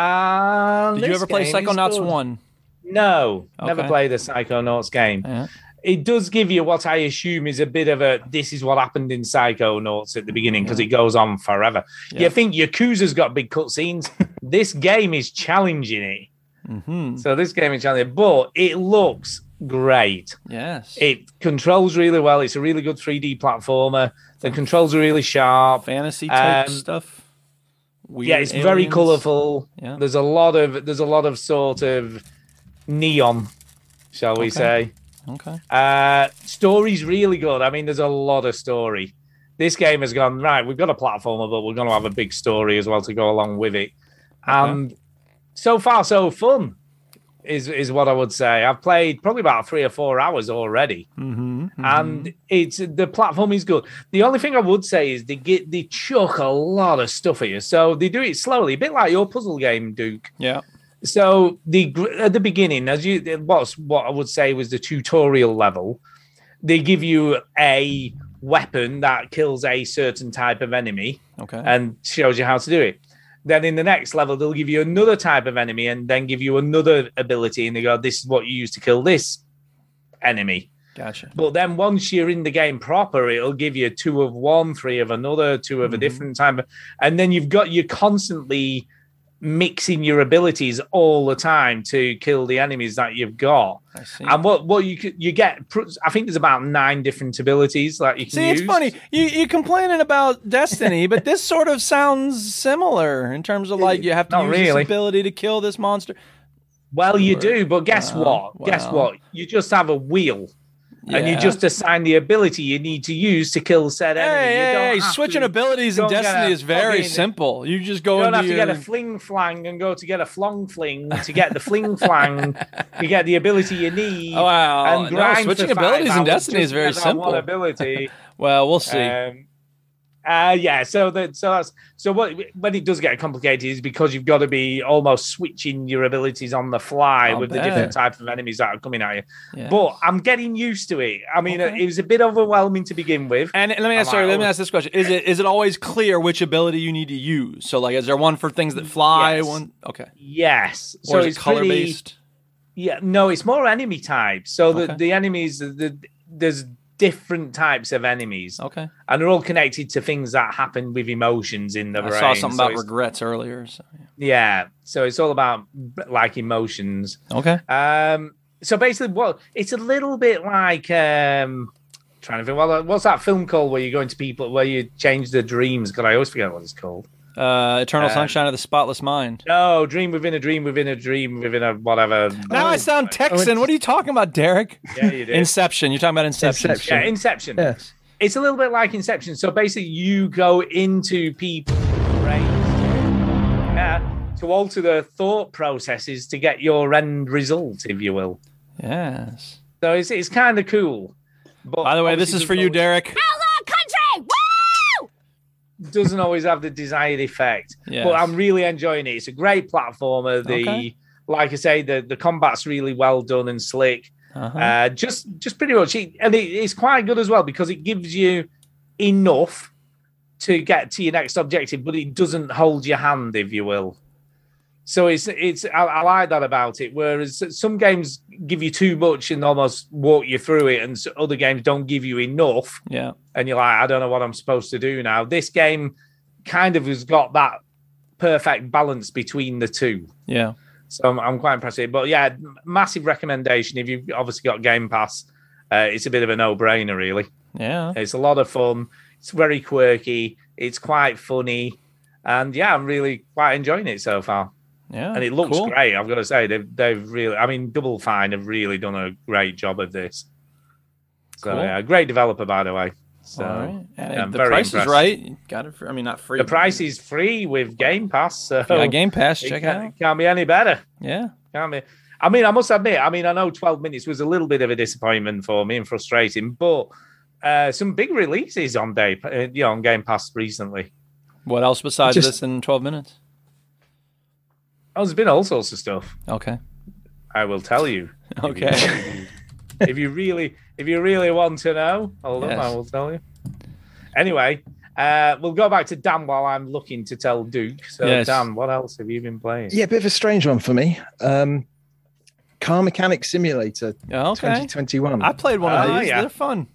[SPEAKER 4] And
[SPEAKER 1] Did you
[SPEAKER 4] this
[SPEAKER 1] ever play
[SPEAKER 4] game is
[SPEAKER 1] Psychonauts
[SPEAKER 4] good.
[SPEAKER 1] One?
[SPEAKER 4] No, never
[SPEAKER 1] Okay.
[SPEAKER 4] played a Psychonauts game.
[SPEAKER 1] Yeah.
[SPEAKER 4] It does give you what I assume is a bit of a this is what happened in Psychonauts at the beginning because it goes on forever.
[SPEAKER 1] Yeah.
[SPEAKER 4] You think Yakuza's got big cutscenes? this game is challenging it.
[SPEAKER 1] Mm-hmm.
[SPEAKER 4] So this game is challenging, but it looks great.
[SPEAKER 1] Yes.
[SPEAKER 4] It controls really well. It's a really good 3D platformer. The controls are really sharp.
[SPEAKER 1] Fantasy type
[SPEAKER 4] Um,
[SPEAKER 1] stuff. Weird
[SPEAKER 4] Yeah, it's very
[SPEAKER 1] aliens.
[SPEAKER 4] colourful.
[SPEAKER 1] Yeah.
[SPEAKER 4] There's a lot of there's a lot of sort of neon, shall we say.
[SPEAKER 1] Okay.
[SPEAKER 4] Uh, story's really good. I mean, there's a lot of story. This game has gone right. We've got a platformer, but we're going to have a big story as well to go along with it. And so far, so fun is is what I would say. I've played probably about three or four hours already, and it's the platform is good. The only thing I would say is they get they chuck a lot of stuff at you, so they do it slowly, a bit like your puzzle game, Duke
[SPEAKER 1] Yeah.
[SPEAKER 4] so the gr- at the beginning as you what's what i would say was the tutorial level they give you a weapon that kills a certain type of enemy
[SPEAKER 1] Okay.
[SPEAKER 4] and shows you how to do it then in the next level they'll give you another type of enemy and then give you another ability and they go this is what you use to kill this enemy
[SPEAKER 1] gotcha.
[SPEAKER 4] but then once you're in the game proper, it'll give you two of one, three of another, two
[SPEAKER 1] Mm-hmm.
[SPEAKER 4] of a different time. And then you've got you're constantly mixing your abilities all the time to kill the enemies that you've got.
[SPEAKER 1] I see.
[SPEAKER 4] And what what you c- you get, pr- I think there's about nine different abilities that you can
[SPEAKER 1] See,
[SPEAKER 4] use.
[SPEAKER 1] it's funny. You you're complaining about Destiny, but this sort of sounds similar in terms of like you have to
[SPEAKER 4] Not
[SPEAKER 1] use
[SPEAKER 4] really.
[SPEAKER 1] this ability to kill this monster.
[SPEAKER 4] Well, you do, but guess
[SPEAKER 1] Wow,
[SPEAKER 4] what? Guess
[SPEAKER 1] wow.
[SPEAKER 4] what? You just have a wheel. and you
[SPEAKER 1] Yeah.
[SPEAKER 4] just assign the ability you need to use to kill said enemy.
[SPEAKER 1] Hey,
[SPEAKER 4] You
[SPEAKER 1] hey,
[SPEAKER 4] don't
[SPEAKER 1] hey,
[SPEAKER 4] have
[SPEAKER 1] switching
[SPEAKER 4] to-
[SPEAKER 1] abilities in
[SPEAKER 4] don't get
[SPEAKER 1] Destiny
[SPEAKER 4] a
[SPEAKER 1] is very
[SPEAKER 4] fucking-
[SPEAKER 1] simple. You just go
[SPEAKER 4] you don't
[SPEAKER 1] into
[SPEAKER 4] have to
[SPEAKER 1] your,
[SPEAKER 4] get a fling flang and go to get a flong fling to get the fling flang. You get the ability you need.
[SPEAKER 11] Oh, wow.
[SPEAKER 4] and
[SPEAKER 11] No,
[SPEAKER 4] grind
[SPEAKER 11] switching
[SPEAKER 4] for five
[SPEAKER 11] abilities in
[SPEAKER 4] hours
[SPEAKER 11] Destiny
[SPEAKER 4] just
[SPEAKER 11] is very
[SPEAKER 4] because I want
[SPEAKER 11] simple.
[SPEAKER 4] ability.
[SPEAKER 11] Well, we'll see.
[SPEAKER 4] Um, uh, yeah, so that so that's so what when it does get complicated is because you've got to be almost switching your abilities on the fly
[SPEAKER 11] I'll
[SPEAKER 4] with
[SPEAKER 11] bet.
[SPEAKER 4] the different type of enemies that are coming at you.
[SPEAKER 11] Yeah.
[SPEAKER 4] But I'm getting used to it. I mean, it was a bit overwhelming to begin with.
[SPEAKER 1] And let me ask, sorry, let me ask this question: Is it is it always clear which ability you need to use? So, like, is there one for things that fly?
[SPEAKER 4] Yes.
[SPEAKER 1] One okay,
[SPEAKER 4] Yes.
[SPEAKER 1] or is it
[SPEAKER 4] it's
[SPEAKER 1] color
[SPEAKER 4] pretty-
[SPEAKER 1] based?
[SPEAKER 4] Yeah, no, it's more enemy types. So the,
[SPEAKER 1] Okay.
[SPEAKER 4] the enemies, the, the, there's different types of enemies.
[SPEAKER 1] Okay,
[SPEAKER 4] And they're all connected to things that happen with emotions in the
[SPEAKER 1] I
[SPEAKER 4] brain.
[SPEAKER 1] saw something
[SPEAKER 4] So
[SPEAKER 1] about
[SPEAKER 4] it's-
[SPEAKER 1] regrets earlier. So.
[SPEAKER 4] Yeah, so it's all about like emotions.
[SPEAKER 1] Okay,
[SPEAKER 4] Um, so basically, what it's a little bit like um, trying to think. Well, what's that film called where you go into people where you change their dreams? Because I always forget what it's called.
[SPEAKER 1] uh, Eternal
[SPEAKER 4] Um,
[SPEAKER 1] Sunshine of the Spotless Mind.
[SPEAKER 4] No, dream within a dream within a dream within a whatever.
[SPEAKER 1] Now I sound Texan. What are you talking about, Derek?
[SPEAKER 4] Oh. Yeah, you did.
[SPEAKER 1] Inception. You're talking about Inception.
[SPEAKER 4] Yeah, Inception.
[SPEAKER 1] Yes.
[SPEAKER 4] It's a little bit like Inception. So basically, you go into people's brains yeah, uh, to alter their thought processes to get your end result, if you will.
[SPEAKER 1] Yes.
[SPEAKER 4] So it's, it's kind of cool. But
[SPEAKER 1] By the way, this is for you, Derek.
[SPEAKER 7] country!
[SPEAKER 4] doesn't always have the desired effect.
[SPEAKER 1] Yes.
[SPEAKER 4] But I'm really enjoying it. It's a great platformer. The
[SPEAKER 1] Okay.
[SPEAKER 4] like I say, the the combat's really well done and slick.
[SPEAKER 1] Uh-huh.
[SPEAKER 4] Uh, just just pretty much, it, and it, it's quite good as well because it gives you enough to get to your next objective, but it doesn't hold your hand, if you will. So it's it's I, I like that about it. Whereas some games give you too much and almost walk you through it, and s- other games don't give you enough
[SPEAKER 1] Yeah.
[SPEAKER 4] and you're like, I don't know what I'm supposed to do now. This game kind of has got that perfect balance between the two.
[SPEAKER 1] Yeah.
[SPEAKER 4] So I'm, I'm quite impressed with it. But yeah, m- massive recommendation. If you've obviously got Game Pass, uh, it's a bit of a no brainer, really.
[SPEAKER 1] Yeah.
[SPEAKER 4] It's a lot of fun. It's very quirky. It's quite funny. And yeah, I'm really quite enjoying it so far.
[SPEAKER 1] Yeah.
[SPEAKER 4] And it looks
[SPEAKER 1] cool.
[SPEAKER 4] great. I've got to say, they've, they've really, I mean, Double Fine have really done a great job of this. So
[SPEAKER 1] Cool.
[SPEAKER 4] yeah, great developer, by the way. So
[SPEAKER 1] All right. And
[SPEAKER 4] yeah, I'm
[SPEAKER 1] if the
[SPEAKER 4] very
[SPEAKER 1] price is
[SPEAKER 4] impressed.
[SPEAKER 1] right. You got it. For, I mean, not free.
[SPEAKER 4] The price is free with Game Pass. So
[SPEAKER 1] you got Game Pass,
[SPEAKER 4] it
[SPEAKER 1] check it
[SPEAKER 4] can't,
[SPEAKER 1] out.
[SPEAKER 4] It can't be any better.
[SPEAKER 1] Yeah.
[SPEAKER 4] Can't be. I mean, I must admit, I mean, I know 12 minutes was a little bit of a disappointment for me and frustrating, but uh, some big releases on day, uh, you know, on Game Pass recently.
[SPEAKER 1] What else besides
[SPEAKER 4] Just-
[SPEAKER 1] this in 12 minutes?
[SPEAKER 4] Oh, there's been all sorts of stuff.
[SPEAKER 1] Okay.
[SPEAKER 4] I will tell you. If you-
[SPEAKER 1] Okay.
[SPEAKER 4] if you really, if you really want to know, hold on, I
[SPEAKER 1] Yes.
[SPEAKER 4] will tell you. Anyway, uh, we'll go back to Dan while I'm looking to tell Duke. So,
[SPEAKER 3] Yes.
[SPEAKER 4] Dan, what else have you been playing?
[SPEAKER 3] Yeah, a bit of a strange one for me. Um, Car Mechanic Simulator
[SPEAKER 1] okay.
[SPEAKER 3] 2021.
[SPEAKER 1] I played one of
[SPEAKER 4] Oh,
[SPEAKER 3] Ah,
[SPEAKER 1] these.
[SPEAKER 3] yeah.
[SPEAKER 1] They're fun.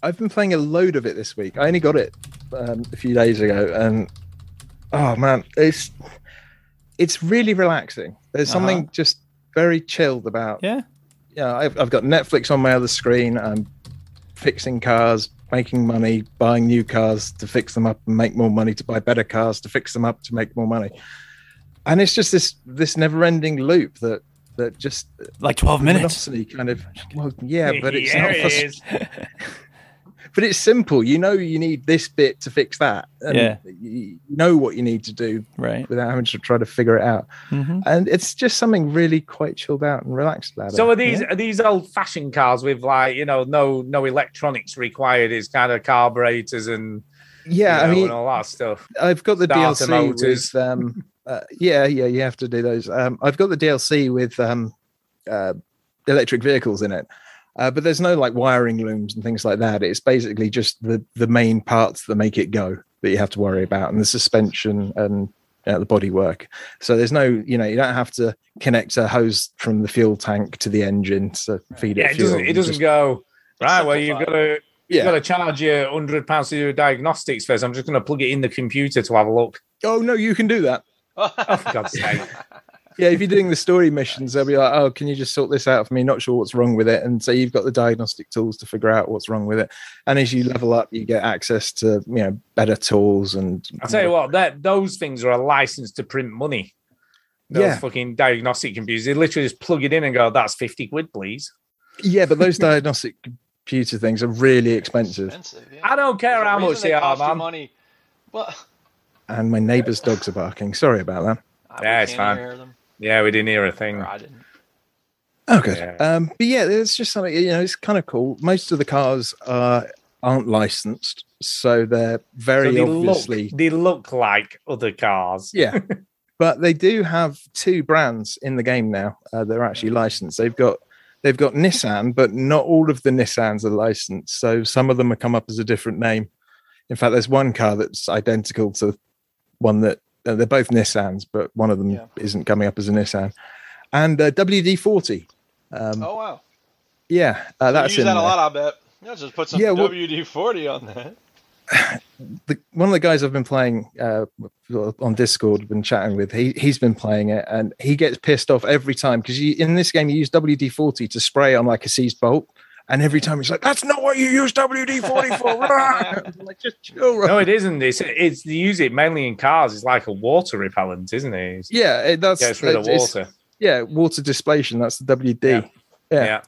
[SPEAKER 3] I've been playing a load of it this week. I only got it um, a few days ago, and oh man, it's it's really relaxing. There's
[SPEAKER 1] Uh-huh.
[SPEAKER 3] something just very chilled about.
[SPEAKER 1] Yeah.
[SPEAKER 3] Yeah, I've, I've got Netflix on my other screen. I'm fixing cars, making money, buying new cars to fix them up and make more money to buy better cars to fix them up to make more money. And it's just this this never-ending loop that that just
[SPEAKER 1] Like 12 minutes.
[SPEAKER 3] monotony kind of well, yeah, but it's
[SPEAKER 4] Here
[SPEAKER 3] not
[SPEAKER 4] it
[SPEAKER 3] frus-
[SPEAKER 4] is.
[SPEAKER 3] but it's simple. You know, you need this bit to fix that. And
[SPEAKER 1] Yeah.
[SPEAKER 3] You know what you need to do
[SPEAKER 1] Right. Mm-hmm.
[SPEAKER 3] without having to try to figure it out. And it's just something really quite chilled out and relaxed about it.
[SPEAKER 4] So are these
[SPEAKER 3] Yeah.
[SPEAKER 4] are these old fashioned cars with like you know no no electronics required? It's kind of carburetors and
[SPEAKER 3] Yeah,
[SPEAKER 4] you know,
[SPEAKER 3] I
[SPEAKER 4] and
[SPEAKER 3] mean,
[SPEAKER 4] all that stuff.
[SPEAKER 3] I've got the
[SPEAKER 4] Starter
[SPEAKER 3] DLC
[SPEAKER 4] motors.
[SPEAKER 3] with um, uh, yeah, yeah, you have to do those. Um, I've got the DLC with um, uh, electric vehicles in it, uh, but there's no like wiring looms and things like that. It's basically just the the main parts that make it go that you have to worry about, and the suspension and uh, the bodywork. So there's no, you know, you don't have to connect a hose from the fuel tank to the engine to feed it.
[SPEAKER 4] Yeah, it
[SPEAKER 3] fuel.
[SPEAKER 4] doesn't
[SPEAKER 3] You
[SPEAKER 4] it doesn't
[SPEAKER 3] just-
[SPEAKER 4] go right. Well, you've got to
[SPEAKER 3] Yeah.
[SPEAKER 4] you've got to charge your hundred pounds to do diagnostics first. I'm just going to plug it in the computer to have a look.
[SPEAKER 3] Oh no, you can do that.
[SPEAKER 4] Oh, for God's sake!
[SPEAKER 3] yeah, if you're doing the story missions, they'll be like, "Oh, can you just sort this out for me? Not sure what's wrong with it." And so you've got the diagnostic tools to figure out what's wrong with it. And as you level up, you get access to you know better tools and
[SPEAKER 4] I tell you what, that those things are a license to print money. Those
[SPEAKER 3] Yeah.
[SPEAKER 4] fucking diagnostic computers. They literally just plug it in and go, "That's fifty quid, please."
[SPEAKER 3] yeah, but those diagnostic computer things are really expensive.
[SPEAKER 4] I don't care how much they are, man.
[SPEAKER 11] Money. Well,
[SPEAKER 3] And my neighbour's dogs are barking. Sorry about that.
[SPEAKER 4] yeah, it's fine.
[SPEAKER 11] can't hear them.
[SPEAKER 4] Yeah, we didn't hear a thing.
[SPEAKER 3] Oh, good.
[SPEAKER 4] Yeah.
[SPEAKER 3] Um, but yeah, it's just something you know. It's kind of cool. Most of the cars are aren't licensed, so they're very
[SPEAKER 4] So they
[SPEAKER 3] obviously
[SPEAKER 4] look, they look like other cars.
[SPEAKER 3] yeah. But they do have two brands in the game now. Uh, they're actually licensed. They've got they've got Nissan, but not all of the Nissans are licensed. So some of them have come up as a different name. In fact, there's one car that's identical to one that uh, they're both Nissans, but one of them isn't coming up as a Nissan. And uh, WD40. Um,
[SPEAKER 11] Oh wow.
[SPEAKER 3] Yeah, uh, that's
[SPEAKER 11] you
[SPEAKER 3] in
[SPEAKER 11] use that
[SPEAKER 3] there.
[SPEAKER 11] a lot, I bet. Yeah, just put some
[SPEAKER 3] Yeah, well-
[SPEAKER 11] WD-40 on that.
[SPEAKER 3] the one of the guys I've been playing uh, on Discord, been chatting with, he he's been playing it, and he gets pissed off every time because in this game you use WD forty to spray on like a seized bolt, and every time he's like, "That's not what you use WD forty for." rah!" like, just chill,
[SPEAKER 4] No, it isn't. It's it's they use it mainly in cars. It's like a water repellent, isn't it? It's-
[SPEAKER 3] yeah, it, that's
[SPEAKER 4] Gets rid of
[SPEAKER 3] it's-
[SPEAKER 4] water.
[SPEAKER 3] Yeah, water displacement. That's the WD. Yeah.
[SPEAKER 4] Yeah.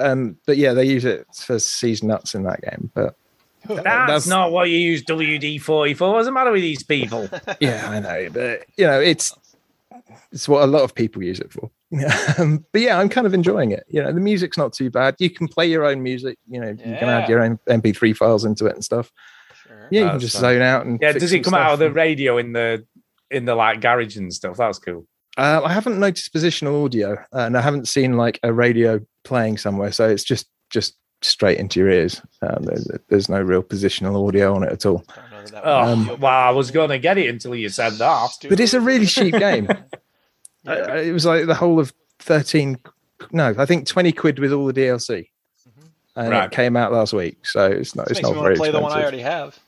[SPEAKER 3] Um, but yeah, they use it for seized nuts in that game. But
[SPEAKER 4] That's,
[SPEAKER 3] That's-
[SPEAKER 4] not what you use WD forty for. What's the matter with these people?
[SPEAKER 3] yeah, I know, but you know, it's it's what a lot of people use it for. um, but yeah, I'm kind of enjoying it. You know, the music's not too bad. You can play your own music. You know, you can add
[SPEAKER 4] Yeah.
[SPEAKER 3] your own MP3 files into it and stuff. Yeah, you can
[SPEAKER 4] That's
[SPEAKER 3] just
[SPEAKER 4] fun.
[SPEAKER 3] zone out and
[SPEAKER 4] yeah.
[SPEAKER 3] fix
[SPEAKER 4] Does it
[SPEAKER 3] some
[SPEAKER 4] come out of
[SPEAKER 3] stuff.
[SPEAKER 4] the radio in the in the like garage and stuff? That's cool.
[SPEAKER 3] Uh, I haven't noticed positional audio, uh, and I haven't seen like a radio playing somewhere, so it's just just straight into your ears. Um, there's, there's no real positional audio on it at all.
[SPEAKER 4] Oh
[SPEAKER 3] Um,
[SPEAKER 4] well, I was gonna get it until you said that.
[SPEAKER 3] But it's a really cheap game. Uh, it was like the whole of 13, no, I think 20 quid with all the DLC. And
[SPEAKER 11] Mm-hmm. Right.
[SPEAKER 3] it came out last week, so it's not
[SPEAKER 11] This
[SPEAKER 3] it's
[SPEAKER 11] makes
[SPEAKER 3] not
[SPEAKER 11] me want
[SPEAKER 3] very
[SPEAKER 11] to play
[SPEAKER 3] expensive.
[SPEAKER 11] the one I already have.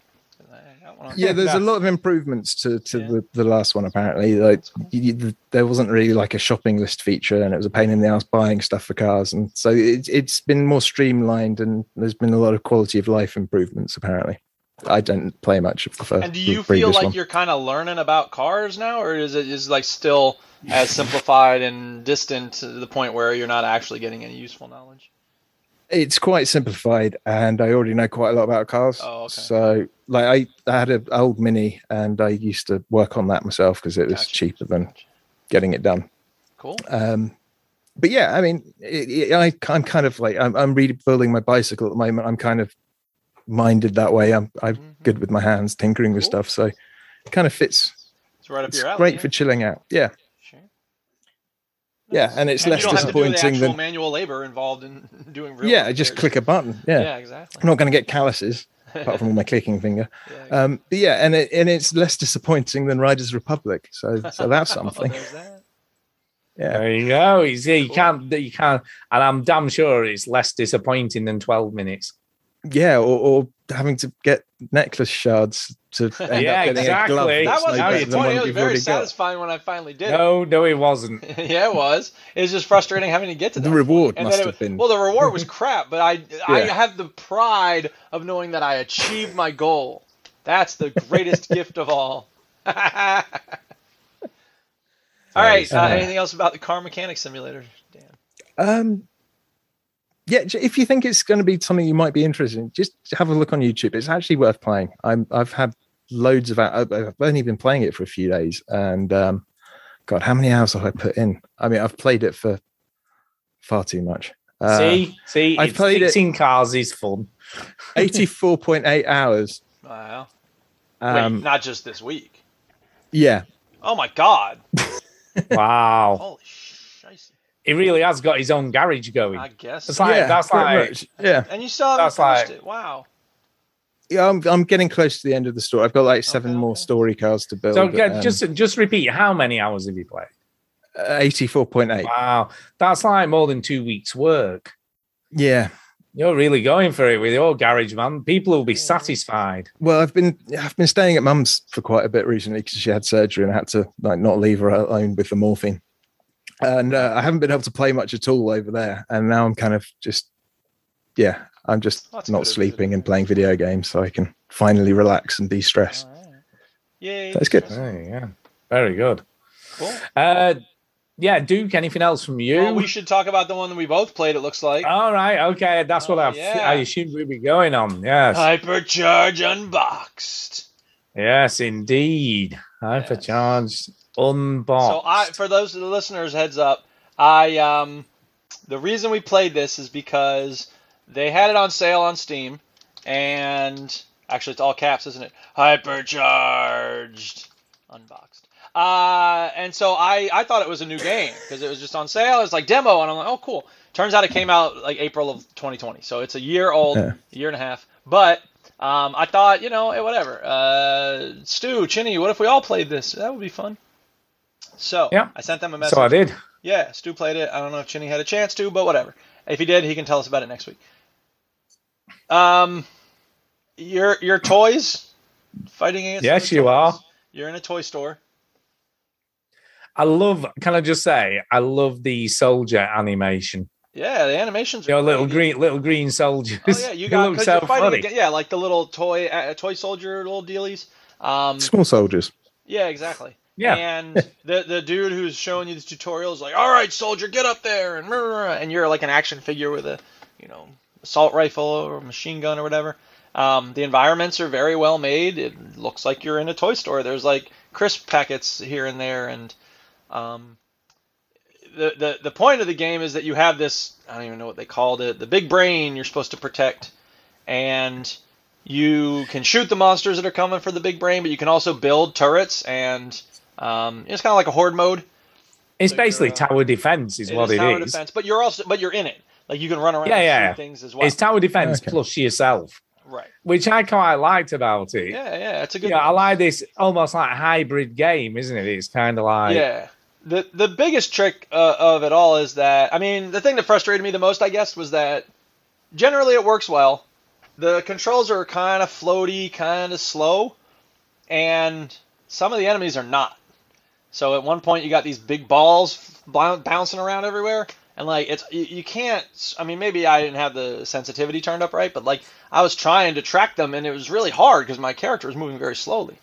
[SPEAKER 11] I got one on-
[SPEAKER 3] yeah, there's a lot of improvements to, to the, the last one apparently. Like you, you, there wasn't really like a shopping list feature, and it was a pain in the ass buying stuff for cars, and so it, it's been more streamlined, and there's been a lot of quality of life improvements apparently. I don't play much of the first.
[SPEAKER 11] And do
[SPEAKER 3] the
[SPEAKER 11] you feel
[SPEAKER 3] previous
[SPEAKER 11] like
[SPEAKER 3] one.
[SPEAKER 11] you're kind of learning about cars now, or is it is it, like still as simplified and distant to the point where you're not actually getting any useful knowledge?
[SPEAKER 3] it's quite simplified and i already know quite a lot about cars
[SPEAKER 11] Oh,
[SPEAKER 3] so like i, I had an old mini and i used to work on that myself because it was cheaper than getting it done
[SPEAKER 11] cool
[SPEAKER 3] um but yeah i mean it, it- I, i'm kind of like I'm, I'm rebuilding my bicycle at the moment i'm kind of minded that way i'm, I'm
[SPEAKER 11] Mm-hmm.
[SPEAKER 3] good with my hands tinkering with stuff so it kind of fits
[SPEAKER 11] It's right up
[SPEAKER 3] it's
[SPEAKER 11] your alley.
[SPEAKER 3] great
[SPEAKER 11] yeah.
[SPEAKER 3] for chilling out yeah yeah and it's
[SPEAKER 11] And
[SPEAKER 3] less
[SPEAKER 11] you don't have to do the
[SPEAKER 3] disappointing
[SPEAKER 11] actual
[SPEAKER 3] than
[SPEAKER 11] manual labor involved in doing real.
[SPEAKER 3] yeah, I just
[SPEAKER 11] repairs.
[SPEAKER 3] click a button. Yeah,
[SPEAKER 11] Yeah, exactly.
[SPEAKER 3] I'm not going to get calluses apart from my clicking finger. um, but yeah, and it, and it's less disappointing than Riders Republic. So so that's something. Yeah.
[SPEAKER 4] There you go. You see, you can't, you can't, and I'm damn sure it's less disappointing than 12 minutes.
[SPEAKER 3] yeah, or, or having to get necklace shards to end
[SPEAKER 4] Yeah,
[SPEAKER 3] up getting
[SPEAKER 4] exactly.
[SPEAKER 3] a glove.
[SPEAKER 4] That
[SPEAKER 3] that's no
[SPEAKER 4] wasn't
[SPEAKER 3] better than
[SPEAKER 11] Very funny,
[SPEAKER 3] one
[SPEAKER 11] It was
[SPEAKER 3] you've
[SPEAKER 11] very
[SPEAKER 3] already got.
[SPEAKER 11] satisfying when I finally did. it.
[SPEAKER 4] No, no, it wasn't.
[SPEAKER 11] yeah, it was. It was just frustrating having to get to
[SPEAKER 3] The
[SPEAKER 11] that.
[SPEAKER 3] reward
[SPEAKER 11] And
[SPEAKER 3] must
[SPEAKER 11] then it
[SPEAKER 3] have
[SPEAKER 11] was-
[SPEAKER 3] been-
[SPEAKER 11] Well, the reward was crap, but I I
[SPEAKER 3] Yeah.
[SPEAKER 11] have the pride of knowing that I achieved my goal. That's the greatest gift of all. all right. Uh,
[SPEAKER 3] sad.
[SPEAKER 11] anything else about the car mechanic simulator?
[SPEAKER 3] Um, yeah, j- if you think it's going to be something you might be interested in, just have a look on YouTube. It's actually worth playing. I'm, I've had loads of. I've I've only been playing it for a few days, and um, God, how many hours have I put in? I mean, I've played it for far too much. Uh,
[SPEAKER 4] see, see,
[SPEAKER 3] I've
[SPEAKER 4] it's
[SPEAKER 3] played it-
[SPEAKER 4] fixing cars is fun.
[SPEAKER 3] eighty-four point eight hours.
[SPEAKER 11] Wow.
[SPEAKER 3] Um,
[SPEAKER 11] Wait, not just this week.
[SPEAKER 3] Yeah,
[SPEAKER 11] Oh my God!
[SPEAKER 4] Wow.
[SPEAKER 11] Holy
[SPEAKER 4] He really has got his own garage going.
[SPEAKER 11] I guess.
[SPEAKER 4] That's like,
[SPEAKER 3] Yeah,
[SPEAKER 4] that's
[SPEAKER 3] pretty
[SPEAKER 4] like,
[SPEAKER 3] much. Yeah.
[SPEAKER 11] And you still haven't
[SPEAKER 4] That's
[SPEAKER 11] finished
[SPEAKER 4] like-
[SPEAKER 11] it. Wow.
[SPEAKER 3] yeah, I'm, I'm getting close to the end of the story. I've got like seven more story cards to build.
[SPEAKER 4] so get-
[SPEAKER 3] um,
[SPEAKER 4] just, just repeat how many hours have you played?
[SPEAKER 3] eighty-four point eight.
[SPEAKER 4] Wow. That's like more than two weeks' work.
[SPEAKER 3] Yeah.
[SPEAKER 4] You're really going for it with your garage, man. People will be satisfied.
[SPEAKER 3] Well, I've been I've been staying at mum's for quite a bit recently because she had surgery and I had to like not leave her alone with the morphine. And uh, I haven't been able to play much at all over there, and now I'm kind of just, yeah, I'm just not sleeping and playing video games, so I can finally relax and de-stress.
[SPEAKER 11] Yay.
[SPEAKER 4] Mm.
[SPEAKER 3] That's good.
[SPEAKER 4] yeah. Very good. Cool. Uh, yeah, Duke, anything else from you?
[SPEAKER 11] Well, Oh, we should talk about the one that we both played. It looks like
[SPEAKER 4] All right, okay, that's what I,
[SPEAKER 11] Oh, yeah.
[SPEAKER 4] I assumed we'd be going on. Yes,
[SPEAKER 11] Hypercharge Unboxed.
[SPEAKER 4] yes, indeed. Hypercharged, unboxed.
[SPEAKER 11] So I, for those of the listeners, heads up. I um, the reason we played this is because they had it on sale on Steam, and actually it's all caps, isn't it? Hypercharged, unboxed. Uh, and so I, I thought it was a new game because it was just on sale. It's like demo, and I'm like, oh cool. Turns out it came out like April of 2020, so it's a year old,
[SPEAKER 3] Yeah.
[SPEAKER 11] a year and a half. But um, I thought, you know, eh, whatever. Uh, Stu, Chinny, what if we all played this? That would be fun. So
[SPEAKER 4] Yeah.
[SPEAKER 11] I sent them a message.
[SPEAKER 4] so I did.
[SPEAKER 11] Yeah, Stu played it. I don't know if Chinny had a chance to, but whatever. If he did, he can tell us about it next week. Um, your your toys fighting against.
[SPEAKER 4] Yes,
[SPEAKER 11] other
[SPEAKER 4] you
[SPEAKER 11] toys.
[SPEAKER 4] are.
[SPEAKER 11] You're in a toy store.
[SPEAKER 4] I love. Can I just say, I love the soldier animation.
[SPEAKER 11] Yeah, the animations.
[SPEAKER 4] You know,
[SPEAKER 11] are
[SPEAKER 4] little
[SPEAKER 11] great.
[SPEAKER 4] green, little green soldiers.
[SPEAKER 11] Oh yeah, you
[SPEAKER 4] They
[SPEAKER 11] got
[SPEAKER 4] look
[SPEAKER 11] 'cause
[SPEAKER 4] so
[SPEAKER 11] you're fighting.
[SPEAKER 4] funny.
[SPEAKER 11] Against, yeah, like the little toy uh, toy soldier little dealies. Um,
[SPEAKER 3] Small soldiers.
[SPEAKER 11] Yeah, exactly.
[SPEAKER 3] Yeah.
[SPEAKER 11] And the the dude who's showing you the tutorial is like, "All right, soldier, get up there," and rah, rah, rah," and you're like an action figure with a, you know, assault rifle or machine gun or whatever. Um, the environments are very well made. It looks like you're in a toy store. There's like crisp packets here and there, and um, the, the the point of the game is that you have this I don't even know what they called it the big brain you're supposed to protect, and you can shoot the monsters that are coming for the big brain, but you can also build turrets, and um, it's kind of like a horde mode.
[SPEAKER 4] It's basically tower defense, is
[SPEAKER 11] It
[SPEAKER 4] what
[SPEAKER 11] is
[SPEAKER 4] it
[SPEAKER 11] tower
[SPEAKER 4] is.
[SPEAKER 11] defense, but you're also but you're in it. Like you can run around
[SPEAKER 4] Yeah,
[SPEAKER 11] and
[SPEAKER 4] yeah.
[SPEAKER 11] shoot things as well.
[SPEAKER 4] It's tower defense plus yourself,
[SPEAKER 11] right.
[SPEAKER 4] which I quite liked about it.
[SPEAKER 11] Yeah, yeah, it's a
[SPEAKER 4] You
[SPEAKER 11] good.
[SPEAKER 4] know, I like this almost like hybrid game, isn't it? It's kind of like
[SPEAKER 11] Yeah. The the biggest trick uh, of it all is that I mean the thing that frustrated me the most I guess was that generally it works well. The controls are kind of floaty, kind of slow, and some of the enemies are not. So at one point you got these big balls f- bou- bouncing around everywhere, and like it's you, you can't. I mean maybe I didn't have the sensitivity turned up right, but like I was trying to track them and it was really hard because my character was moving very slowly,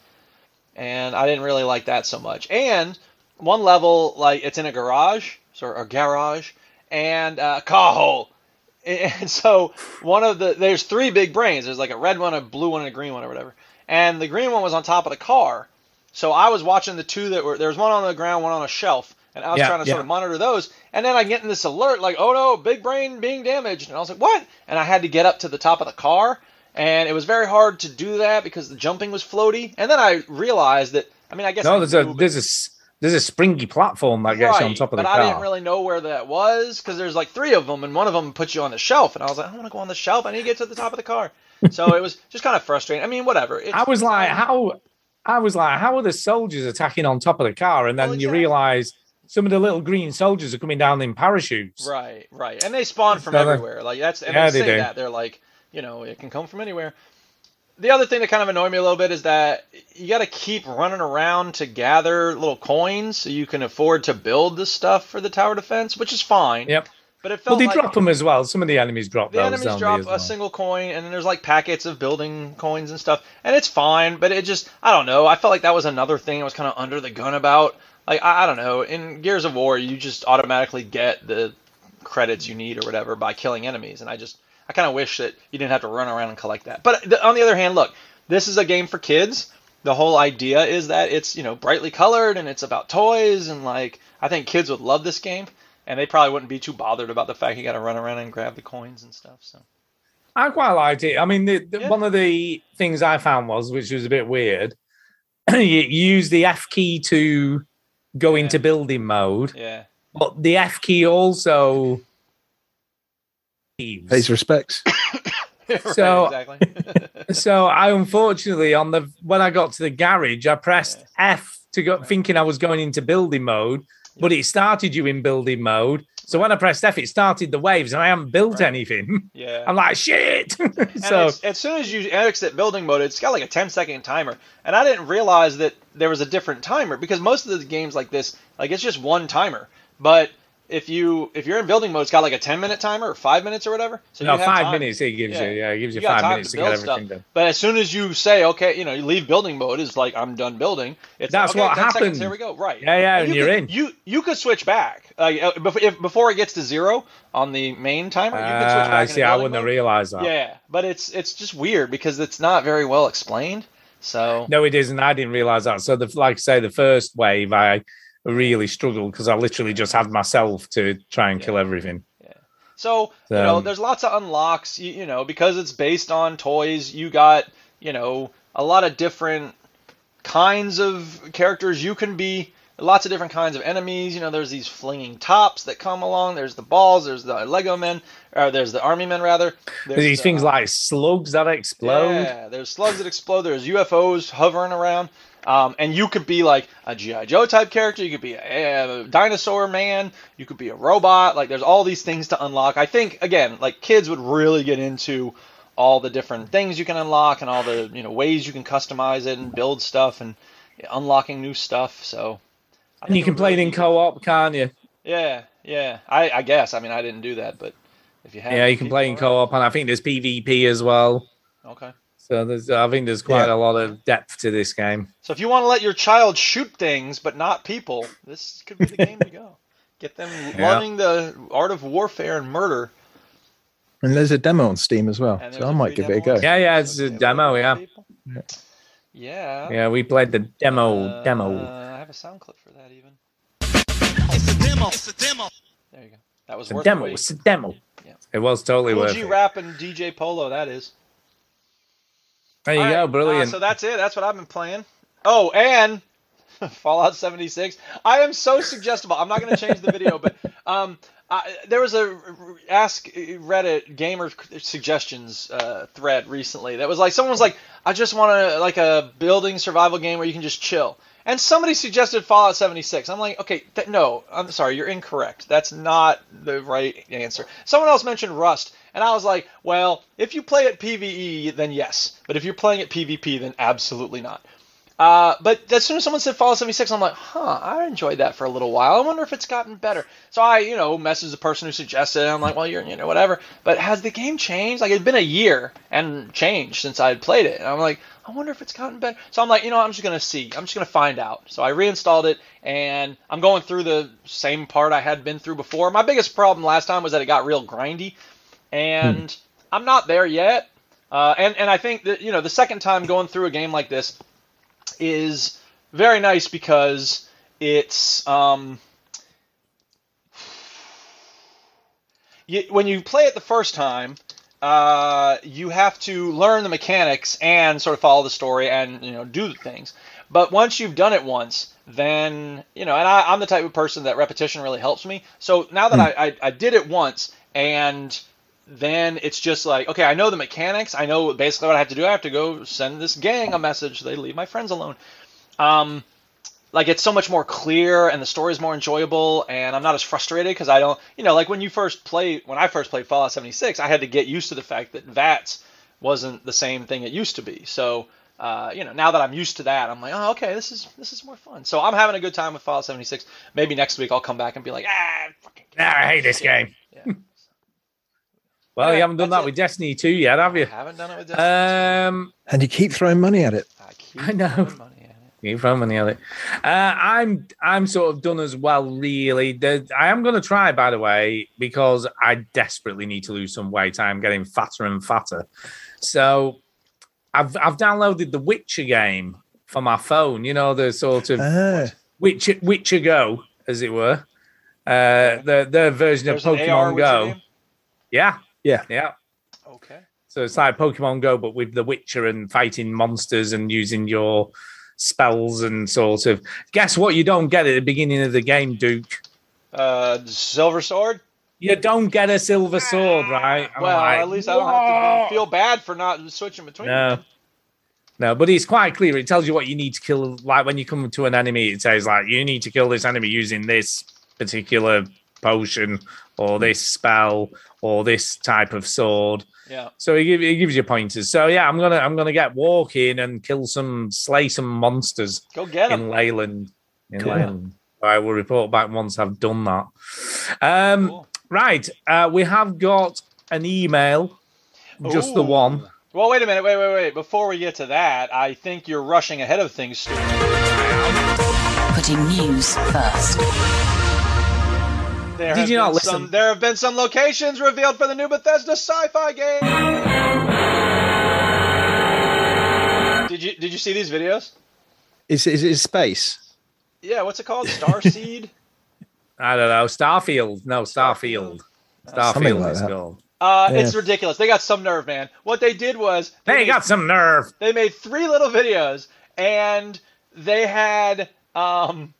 [SPEAKER 11] and I didn't really like that so much. And one level like it's in a garage or a garage and uh, Cajo. And so one of the there's three big brains. There's like a red one, a blue one, and a green one, or whatever. And the green one was on top of the car. So I was watching the two that were there was one on the ground, one on a shelf, and I was
[SPEAKER 4] Yeah,
[SPEAKER 11] trying to sort
[SPEAKER 4] yeah.
[SPEAKER 11] of monitor those. And then I get in this alert like, oh no, big brain being damaged. And I was like, what? And I had to get up to the top of the car, and it was very hard to do that because the jumping was floaty. And then I realized that I mean I guess I
[SPEAKER 4] no, there's
[SPEAKER 11] knew,
[SPEAKER 4] a
[SPEAKER 11] but-
[SPEAKER 4] there's a s- there's a springy platform that gets you on
[SPEAKER 11] Right,
[SPEAKER 4] top of the
[SPEAKER 11] but
[SPEAKER 4] car.
[SPEAKER 11] I didn't really know where that was because there's like three of them, and one of them puts you on the shelf, and I was like, I want to go on the shelf. I need to get to the top of the car. So it was just kind of frustrating. I mean, whatever. It's,
[SPEAKER 4] I was like, how? I was like, how are the soldiers attacking on top of the car? And then
[SPEAKER 11] Well,
[SPEAKER 4] you
[SPEAKER 11] yeah.
[SPEAKER 4] realize some of the little green soldiers are coming down in parachutes.
[SPEAKER 11] Right, right, and they spawn from
[SPEAKER 4] No, they-
[SPEAKER 11] everywhere. Like that's and
[SPEAKER 4] Yeah,
[SPEAKER 11] they,
[SPEAKER 4] they
[SPEAKER 11] say
[SPEAKER 4] do.
[SPEAKER 11] that they're like, you know, it can come from anywhere. The other thing that kind of annoyed me a little bit is that you got to keep running around to gather little coins so you can afford to build the stuff for the tower defense, which is fine.
[SPEAKER 4] Yep.
[SPEAKER 11] But it
[SPEAKER 4] Well,
[SPEAKER 11] felt
[SPEAKER 4] they
[SPEAKER 11] like
[SPEAKER 4] drop them as well. Some of the enemies drop
[SPEAKER 11] the
[SPEAKER 4] those.
[SPEAKER 11] enemies
[SPEAKER 4] don't they,
[SPEAKER 11] drop
[SPEAKER 4] as
[SPEAKER 11] a
[SPEAKER 4] well?
[SPEAKER 11] single coin and then there's like packets of building coins and stuff and it's fine but it just i don't know i felt like that was another thing i was kind of under the gun about like I, I don't know in gears of war you just automatically get the credits you need or whatever by killing enemies and i just i kind of wish that you didn't have to run around and collect that but the, on the other hand look this is a game for kids the whole idea is that it's you know brightly colored and it's about toys and like i think kids would love this game and they probably wouldn't be too bothered about the fact you got to run around and grab the coins and stuff. So
[SPEAKER 4] I quite liked it. I mean, the, the, one of the things I found was, which was a bit weird, you use the F key to go into building mode,
[SPEAKER 11] yeah,
[SPEAKER 4] but the F key also.
[SPEAKER 3] Pays respects.
[SPEAKER 4] So-
[SPEAKER 11] exactly.
[SPEAKER 4] so I unfortunately on the when I got to the garage, I pressed F to go, thinking I was going into building mode, but it started you in building mode. So when I pressed F, it started the waves, and I haven't built anything.
[SPEAKER 11] Yeah.
[SPEAKER 4] I'm like shit.
[SPEAKER 11] And
[SPEAKER 4] so
[SPEAKER 11] it's- as soon as you exit building mode, it's got like a 10 second timer, and I didn't realize that there was a different timer because most of the games like this, like it's just one timer, but if you if you're in building mode, it's got like a ten minute timer or five minutes or whatever. So
[SPEAKER 4] no,
[SPEAKER 11] you have
[SPEAKER 4] five
[SPEAKER 11] time.
[SPEAKER 4] minutes it gives
[SPEAKER 11] Yeah.
[SPEAKER 4] you. Yeah, it gives you,
[SPEAKER 11] got
[SPEAKER 4] five
[SPEAKER 11] time
[SPEAKER 4] minutes to, get
[SPEAKER 11] build
[SPEAKER 4] everything
[SPEAKER 11] stuff.
[SPEAKER 4] done.
[SPEAKER 11] But as soon as you say, okay, you know, you leave building mode, it's like I'm done building. It's
[SPEAKER 4] That's
[SPEAKER 11] like, okay,
[SPEAKER 4] what
[SPEAKER 11] 10
[SPEAKER 4] happened.
[SPEAKER 11] Seconds, here we go. Right.
[SPEAKER 4] Yeah, yeah, and
[SPEAKER 11] you
[SPEAKER 4] you're
[SPEAKER 11] could-
[SPEAKER 4] in.
[SPEAKER 11] You you could switch back. Like uh, bef- if, before it gets to zero on the main timer, you could switch
[SPEAKER 4] Ah,
[SPEAKER 11] back. into
[SPEAKER 4] see, I
[SPEAKER 11] building
[SPEAKER 4] wouldn't have
[SPEAKER 11] mode.
[SPEAKER 4] realised that.
[SPEAKER 11] Yeah, but it's it's just weird because it's not very well explained. So
[SPEAKER 4] No, it isn't. I didn't realize that. So, the, like I say, the first wave, I really struggled because I literally just had myself to try and kill everything.
[SPEAKER 11] So, you
[SPEAKER 4] Um,
[SPEAKER 11] know, there's lots of unlocks, you, you know, because it's based on toys, you got, you know, a lot of different kinds of characters you can be, lots of different kinds of enemies, you know, there's these flinging tops that come along, there's the balls, there's the Lego men, or there's the army men rather. There's uh,
[SPEAKER 4] These
[SPEAKER 11] the-
[SPEAKER 4] things like slugs that explode.
[SPEAKER 11] yeah, there's slugs that explode. There's UFOs hovering around, um, and you could be like a GI Joe type character. You could be a, a dinosaur man. You could be a robot. Like there's all these things to unlock. I think again, like kids would really get into all the different things you can unlock and all the you know ways you can customize it and build stuff and unlocking new stuff. So
[SPEAKER 4] And you can play it in co op, can't you?
[SPEAKER 11] yeah, yeah. I, I guess. I mean, I didn't do that, but if you have,
[SPEAKER 4] Yeah, you can play in co op. And I think there's PvP as well.
[SPEAKER 11] Okay.
[SPEAKER 4] So, there's, I think there's quite a lot of depth to this game.
[SPEAKER 11] So if you want to let your child shoot things but not people, this could be the game to go. Get them
[SPEAKER 4] Yeah.
[SPEAKER 11] learning the art of warfare and murder.
[SPEAKER 3] And there's a demo on Steam as well, so I might give it a go.
[SPEAKER 4] Yeah, yeah, it's a demo. Yeah,
[SPEAKER 11] Yeah.
[SPEAKER 4] yeah, we played the demo. demo.
[SPEAKER 11] Oh. Uh, I have a sound clip for that even.
[SPEAKER 10] demo. It's a demo.
[SPEAKER 11] There you go. That was
[SPEAKER 4] It's a
[SPEAKER 11] worth
[SPEAKER 4] demo. It's a demo. It was totally
[SPEAKER 11] Cool
[SPEAKER 4] worth
[SPEAKER 11] G
[SPEAKER 4] it.
[SPEAKER 11] Rap and DJ Polo, that is.
[SPEAKER 4] There you
[SPEAKER 11] All right,
[SPEAKER 4] go,
[SPEAKER 11] uh,
[SPEAKER 4] brilliant.
[SPEAKER 11] so that's it. That's what I've been playing. Oh, and Fallout 76. I am so suggestible. I'm not going to change the video, but um, I, there was a r- r- ask Reddit gamer suggestions uh, thread recently that was like someone was like, I just want to like a building survival game where you can just chill. And somebody suggested Fallout 76. I'm like, okay, th- no, I'm sorry, you're incorrect. That's not the right answer. Someone else mentioned Rust, and I was like, well, if you play it PvE, then yes. But if you're playing it PvP, then absolutely not. Uh, but as soon as someone said Fallout 76, I'm like, huh, I enjoyed that for a little while. I wonder if it's gotten better. So I, you know, messaged the person who suggested it. I'm like, well, you're, you know, whatever. But has the game changed? Like, it's been a year and change since I had played it. And I'm like, I wonder if it's gotten better. So I'm like, you know, I'm just going to see. I'm just going to find out. So I reinstalled it, and I'm going through the same part I had been through before. My biggest problem last time was that it got real grindy and I'm not there yet. Uh, and and I think that you know the second time going through a game like this is very nice because it's um, you, when you play it the first time, uh, you have to learn the mechanics and sort of follow the story and you know do the things. But once you've done it once, then you know, and I, I'm the type of person that repetition really helps me. So now that I, I, I did it once, and then it's just like, okay, I know the mechanics. I know basically what I have to do. I have to go send this gang a message. so They leave my friends alone. Um, like it's so much more clear and the story is more enjoyable and i'm not as frustrated because i don't you know like when you first play when i first played fallout 76 i had to get used to the fact that vats wasn't the same thing it used to be so uh, you know now that i'm used to that i'm like oh okay this is this is more fun so i'm having a good time with fallout 76 maybe next week i'll come back and be like ah
[SPEAKER 4] Nah, I hate this game. Well, you haven't done that with Destiny 2 yet, have you? I
[SPEAKER 11] haven't done it with
[SPEAKER 4] Destiny um,
[SPEAKER 3] And you keep throwing money at it.
[SPEAKER 4] I know. Keep throwing money at it. Uh, I'm I'm sort of done as well, really. The, I am going to try, by the way, because I desperately need to lose some weight. I'm getting fatter and fatter. So I've I've downloaded the Witcher game for my phone. You know the sort of
[SPEAKER 3] Ah.
[SPEAKER 4] Witcher Witcher Go, as it were. Uh, the their version
[SPEAKER 11] There's
[SPEAKER 4] of
[SPEAKER 11] an AR
[SPEAKER 4] Pokemon
[SPEAKER 11] Witcher
[SPEAKER 4] Go.
[SPEAKER 11] game?
[SPEAKER 4] Yeah.
[SPEAKER 3] Yeah.
[SPEAKER 4] Yeah.
[SPEAKER 11] Okay.
[SPEAKER 4] So it's like Pokemon Go, but with The Witcher and fighting monsters and using your spells and sort of. Guess what? You don't get at the beginning of the game, Duke.
[SPEAKER 11] uh, silver sword
[SPEAKER 4] You don't get a silver sword, right? I'm
[SPEAKER 11] well
[SPEAKER 4] like,
[SPEAKER 11] at least i don't have to be- feel bad for not switching between
[SPEAKER 4] No. No, but it's quite clear. It tells you what you need to kill. Like when you come to an enemy, it says like you need to kill this enemy using this particular potion or this spell or this type of sword.
[SPEAKER 11] Yeah.
[SPEAKER 4] So it, give, it gives you pointers. So yeah, I'm gonna I'm gonna get walking and kill some slay some monsters.
[SPEAKER 11] Go get 'em.
[SPEAKER 4] in Leyland. In
[SPEAKER 3] Cool.
[SPEAKER 4] Leyland. I will report back once I've done that. Um, Right, uh, we have got an email, just the
[SPEAKER 11] Ooh.
[SPEAKER 4] one.
[SPEAKER 11] Well, wait a minute. Wait, wait, wait. Before we get to that, I think you're rushing ahead of things, Stu.
[SPEAKER 12] Putting news first.
[SPEAKER 11] There
[SPEAKER 4] Did
[SPEAKER 11] have
[SPEAKER 4] you not
[SPEAKER 11] been
[SPEAKER 4] listen?
[SPEAKER 11] Some, there have been some locations revealed for the new Bethesda sci-fi game. Did you did you see these videos?
[SPEAKER 3] Is is is space?
[SPEAKER 11] Yeah, what's it called? Starseed.
[SPEAKER 4] I don't know. Starfield. No, Starfield.
[SPEAKER 3] Something
[SPEAKER 4] Starfield
[SPEAKER 3] like
[SPEAKER 4] is
[SPEAKER 3] that.
[SPEAKER 4] called.
[SPEAKER 11] Uh,
[SPEAKER 4] Yeah.
[SPEAKER 11] It's ridiculous. They got some nerve, man. What they did was
[SPEAKER 4] They got some nerve.
[SPEAKER 11] They made three little videos, and they had um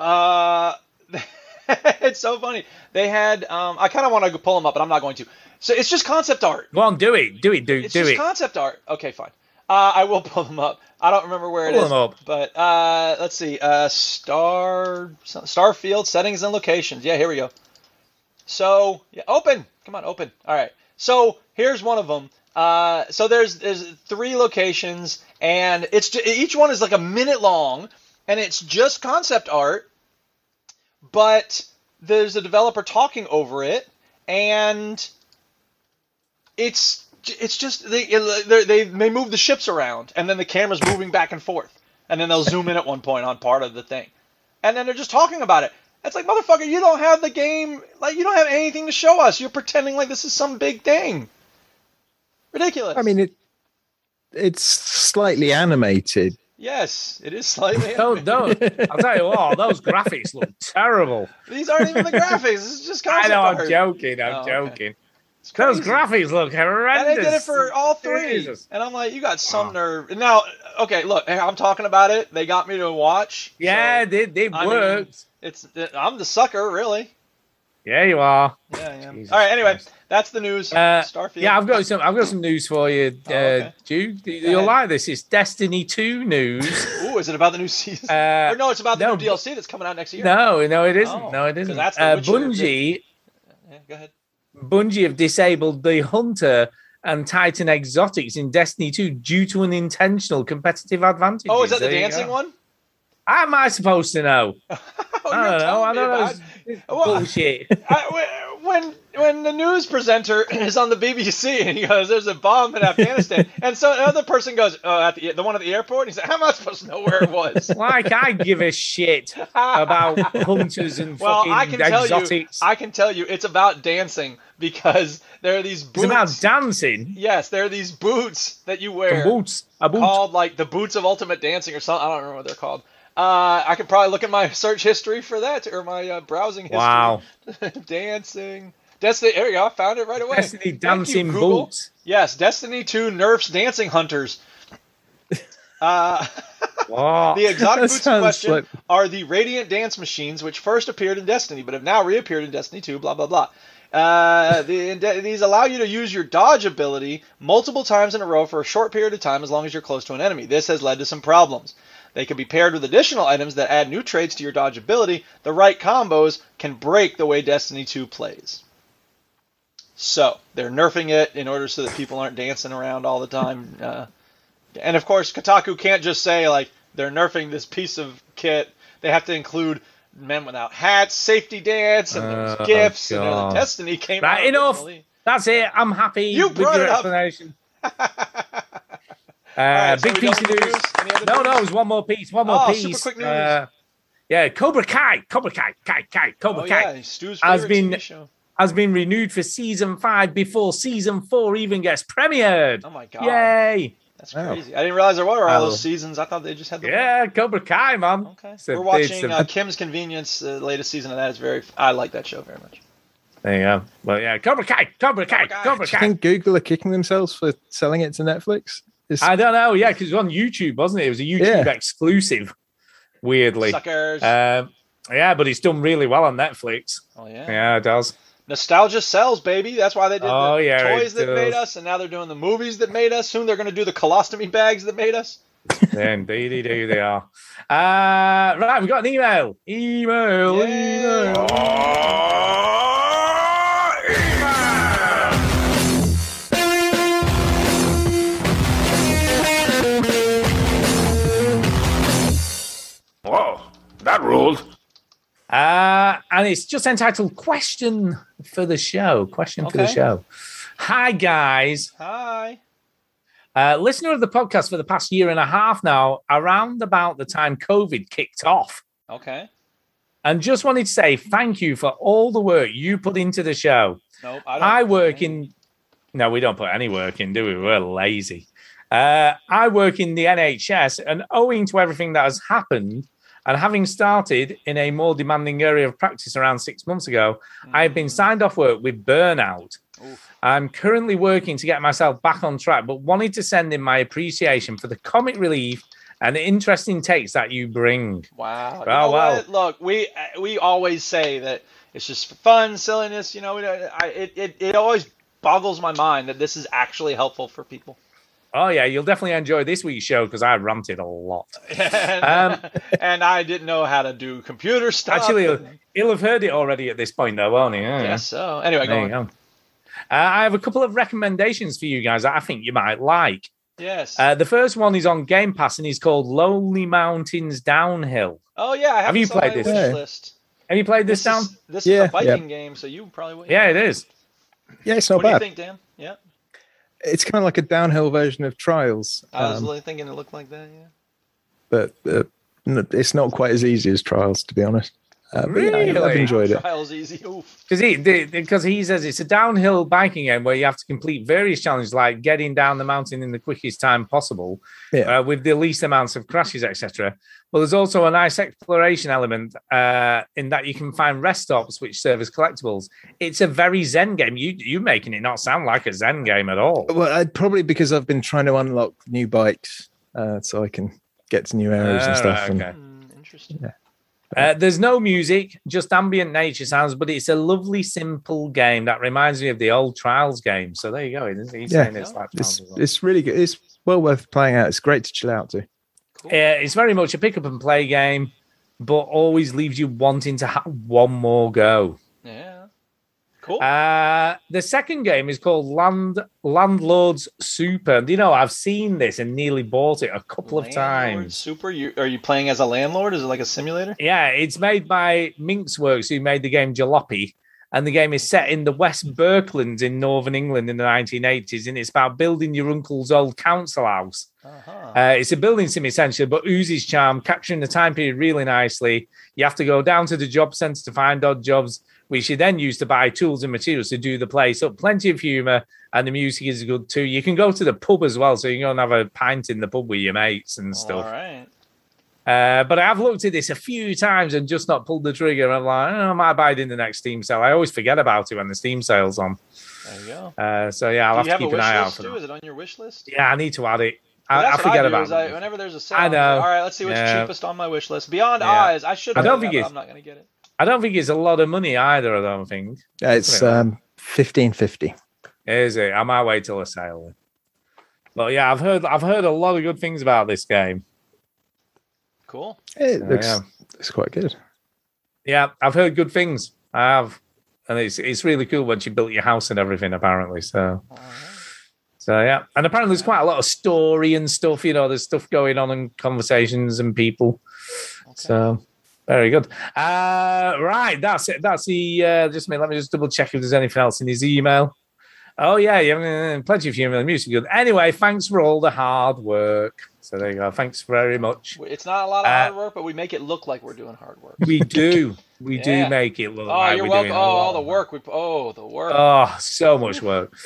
[SPEAKER 11] uh it's so funny. They had um I kind of want to pull them up, but I'm not going to. So it's just concept art.
[SPEAKER 4] Go on, do it. Do it, do,
[SPEAKER 11] It's
[SPEAKER 4] do
[SPEAKER 11] just
[SPEAKER 4] it.
[SPEAKER 11] concept art. Okay, fine. Uh, I will pull them up. I don't remember where it
[SPEAKER 4] Pull
[SPEAKER 11] is,
[SPEAKER 4] them up.
[SPEAKER 11] but uh, let's see. Uh, star some- Starfield settings and locations. Yeah, here we go. So yeah, open. Come on, open. All right. So here's one of them. Uh, so there's there's three locations, and it's ju- each one is like a minute long, and it's just concept art, but there's a developer talking over it, and it's it's just they they're- they they move the ships around and then the camera's moving back and forth and then they'll zoom in at one point on part of the thing and then they're just talking about it it's like motherfucker you don't have the game like you don't have anything to show us you're pretending like this is some big thing ridiculous
[SPEAKER 3] I mean, it it's slightly animated.
[SPEAKER 11] yes it is slightly
[SPEAKER 4] Don't, don't. I'll tell you what, those graphics look terrible.
[SPEAKER 11] these aren't even the graphics this is just
[SPEAKER 4] I
[SPEAKER 11] concept
[SPEAKER 4] know, I'm
[SPEAKER 11] art.
[SPEAKER 4] joking. I'm
[SPEAKER 11] Oh, okay.
[SPEAKER 4] joking. Those graphics look horrendous.
[SPEAKER 11] And they did it for all three.
[SPEAKER 4] Jesus.
[SPEAKER 11] And I'm like, you got some nerve. And Now, okay, look, I'm talking about it. They got me to watch.
[SPEAKER 4] Yeah, they, they
[SPEAKER 11] I mean,
[SPEAKER 4] worked.
[SPEAKER 11] it's I'm the sucker, really.
[SPEAKER 4] yeah, you are.
[SPEAKER 11] Yeah, yeah. All right. Anyway, that's the news.
[SPEAKER 4] Uh,
[SPEAKER 11] Starfield. Oh,
[SPEAKER 4] yeah, I've got some. I've got some news for you, uh, Duke. You'll
[SPEAKER 11] ahead.
[SPEAKER 4] like this. It's Destiny Two news.
[SPEAKER 11] Ooh, is it about the new season?
[SPEAKER 4] Uh,
[SPEAKER 11] or no, it's about the
[SPEAKER 4] no,
[SPEAKER 11] new DLC that's coming out next year.
[SPEAKER 4] No, no, it isn't.
[SPEAKER 11] Oh,
[SPEAKER 4] no, it isn't.
[SPEAKER 11] that's The
[SPEAKER 4] uh,
[SPEAKER 11] Witcher.
[SPEAKER 4] Bungie,
[SPEAKER 11] Yeah, go ahead.
[SPEAKER 4] Bungie have disabled the Hunter and Titan exotics in Destiny 2 due to an intentional competitive advantage.
[SPEAKER 11] Oh, is that the dancing one? Oh,
[SPEAKER 4] How am I supposed to know? I don't know. I don't
[SPEAKER 11] telling me
[SPEAKER 4] know.
[SPEAKER 11] about-
[SPEAKER 4] It's
[SPEAKER 11] Well,
[SPEAKER 4] bullshit.
[SPEAKER 11] I- when when the news presenter is on the BBC and he goes, "There's a bomb in Afghanistan," and so another person goes, "Oh, at the the one at the airport," and he's like, "How am I supposed to know where it was?"
[SPEAKER 4] like I give a shit about hunters and
[SPEAKER 11] Well,
[SPEAKER 4] fucking
[SPEAKER 11] I can tell you,
[SPEAKER 4] exotics.
[SPEAKER 11] I can tell you, it's about dancing because there are these boots.
[SPEAKER 4] it's about dancing.
[SPEAKER 11] Yes, there are these boots that you wear.
[SPEAKER 4] The boots. A boot.
[SPEAKER 11] Called like the boots of ultimate dancing or something. I don't remember what they're called. Uh, I could probably look at my search history for that or my uh, browsing history.
[SPEAKER 4] Wow.
[SPEAKER 11] dancing. Destiny. There we go. I found it right away.
[SPEAKER 4] Destiny
[SPEAKER 11] Thank you,
[SPEAKER 4] dancing
[SPEAKER 11] Google.
[SPEAKER 4] boots.
[SPEAKER 11] Yes, Destiny 2 nerfs dancing hunters. Uh,
[SPEAKER 4] Wow.
[SPEAKER 11] the exotic
[SPEAKER 3] That
[SPEAKER 11] boots in
[SPEAKER 3] sounds
[SPEAKER 11] question
[SPEAKER 3] like-
[SPEAKER 11] are the Radiant Dance Machines, which first appeared in Destiny, but have now reappeared in Destiny 2, blah, blah, blah. Uh, the, these allow you to use your dodge ability multiple times in a row for a short period of time as long as you're close to an enemy. This has led to some problems. They can be paired with additional items that add new traits to your dodge ability. The right combos can break the way Destiny 2 plays. So, they're nerfing it in order so that people aren't dancing around all the time. Uh, and of course, Kotaku can't just say like they're nerfing this piece of kit. They have to include men without hats, safety dance, and there
[SPEAKER 4] Oh,
[SPEAKER 11] was gifts, and there
[SPEAKER 4] God.
[SPEAKER 11] was Destiny came
[SPEAKER 4] Right,
[SPEAKER 11] out.
[SPEAKER 4] enough. That's it. I'm happy.
[SPEAKER 11] You
[SPEAKER 4] with
[SPEAKER 11] brought
[SPEAKER 4] your
[SPEAKER 11] it up.
[SPEAKER 4] explanation. uh,
[SPEAKER 11] right, so
[SPEAKER 4] big
[SPEAKER 11] we
[SPEAKER 4] piece
[SPEAKER 11] got
[SPEAKER 4] of
[SPEAKER 11] more
[SPEAKER 4] news.
[SPEAKER 11] news? Any other
[SPEAKER 4] No,
[SPEAKER 11] news?
[SPEAKER 4] no, it's one more piece. One more
[SPEAKER 11] Oh,
[SPEAKER 4] piece.
[SPEAKER 11] super quick news.
[SPEAKER 4] Uh, yeah, Cobra Kai, Cobra Kai, Kai, Kai, Cobra
[SPEAKER 11] Oh,
[SPEAKER 4] Kai
[SPEAKER 11] yeah, Stu's
[SPEAKER 4] has
[SPEAKER 11] favorite
[SPEAKER 4] been
[SPEAKER 11] TV show.
[SPEAKER 4] has been renewed for season five before season four even gets premiered.
[SPEAKER 11] Oh my God.
[SPEAKER 4] Yay!
[SPEAKER 11] That's crazy. I didn't realize there were all
[SPEAKER 4] Oh.
[SPEAKER 11] those seasons. I thought they just had the.
[SPEAKER 4] Yeah, Cobra Kai, man. Okay.
[SPEAKER 11] We're watching uh, Kim's Convenience, the latest season of that is very. I like that show very much.
[SPEAKER 4] there you go. Well, yeah, Cobra Kai, Cobra Kai, Cobra
[SPEAKER 3] Do you
[SPEAKER 4] Kai.
[SPEAKER 3] think Google are kicking themselves for selling it to Netflix? It's-
[SPEAKER 4] I don't know. Yeah, because it was on YouTube, wasn't it? It was a YouTube exclusive, weirdly.
[SPEAKER 11] Suckers.
[SPEAKER 4] Um, yeah, but it's done really well on Netflix.
[SPEAKER 11] Oh
[SPEAKER 4] Yeah,
[SPEAKER 11] yeah.
[SPEAKER 4] it does.
[SPEAKER 11] Nostalgia sells, baby. That's why they did
[SPEAKER 4] Oh,
[SPEAKER 11] the
[SPEAKER 4] yeah, it
[SPEAKER 11] toys that made
[SPEAKER 4] does.
[SPEAKER 11] us, and now they're doing the movies that made us. Soon they're going to do the colostomy bags that made us.
[SPEAKER 4] Yeah, indeedy do they are. Uh, right, we've got an email. Email, email.
[SPEAKER 13] Whoa, that
[SPEAKER 4] Uh, and it's just entitled Question for the Show. Question for the
[SPEAKER 11] Okay.
[SPEAKER 4] Show. Hi, guys.
[SPEAKER 11] Hi.
[SPEAKER 4] Uh, listener of the podcast for the past year and a half now, around about the time COVID kicked off.
[SPEAKER 11] Okay.
[SPEAKER 4] And just wanted to say thank you for all the work you put into the show.
[SPEAKER 11] Nope. I don't.
[SPEAKER 4] I, work in. No, we don't put any work in, do we? We're lazy. Uh, I work in the NHS, and owing to everything that has happened, and having started in a more demanding area of practice around six months ago, I have been
[SPEAKER 11] Mm.
[SPEAKER 4] signed off work with burnout. I'm currently working to get myself back on track, but wanted to send in my appreciation for the comic relief and the interesting takes that you bring.
[SPEAKER 11] Wow. You
[SPEAKER 4] Wow,
[SPEAKER 11] know
[SPEAKER 4] wow.
[SPEAKER 11] what? Look, we uh, we always say that it's just fun, silliness. You know, we don't- I, it, it it always boggles my mind that this is actually helpful for people.
[SPEAKER 4] Oh, yeah, you'll definitely enjoy this week's show because I ranted a lot.
[SPEAKER 11] and, and I didn't know how to do computer stuff.
[SPEAKER 4] Um, Actually, uh, he'll, he'll have heard it already at this point, though, won't he? Yeah.
[SPEAKER 11] Guess so. Anyway, go
[SPEAKER 4] There
[SPEAKER 11] on.
[SPEAKER 4] you Uh, I have a couple of recommendations for you guys that I think you might like.
[SPEAKER 11] yes.
[SPEAKER 4] Uh, the first one is on Game Pass and is called Lonely Mountains Downhill.
[SPEAKER 11] oh yeah, I have,
[SPEAKER 4] have you
[SPEAKER 11] this on
[SPEAKER 4] played
[SPEAKER 11] my
[SPEAKER 4] this?
[SPEAKER 11] wish
[SPEAKER 4] Yeah.
[SPEAKER 11] List.
[SPEAKER 4] Have you played this, down?
[SPEAKER 11] This, this is a Viking game, so you probably would.
[SPEAKER 4] Yeah, it is.
[SPEAKER 3] Yeah, it's not
[SPEAKER 11] what do you
[SPEAKER 3] bad.
[SPEAKER 11] think, Dan? Yeah,
[SPEAKER 3] It's kind of like a downhill version of Trials,
[SPEAKER 11] I was
[SPEAKER 3] um,
[SPEAKER 11] really thinking it looked like that. Yeah.
[SPEAKER 3] but uh, n- it's not quite as easy as Trials, to be honest. Uh, but yeah, I- I've
[SPEAKER 4] Really?
[SPEAKER 3] enjoyed it.
[SPEAKER 11] Trials easy. Oof.
[SPEAKER 4] Because he, because he says it's a downhill biking game where you have to complete various challenges like getting down the mountain in the quickest time possible,
[SPEAKER 3] Yeah.
[SPEAKER 4] uh, with the least amounts of crashes, etc. But there's also a nice exploration element uh, in that you can find rest stops which serve as collectibles. It's a very zen game. You you making it not sound like a zen game at all.
[SPEAKER 3] Well, I, probably because I've been trying to unlock new bikes uh, so I can get to new areas and
[SPEAKER 4] Ah,
[SPEAKER 3] stuff. and-
[SPEAKER 4] okay.
[SPEAKER 11] Hmm, Interesting.
[SPEAKER 4] Uh, there's no music, just ambient nature sounds, but it's a lovely, simple game that reminds me of the old Trials game. So there you go. He's he's
[SPEAKER 3] yeah,
[SPEAKER 4] saying it's like Trials
[SPEAKER 3] it's,
[SPEAKER 4] as well.
[SPEAKER 3] it's really good. It's well worth playing out. It's great to chill out to.
[SPEAKER 4] Uh, it's very much a pick up and play game, but always leaves you wanting to have one more go.
[SPEAKER 11] Yeah. Cool.
[SPEAKER 4] Uh, the second game is called Land Landlords Super. And, you know, I've seen this and nearly bought it a couple of
[SPEAKER 11] Landlord
[SPEAKER 4] times.
[SPEAKER 11] Super. You are you playing as a landlord? Is it like a simulator?
[SPEAKER 4] Yeah, it's made by Minx Works, who made the game Jalopy. And the game is set in the West Birklands in northern England in the 1980s. And it's about building your uncle's old council house.
[SPEAKER 11] Uh-huh.
[SPEAKER 4] Uh, it's a building sim essentially, but oozes charm, capturing the time period really nicely. You have to go down to the job center to find odd jobs, which you then use to buy tools and materials to do the place up. Plenty of humor, and the music is good too. You can go to the pub as well, so you can go and have a pint in the pub with your mates and
[SPEAKER 11] All
[SPEAKER 4] stuff.
[SPEAKER 11] right.
[SPEAKER 4] Uh, but I've looked at this a few times and just not pulled the trigger. I'm like, oh, I might buy it in the next Steam sale. I always forget about it when the Steam sale's on.
[SPEAKER 11] There you go.
[SPEAKER 4] Uh, so yeah, I'll
[SPEAKER 11] Do
[SPEAKER 4] have to keep
[SPEAKER 11] you
[SPEAKER 4] an
[SPEAKER 11] have a wish
[SPEAKER 4] eye out
[SPEAKER 11] list
[SPEAKER 4] for
[SPEAKER 11] too?
[SPEAKER 4] that.
[SPEAKER 11] Is it on your wish list?
[SPEAKER 4] Yeah, I need to add it. I, I
[SPEAKER 11] That's what
[SPEAKER 4] forget
[SPEAKER 11] do
[SPEAKER 4] about
[SPEAKER 11] is
[SPEAKER 4] it.
[SPEAKER 11] I, whenever there's a sale,
[SPEAKER 4] I
[SPEAKER 11] I'm like,
[SPEAKER 4] know.
[SPEAKER 11] all right, let's see what's
[SPEAKER 4] Yeah.
[SPEAKER 11] cheapest on my wish list. Beyond
[SPEAKER 4] Yeah.
[SPEAKER 11] Eyes, I should.
[SPEAKER 4] I don't
[SPEAKER 11] have
[SPEAKER 4] think
[SPEAKER 11] that, but
[SPEAKER 4] it's-
[SPEAKER 11] I'm not going to get it.
[SPEAKER 4] I don't think it's a lot of money either. I don't think
[SPEAKER 3] Yeah, it's um, fifteen fifty.
[SPEAKER 4] is it. I might wait till a sale. then. But yeah, I've heard I've heard a lot of good things about this game.
[SPEAKER 11] Cool.
[SPEAKER 3] It
[SPEAKER 4] Oh,
[SPEAKER 3] looks
[SPEAKER 4] yeah.
[SPEAKER 3] it's quite good.
[SPEAKER 4] Yeah, I've heard good things. I have, and it's it's really cool once you built your house and everything. Apparently, so so yeah, and apparently there's quite a lot of story and stuff. You know, there's stuff going on and conversations and people. So very good. Uh, right, that's it. That's the uh, just a minute. Let me just double check if there's anything else in his email. Oh yeah, yeah, mm, plenty of humor and music. Good. Anyway, thanks for all the hard work. So there you go. Thanks very much.
[SPEAKER 11] It's not a lot of
[SPEAKER 4] Uh,
[SPEAKER 11] hard work, but we make it look like we're doing hard work.
[SPEAKER 4] We do, we
[SPEAKER 11] Yeah.
[SPEAKER 4] do make it look
[SPEAKER 11] Oh,
[SPEAKER 4] like
[SPEAKER 11] you're
[SPEAKER 4] we're
[SPEAKER 11] welcome.
[SPEAKER 4] doing
[SPEAKER 11] Oh,
[SPEAKER 4] a lot.
[SPEAKER 11] all the work. We oh, the work.
[SPEAKER 4] Oh, so much work.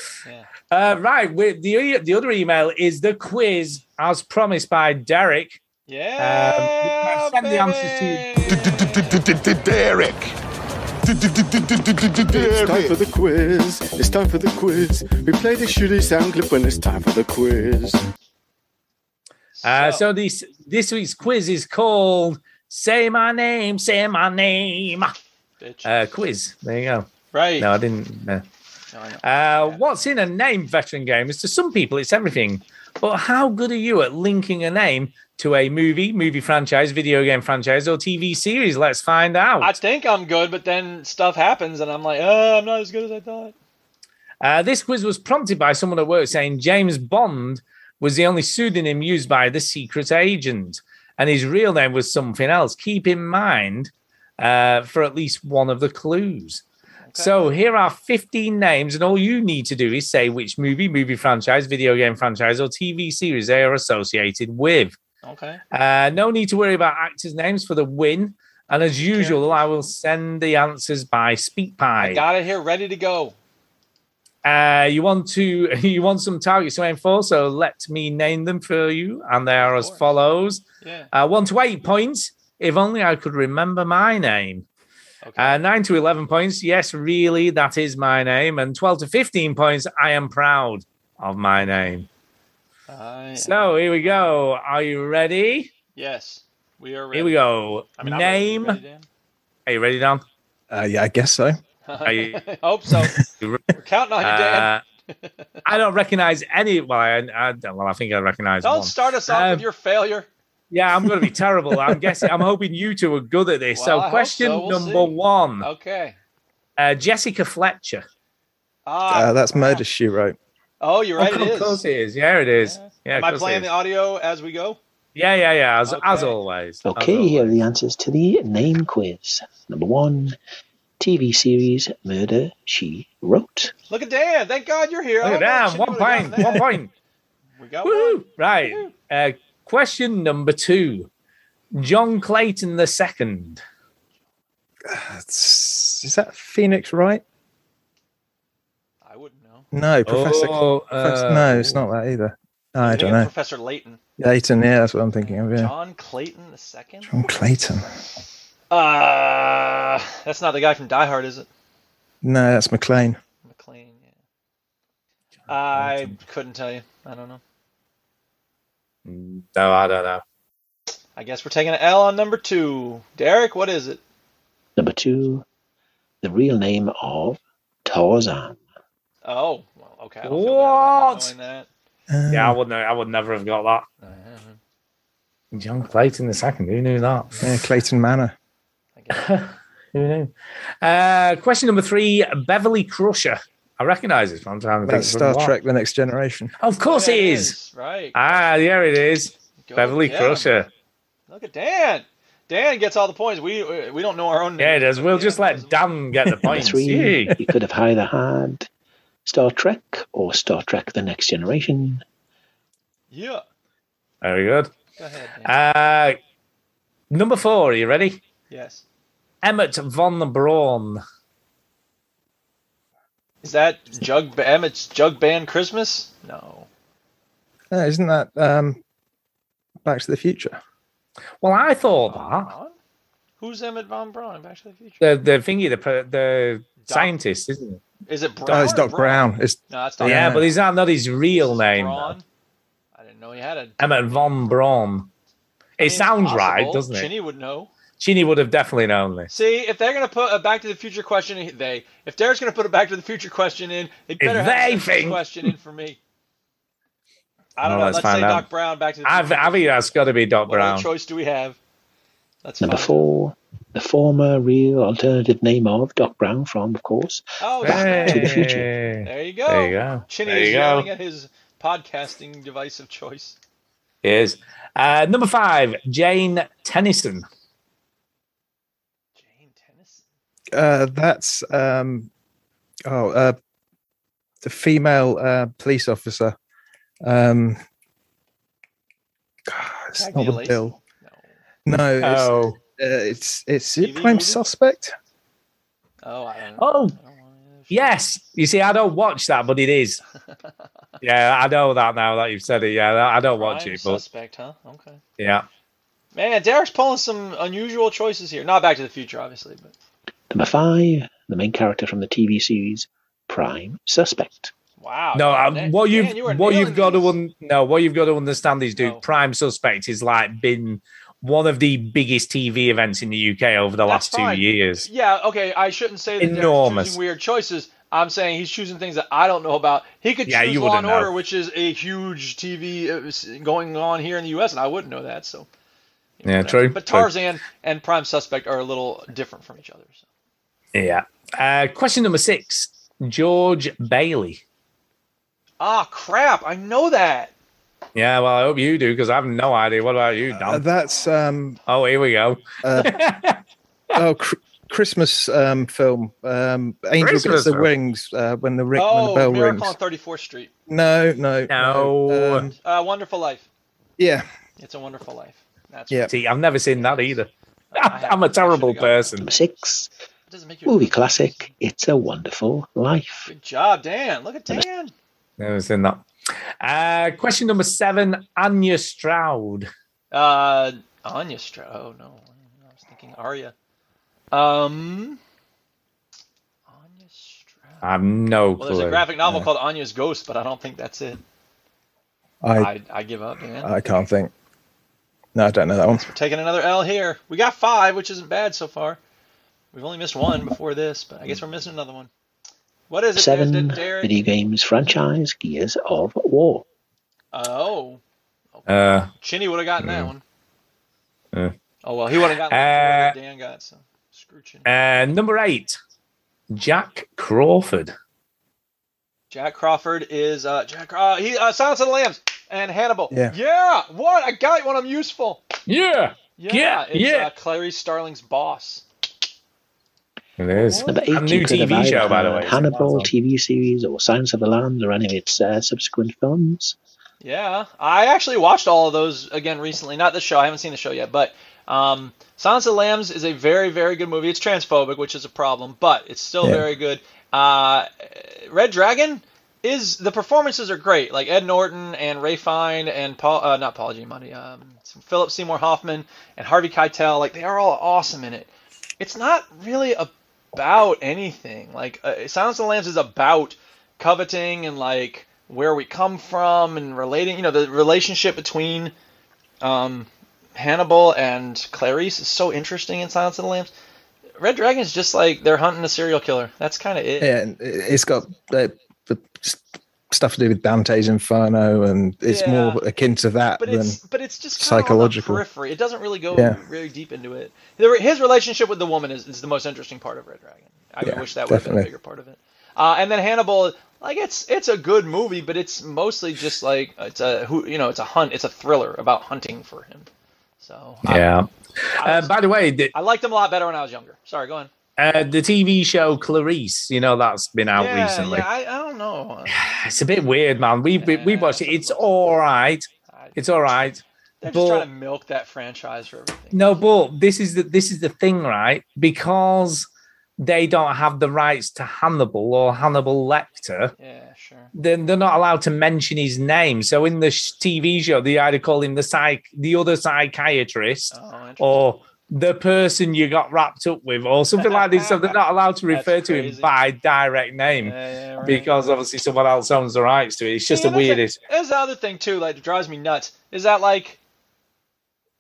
[SPEAKER 4] Uh, right, with the e- the other email is the quiz as promised by Derek.
[SPEAKER 11] yeah.
[SPEAKER 4] Send the answers to
[SPEAKER 12] Derek. It's time for the quiz. It's time for the quiz. We play the shitty sound clip when it's time for the quiz.
[SPEAKER 4] Uh, so this this week's quiz is called "Say My Name, Say My Name." Uh, quiz. There you go.
[SPEAKER 11] Right.
[SPEAKER 4] No, I didn't. No.
[SPEAKER 11] No, I know.
[SPEAKER 4] Uh, what's in a name, veteran gamers? To some people, it's everything. But how good are you at linking a name to a movie, movie franchise, video game franchise, or TV series? Let's find out.
[SPEAKER 11] I think I'm good, but then stuff happens, and I'm like, oh, I'm not as good as I thought.
[SPEAKER 4] Uh, this quiz was prompted by someone at work saying James Bond was the only pseudonym used by the secret agent, and his real name was something else. Keep in mind uh, for at least one of the clues. So here are 15 names, and all you need to do is say which movie, movie franchise, video game franchise, or TV series they are associated with.
[SPEAKER 11] Okay.
[SPEAKER 4] Uh, no need to worry about actors' names for the win. And as usual, I will send the answers by SpeakPie.
[SPEAKER 11] I got it here, ready to go.
[SPEAKER 4] Uh, you want to you want some targets to aim for, so let me name them for you, and they are as follows:
[SPEAKER 11] Yeah.
[SPEAKER 4] uh, one to eight points. If only I could remember my name. Uh, nine to eleven points. Yes, really, that is my name. And twelve to fifteen points. I am proud of my name. So here we go. Are you ready?
[SPEAKER 11] Yes, we are ready.
[SPEAKER 4] Here we go.
[SPEAKER 11] I mean, I'm ready. You
[SPEAKER 4] name.
[SPEAKER 11] ready, Dan?
[SPEAKER 4] Are you ready, Dan?
[SPEAKER 3] Uh, yeah, I guess so.
[SPEAKER 4] Are you-
[SPEAKER 11] I hope so.
[SPEAKER 4] We're
[SPEAKER 11] counting on you, Dan.
[SPEAKER 4] Uh, I don't recognize any. Well, I, I don't- well, I think I recognize.
[SPEAKER 11] Don't
[SPEAKER 4] one.
[SPEAKER 11] start us off with your failure.
[SPEAKER 4] Yeah, I'm going to be terrible. I'm guessing. I'm hoping you two are good at this.
[SPEAKER 11] Well, I
[SPEAKER 4] so,
[SPEAKER 11] hope
[SPEAKER 4] question
[SPEAKER 11] so. We'll
[SPEAKER 4] number
[SPEAKER 11] see. Oh.
[SPEAKER 4] one:
[SPEAKER 11] Okay.
[SPEAKER 4] uh, Jessica Fletcher.
[SPEAKER 11] Ah,
[SPEAKER 3] Uh, that's murder she wrote.
[SPEAKER 11] oh, you're right.
[SPEAKER 4] Oh,
[SPEAKER 11] it
[SPEAKER 4] of
[SPEAKER 11] is.
[SPEAKER 4] course it is. Yeah, it is. Yeah,
[SPEAKER 11] Am
[SPEAKER 4] of
[SPEAKER 11] I
[SPEAKER 4] course it
[SPEAKER 11] playing
[SPEAKER 4] is.
[SPEAKER 11] the audio as we go?
[SPEAKER 4] Yeah, yeah, yeah. As, as always. as
[SPEAKER 13] Okay, here are the answers to the name quiz. Number one, TV series Murder She Wrote.
[SPEAKER 11] Look at Dan. Thank God you're here.
[SPEAKER 4] Look at
[SPEAKER 11] Oh, man,
[SPEAKER 4] that,
[SPEAKER 11] shit,
[SPEAKER 4] one
[SPEAKER 11] we got
[SPEAKER 4] point,
[SPEAKER 11] that.
[SPEAKER 4] one point.
[SPEAKER 11] We got
[SPEAKER 4] Woo! Right. Uh, question number two: John Clayton the second.
[SPEAKER 3] That's, is that Phoenix Wright?
[SPEAKER 11] I wouldn't know.
[SPEAKER 3] No, Professor.
[SPEAKER 4] Oh,
[SPEAKER 3] Professor-
[SPEAKER 4] uh,
[SPEAKER 3] no, it's not that either. I
[SPEAKER 11] You're
[SPEAKER 3] don't
[SPEAKER 11] thinking
[SPEAKER 3] know.
[SPEAKER 11] Professor Layton.
[SPEAKER 3] Layton, yeah, that's what I'm thinking of. Yeah.
[SPEAKER 11] John Clayton the second.
[SPEAKER 3] John Clayton.
[SPEAKER 11] Uh, that's not the guy from Die Hard, is it?
[SPEAKER 3] No, that's McLean.
[SPEAKER 11] McLean. Yeah. I couldn't tell you. I don't know.
[SPEAKER 4] No, I don't know.
[SPEAKER 11] I guess we're taking an L on number two. Derek, what is it?
[SPEAKER 13] Number two, the real name of Tarzan.
[SPEAKER 11] Oh, well, okay. I don't feel
[SPEAKER 4] What?
[SPEAKER 11] knowing that.
[SPEAKER 3] Um,
[SPEAKER 11] Uh,
[SPEAKER 4] yeah, I wouldn't. I would never have got that. John Clayton the second. Who knew that?
[SPEAKER 3] Yeah, Clayton Manor.
[SPEAKER 4] Who knew? Uh, question number three: Beverly Crusher. I recognise this one. I'm trying to think
[SPEAKER 3] That's
[SPEAKER 4] of
[SPEAKER 3] Star
[SPEAKER 4] what.
[SPEAKER 3] Trek The Next Generation.
[SPEAKER 4] Of course, it is.
[SPEAKER 11] Right.
[SPEAKER 4] Ah, there it is.
[SPEAKER 11] Go
[SPEAKER 4] Beverly
[SPEAKER 11] with him.
[SPEAKER 4] Crusher.
[SPEAKER 11] Look at Dan. Dan gets all the points. We we we don't know our own.
[SPEAKER 4] Yeah, it is. We'll just let Dan get the
[SPEAKER 13] Number
[SPEAKER 4] points.
[SPEAKER 13] three,
[SPEAKER 4] Yeah.
[SPEAKER 13] you could have either had Star Trek or Star Trek The Next Generation.
[SPEAKER 11] Yeah.
[SPEAKER 4] Very good.
[SPEAKER 11] Go ahead. Dan.
[SPEAKER 4] Uh, number four. Are you ready?
[SPEAKER 11] Yes.
[SPEAKER 4] Emmett von Braun.
[SPEAKER 11] Is that Jug Emmett's Jug Band Christmas? No.
[SPEAKER 3] Uh, isn't that um, Back to the Future?
[SPEAKER 4] Well, I thought that
[SPEAKER 11] Who's Emmett Von Braun in Back to the Future?
[SPEAKER 4] the the thingy, the pre- the scientist, isn't it?
[SPEAKER 11] Is it Brown?
[SPEAKER 3] Oh, it's Doc Brown. It's
[SPEAKER 11] No, that's Doc
[SPEAKER 4] Yeah,
[SPEAKER 11] Brown.
[SPEAKER 4] but is that not his real name? though?
[SPEAKER 11] Braun? I didn't know he had a. I
[SPEAKER 4] Emmett von Braun. It
[SPEAKER 11] mean, it's
[SPEAKER 4] sounds right,
[SPEAKER 11] possible.
[SPEAKER 4] doesn't it?
[SPEAKER 11] Chinny would know.
[SPEAKER 4] Chinny would have definitely known this.
[SPEAKER 11] See, if they're gonna put a Back to the Future question, in, they if Derek's gonna put a Back to the Future question in, they better have
[SPEAKER 4] they
[SPEAKER 11] a Simpsons
[SPEAKER 4] think-
[SPEAKER 11] question in for me. I
[SPEAKER 4] Well,
[SPEAKER 11] don't know.
[SPEAKER 4] let's
[SPEAKER 11] Let's say
[SPEAKER 4] find out.
[SPEAKER 11] Doc Brown. Back to the
[SPEAKER 4] I,
[SPEAKER 11] Future.
[SPEAKER 4] th- I think that's got to be Doc
[SPEAKER 11] what other
[SPEAKER 4] Brown.
[SPEAKER 11] choice do we have? That's
[SPEAKER 13] Number four, the former real alternative name of Doc Brown from, of course,
[SPEAKER 11] Oh,
[SPEAKER 13] Back to the
[SPEAKER 4] Hey.
[SPEAKER 13] Future.
[SPEAKER 11] There you go.
[SPEAKER 4] There you go.
[SPEAKER 11] Chinny
[SPEAKER 4] There
[SPEAKER 11] is
[SPEAKER 4] you go.
[SPEAKER 11] yelling at his podcasting device of choice.
[SPEAKER 4] It is. Uh, number five, Jane Tennyson.
[SPEAKER 3] Uh, that's um, oh, uh, the female uh, police officer. Um, God, it's not
[SPEAKER 11] Cagney
[SPEAKER 3] the
[SPEAKER 11] Lacey?
[SPEAKER 3] bill. No, it's,
[SPEAKER 4] Oh.
[SPEAKER 3] uh, it's it's
[SPEAKER 11] TV
[SPEAKER 3] prime
[SPEAKER 11] movie?
[SPEAKER 3] suspect.
[SPEAKER 11] Oh, I don't know.
[SPEAKER 4] Oh, yes. You see, I don't watch that, but it is. yeah, I know that now that you've said it. Yeah, I don't watch
[SPEAKER 11] Prime
[SPEAKER 4] it, but
[SPEAKER 11] suspect, huh? Okay.
[SPEAKER 4] yeah.
[SPEAKER 11] Man, Derek's pulling some unusual choices here. Not Back to the Future, obviously, but
[SPEAKER 13] Number five, the main character from the TV series Prime Suspect.
[SPEAKER 11] wow.
[SPEAKER 4] No,
[SPEAKER 11] Dan-
[SPEAKER 4] um, what you've
[SPEAKER 11] Oh, Dan, you were
[SPEAKER 4] what
[SPEAKER 11] nailing
[SPEAKER 4] you've got
[SPEAKER 11] these.
[SPEAKER 4] to un- no, what you've got to understand is, dude, Prime Suspect is like been one of the biggest TV events in the UK over the last
[SPEAKER 11] fine.
[SPEAKER 4] two years.
[SPEAKER 11] Yeah, okay. I shouldn't say that Derek's
[SPEAKER 4] Enormous.
[SPEAKER 11] choosing weird choices. I'm saying he's choosing things that I don't know about. He could
[SPEAKER 4] Yeah,
[SPEAKER 11] choose
[SPEAKER 4] you
[SPEAKER 11] Law
[SPEAKER 4] wouldn't
[SPEAKER 11] and Order,
[SPEAKER 4] know.
[SPEAKER 11] which is a huge TV uh, s- going on here in the U.S., and I wouldn't know that. So,
[SPEAKER 4] Yeah, true.
[SPEAKER 11] but
[SPEAKER 4] true.
[SPEAKER 11] Tarzan and Prime Suspect are a little different from each other. So.
[SPEAKER 4] Yeah. Uh, question number six: George Bailey.
[SPEAKER 11] Ah, crap! I know that.
[SPEAKER 4] Yeah, well, I hope Oh. you do because I have no idea. What about you, Dan?
[SPEAKER 3] Uh, that's um,
[SPEAKER 4] oh, here we go.
[SPEAKER 3] uh, oh, cr- Christmas um, film. Um, Angel
[SPEAKER 11] Christmas
[SPEAKER 3] gets the
[SPEAKER 11] film.
[SPEAKER 3] wings uh, when the ring, when
[SPEAKER 11] oh,
[SPEAKER 3] the bell
[SPEAKER 11] Miracle
[SPEAKER 3] rings.
[SPEAKER 11] on 34th Street.
[SPEAKER 3] No, no,
[SPEAKER 4] No.
[SPEAKER 3] um,
[SPEAKER 11] Uh, Wonderful Life.
[SPEAKER 3] yeah,
[SPEAKER 11] It's a Wonderful Life. That's
[SPEAKER 3] yeah.
[SPEAKER 4] See, I've never seen that either. I'm a terrible person.
[SPEAKER 13] Number six, movie classic It's a Wonderful Life.
[SPEAKER 11] Good job, Dan. Look at Dan.
[SPEAKER 4] Never seen that. Uh, question number seven Anya Stroud.
[SPEAKER 11] Uh, Anya Stroud. Oh no, I was thinking Arya. Um,
[SPEAKER 3] Ah,
[SPEAKER 4] I've no
[SPEAKER 11] well,
[SPEAKER 4] clue.
[SPEAKER 11] there's a graphic novel called Anya's Ghost, but I don't think that's it.
[SPEAKER 3] I,
[SPEAKER 11] I, I give up, Dan.
[SPEAKER 3] I can't think. No, I don't know that one.
[SPEAKER 11] We're taking another L here. We got five, which isn't bad so far. We've only missed one before this, but I guess we're missing another one. What is it?
[SPEAKER 13] Seven
[SPEAKER 11] Derek? Derek?
[SPEAKER 13] video games franchise Gears of War.
[SPEAKER 11] Oh,
[SPEAKER 4] Uh,
[SPEAKER 11] Chinny would have gotten that one.
[SPEAKER 4] uh.
[SPEAKER 11] Oh well, he would have gotten
[SPEAKER 4] Uh,
[SPEAKER 11] that one Dan got. So screw Chinny.
[SPEAKER 4] Uh, number eight, Jack Crawford.
[SPEAKER 11] Jack Crawford is uh Jack. Uh, he uh, Silence of the Lambs and Hannibal.
[SPEAKER 4] Yeah.
[SPEAKER 11] Yeah. What? I got one. I'm useful.
[SPEAKER 4] Yeah.
[SPEAKER 11] Yeah. It's, Uh, Clary Starling's boss.
[SPEAKER 4] It is.
[SPEAKER 13] Number eight,
[SPEAKER 4] A new
[SPEAKER 13] you could have
[SPEAKER 4] TV
[SPEAKER 13] either
[SPEAKER 4] show, by the
[SPEAKER 13] had
[SPEAKER 4] way.
[SPEAKER 13] Hannibal TV series or Silence of the Lambs or any of its uh, subsequent films.
[SPEAKER 11] Yeah. I actually watched all of those again recently. Not the show. I haven't seen the show yet, but um, Silence of the Lambs is a very very good movie. It's transphobic, which is a problem, but it's still
[SPEAKER 14] Yeah.
[SPEAKER 11] very good. Uh, Red Dragon is the performances are great. Like Ed Norton and Ray Fine and Paul, uh, not Paul Giamatti, um, some Philip Seymour Hoffman and Harvey Keitel. Like they are all awesome in it. It's not really about anything. Like uh, Silence of the Lambs is about coveting and like where we come from and relating. You know the relationship between um, Hannibal and Clarice is so interesting in Silence of the Lambs. Red Dragon's just like they're hunting a serial killer. That's kind of it.
[SPEAKER 3] Yeah, and it- it's got uh, the s- stuff to do with Dante's Inferno, and it's
[SPEAKER 11] Yeah.
[SPEAKER 3] more akin to that
[SPEAKER 11] But
[SPEAKER 3] than
[SPEAKER 11] it's but it's just kinda on the
[SPEAKER 3] psychological.
[SPEAKER 11] periphery. It doesn't really go
[SPEAKER 3] Yeah.
[SPEAKER 11] very deep into it. The- His relationship with the woman is, is the most interesting part of Red Dragon. I
[SPEAKER 3] Yeah,
[SPEAKER 11] wish that would have been a
[SPEAKER 3] definitely.
[SPEAKER 11] bigger part of it. Uh, and then Hannibal, like it's it's a good movie, but it's mostly just like it's a who you know it's a hunt, it's a thriller about hunting for him. So
[SPEAKER 4] Yeah. Uh, by the way, the,
[SPEAKER 11] I liked him a lot better when I was younger. Sorry, go on.
[SPEAKER 4] uh, the TV show Clarice, you know, that's been out
[SPEAKER 11] yeah,
[SPEAKER 4] recently.
[SPEAKER 11] yeah, I, I don't know.
[SPEAKER 4] It's a bit weird, man. We we, we watched it. It's all right. It's all right.
[SPEAKER 11] They're just
[SPEAKER 4] But
[SPEAKER 11] trying to milk that franchise for everything.
[SPEAKER 4] No, but this is the this is the thing, right? Because they don't have the rights to Hannibal or Hannibal Lecter.
[SPEAKER 11] Yeah, sure.
[SPEAKER 4] Then they're not allowed to mention his name. So in the sh- TV show, they either call him the psych, the other psychiatrist,
[SPEAKER 11] Oh,
[SPEAKER 4] or the person you got wrapped up with, or something like this. So they're not allowed to refer to him by direct name because obviously someone else owns the rights to it. It's just the weirdest.
[SPEAKER 11] There's the other thing too, like that drives me nuts, is that like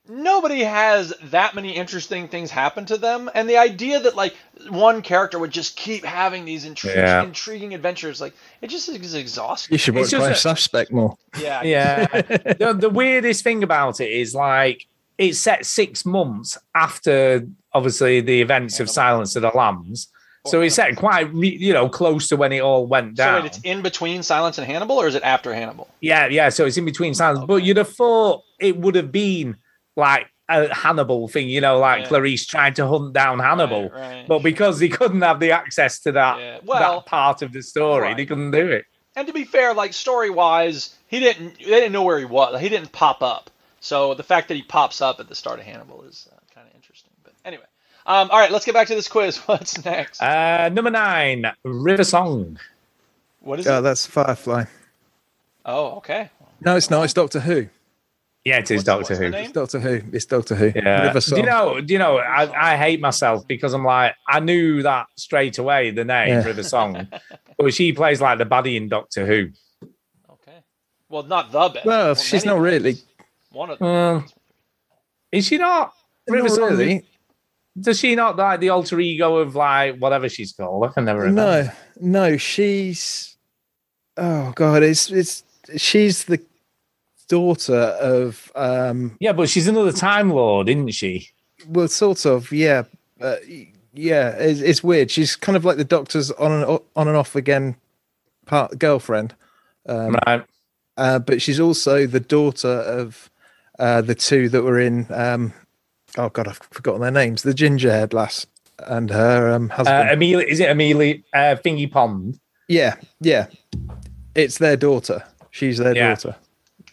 [SPEAKER 11] nobody has that many interesting things happen to them, and the idea that like one character would just keep having these intriguing,
[SPEAKER 3] Yeah.
[SPEAKER 11] intriguing adventures, like it just is exhausting.
[SPEAKER 3] You should watch
[SPEAKER 4] It's just
[SPEAKER 3] Prime
[SPEAKER 4] a-
[SPEAKER 3] Suspect more.
[SPEAKER 11] Yeah,
[SPEAKER 4] yeah. the, the weirdest thing about it is like it's set six months after obviously the events of Silence of the Lambs, so it's set quite re- you know close to when it all went
[SPEAKER 11] So
[SPEAKER 4] down.
[SPEAKER 11] wait, it's in between Silence and Hannibal, or is it after Hannibal?
[SPEAKER 4] yeah, yeah. So it's in between Silence, but you'd have thought it would have been like a Hannibal thing, you know, like
[SPEAKER 11] Yeah.
[SPEAKER 4] Clarice trying to hunt down Hannibal,
[SPEAKER 11] right.
[SPEAKER 4] but because they couldn't have the access to that
[SPEAKER 11] well,
[SPEAKER 4] that part of the story, they
[SPEAKER 11] right.
[SPEAKER 4] couldn't do it.
[SPEAKER 11] And to be fair, like story wise, he didn't. They didn't know where he was. Like, he didn't pop up. So the fact that he pops up at the start of Hannibal is uh, kind of interesting. But anyway, um, all right, let's get back to this quiz. What's next?
[SPEAKER 4] Uh, number nine, River Song.
[SPEAKER 11] What
[SPEAKER 3] Oh, that's Firefly.
[SPEAKER 11] Oh, okay.
[SPEAKER 3] No, it's not. It's Doctor Who.
[SPEAKER 4] Yeah, it is Doctor Who.
[SPEAKER 3] It's Doctor Who. It's Doctor Who.
[SPEAKER 4] Yeah.
[SPEAKER 3] River
[SPEAKER 4] Do you
[SPEAKER 3] Song.
[SPEAKER 4] know? Do you know? I, I hate myself because I'm like I knew that straight away the name
[SPEAKER 3] Yeah.
[SPEAKER 4] River Song, but she plays like the baddie in Doctor Who.
[SPEAKER 11] Well, not the best.
[SPEAKER 3] Well,
[SPEAKER 11] Well,
[SPEAKER 3] she's
[SPEAKER 11] many-
[SPEAKER 3] not really.
[SPEAKER 11] One of
[SPEAKER 4] Uh, is she not?
[SPEAKER 3] Not
[SPEAKER 4] River Song-
[SPEAKER 3] really.
[SPEAKER 4] Does she not like the alter ego of like whatever she's called? I can never remember.
[SPEAKER 3] No, no, she's. Oh God, it's it's she's the daughter of. um
[SPEAKER 4] Yeah, but she's another Time Lord, isn't she?
[SPEAKER 3] Well, sort of. Yeah, uh, y- yeah. It's, it's weird. She's kind of like the Doctor's on and o- on and off again, part girlfriend. Um,
[SPEAKER 4] right.
[SPEAKER 3] Uh, but she's also the daughter of uh, the two that were in um, oh god, I've forgotten their names. The ginger haired lass and her um, husband.
[SPEAKER 4] Uh, Amelia, is it Amelia uh, Thingy Pond?
[SPEAKER 3] yeah, yeah. It's their daughter. She's their
[SPEAKER 4] Yeah.
[SPEAKER 3] daughter.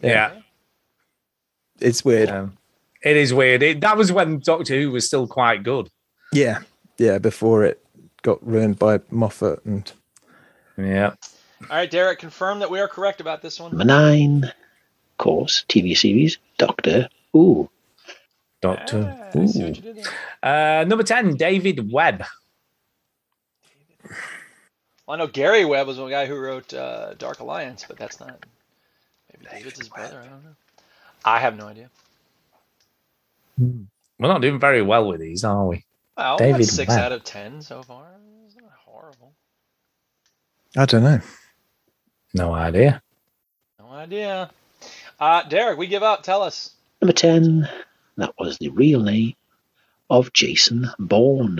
[SPEAKER 4] Yeah.
[SPEAKER 3] It's weird.
[SPEAKER 4] It is weird. It, that was when Doctor Who was still quite good.
[SPEAKER 3] yeah, yeah. Before it got ruined by Moffat and
[SPEAKER 4] yeah.
[SPEAKER 11] All right, Derek, confirm that we are correct about this one.
[SPEAKER 13] Number nine, of course, TV series Doctor Who.
[SPEAKER 4] Doctor
[SPEAKER 13] Who.
[SPEAKER 4] Uh, number 10, David Webb.
[SPEAKER 11] Well, I know Gary Webb was one guy who wrote uh, Dark Alliance, but that's not. Maybe David's his brother. I don't know. I have no idea.
[SPEAKER 4] We're not doing very well with these, are we?
[SPEAKER 11] Well, David
[SPEAKER 4] David
[SPEAKER 11] six
[SPEAKER 4] Webb.
[SPEAKER 11] out of ten so far. It's not horrible.
[SPEAKER 3] I don't know.
[SPEAKER 4] No idea.
[SPEAKER 11] No idea. Uh, Derek, we give up. Tell us.
[SPEAKER 13] Number 10, that was the real name of Jason Bourne.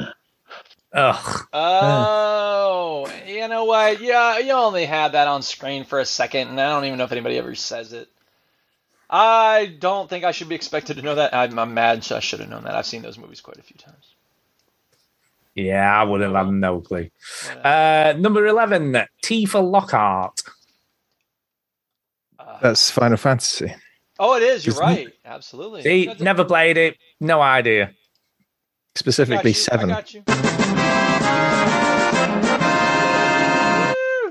[SPEAKER 4] Ugh.
[SPEAKER 11] Oh, you know what? Yeah, you only had that on screen for a second, and I don't even know if anybody ever says it. I don't think I should be expected to know that. I'm, I'm mad. I should have known that. I've seen those movies quite a few times.
[SPEAKER 4] Yeah, I would have had no clue. Uh, number 11, T for Lockhart.
[SPEAKER 3] that's Final Fantasy.
[SPEAKER 11] Uh, Oh, it is. You're
[SPEAKER 3] Isn't
[SPEAKER 11] right.
[SPEAKER 3] it?
[SPEAKER 11] Absolutely.
[SPEAKER 4] See, never played it. No idea.
[SPEAKER 3] Specifically seven.
[SPEAKER 11] I got you.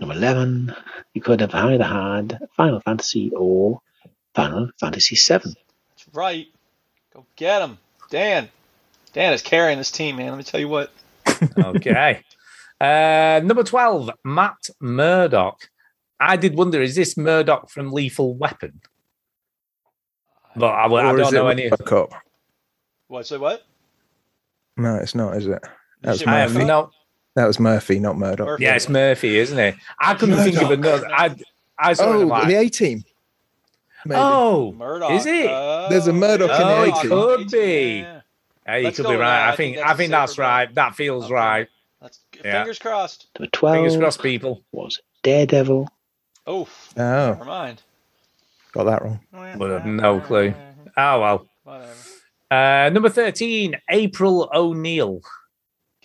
[SPEAKER 13] Number 11, you could have either had Final Fantasy or Final Fantasy VII.
[SPEAKER 11] That's right. Go get him, Dan. Dan is carrying this team, man. Let me tell you what.
[SPEAKER 4] Okay. uh, number 12, Matt Murdock. I did wonder, is this Murdock from Lethal Weapon? But I, I
[SPEAKER 3] Or is
[SPEAKER 4] don't
[SPEAKER 3] it
[SPEAKER 4] know any.
[SPEAKER 3] Robocop?
[SPEAKER 11] What? Say what?
[SPEAKER 3] No, it's not, is it? That was
[SPEAKER 4] I have
[SPEAKER 3] Murphy.
[SPEAKER 4] no.
[SPEAKER 3] That was Murphy, not Murdoch.
[SPEAKER 4] Yeah, it's Murphy, isn't it? I couldn't think of another. I, I saw it
[SPEAKER 3] Oh,
[SPEAKER 4] and I'm
[SPEAKER 3] the
[SPEAKER 4] like,
[SPEAKER 3] A team.
[SPEAKER 4] Oh,
[SPEAKER 11] Murdoch. uh,
[SPEAKER 4] is it?
[SPEAKER 3] There's a Murdoch
[SPEAKER 4] oh,
[SPEAKER 3] in
[SPEAKER 4] it
[SPEAKER 3] the A team.
[SPEAKER 4] could be. Hey, you
[SPEAKER 11] Let's
[SPEAKER 4] could
[SPEAKER 11] go
[SPEAKER 4] be
[SPEAKER 11] with
[SPEAKER 4] right.
[SPEAKER 11] that.
[SPEAKER 4] I think I think that's right. That feels right.
[SPEAKER 11] That's
[SPEAKER 4] yeah.
[SPEAKER 11] Fingers crossed.
[SPEAKER 13] Number 12
[SPEAKER 4] Fingers crossed, people.
[SPEAKER 13] was Daredevil.
[SPEAKER 11] Oh, never
[SPEAKER 3] Oh,
[SPEAKER 11] mind.
[SPEAKER 3] got that wrong.
[SPEAKER 4] Would have uh, no clue.
[SPEAKER 11] Mm-hmm.
[SPEAKER 4] Oh well. Uh, number thirteen, April O'Neil.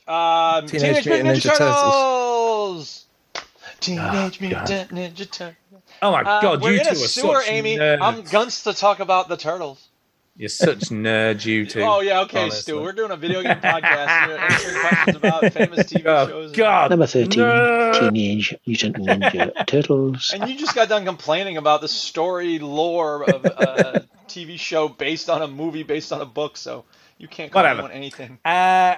[SPEAKER 11] Um,
[SPEAKER 4] Teenage
[SPEAKER 11] Teenage, Mutant
[SPEAKER 4] Mutant Ninja
[SPEAKER 11] Ninja, Turtles. Teenage
[SPEAKER 4] Ah, God.
[SPEAKER 11] Mutant Ninja Turtles.
[SPEAKER 4] Oh my
[SPEAKER 11] Uh,
[SPEAKER 4] God,
[SPEAKER 11] we're
[SPEAKER 4] you
[SPEAKER 11] in
[SPEAKER 4] two
[SPEAKER 11] a
[SPEAKER 4] are
[SPEAKER 11] sewer,
[SPEAKER 4] such
[SPEAKER 11] Amy.
[SPEAKER 4] nerds.
[SPEAKER 11] I'm guns to talk about the turtles.
[SPEAKER 4] You're such nerds, you two.
[SPEAKER 11] Oh yeah, okay,
[SPEAKER 4] honestly.
[SPEAKER 11] Stu. We're doing a video game podcast. We're answering questions about famous TV shows.
[SPEAKER 4] Oh, God.
[SPEAKER 13] Number 13,
[SPEAKER 11] No.
[SPEAKER 13] Teenage Mutant Ninja Turtles.
[SPEAKER 11] And you just got done complaining about the story lore of a TV show based on a movie based on a book, so you can't call
[SPEAKER 4] Whatever.
[SPEAKER 11] anyone anything.
[SPEAKER 4] Uh,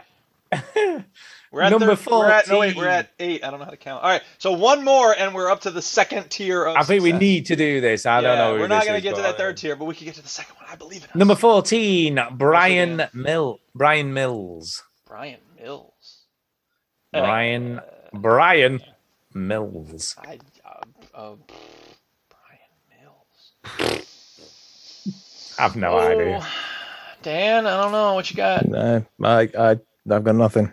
[SPEAKER 11] We're at
[SPEAKER 4] Number
[SPEAKER 11] thir- We're at, no, wait,
[SPEAKER 4] 14.
[SPEAKER 11] we're at eight. I don't know how to count. All right, so one more, and we're up to the second tier of.
[SPEAKER 4] Uh, I think we
[SPEAKER 11] success.
[SPEAKER 4] need to do this. I
[SPEAKER 11] yeah,
[SPEAKER 4] don't know. who
[SPEAKER 11] We're not
[SPEAKER 4] this
[SPEAKER 11] gonna
[SPEAKER 4] is,
[SPEAKER 11] get to
[SPEAKER 4] but- uh,
[SPEAKER 11] that third tier, but we can get to the second one. I believe in us.
[SPEAKER 4] Number fourteen, Brian Mill. Brian Mills.
[SPEAKER 11] Brian Mills. Uh,
[SPEAKER 4] Brian. Brian Mills.
[SPEAKER 11] I, uh, uh,
[SPEAKER 4] I've no
[SPEAKER 11] oh,
[SPEAKER 4] idea.
[SPEAKER 11] Dan, I don't know what you got.
[SPEAKER 3] No, I, I, I've got nothing.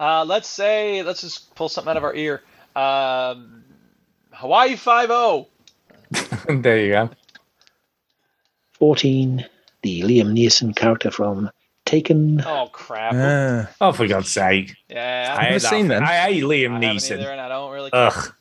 [SPEAKER 11] Uh, let's say, let's just pull something out of our ear. Um, Hawaii Five oh. O.
[SPEAKER 4] there you go.
[SPEAKER 13] 14, the Liam Neeson character from Taken.
[SPEAKER 11] Oh crap!
[SPEAKER 3] Ah.
[SPEAKER 4] oh, for God's sake!
[SPEAKER 11] yeah,
[SPEAKER 4] I hate that. I hate Liam
[SPEAKER 11] I haven't
[SPEAKER 4] Neeson. Uh,
[SPEAKER 11] either, and I don't really. care.
[SPEAKER 4] Ugh,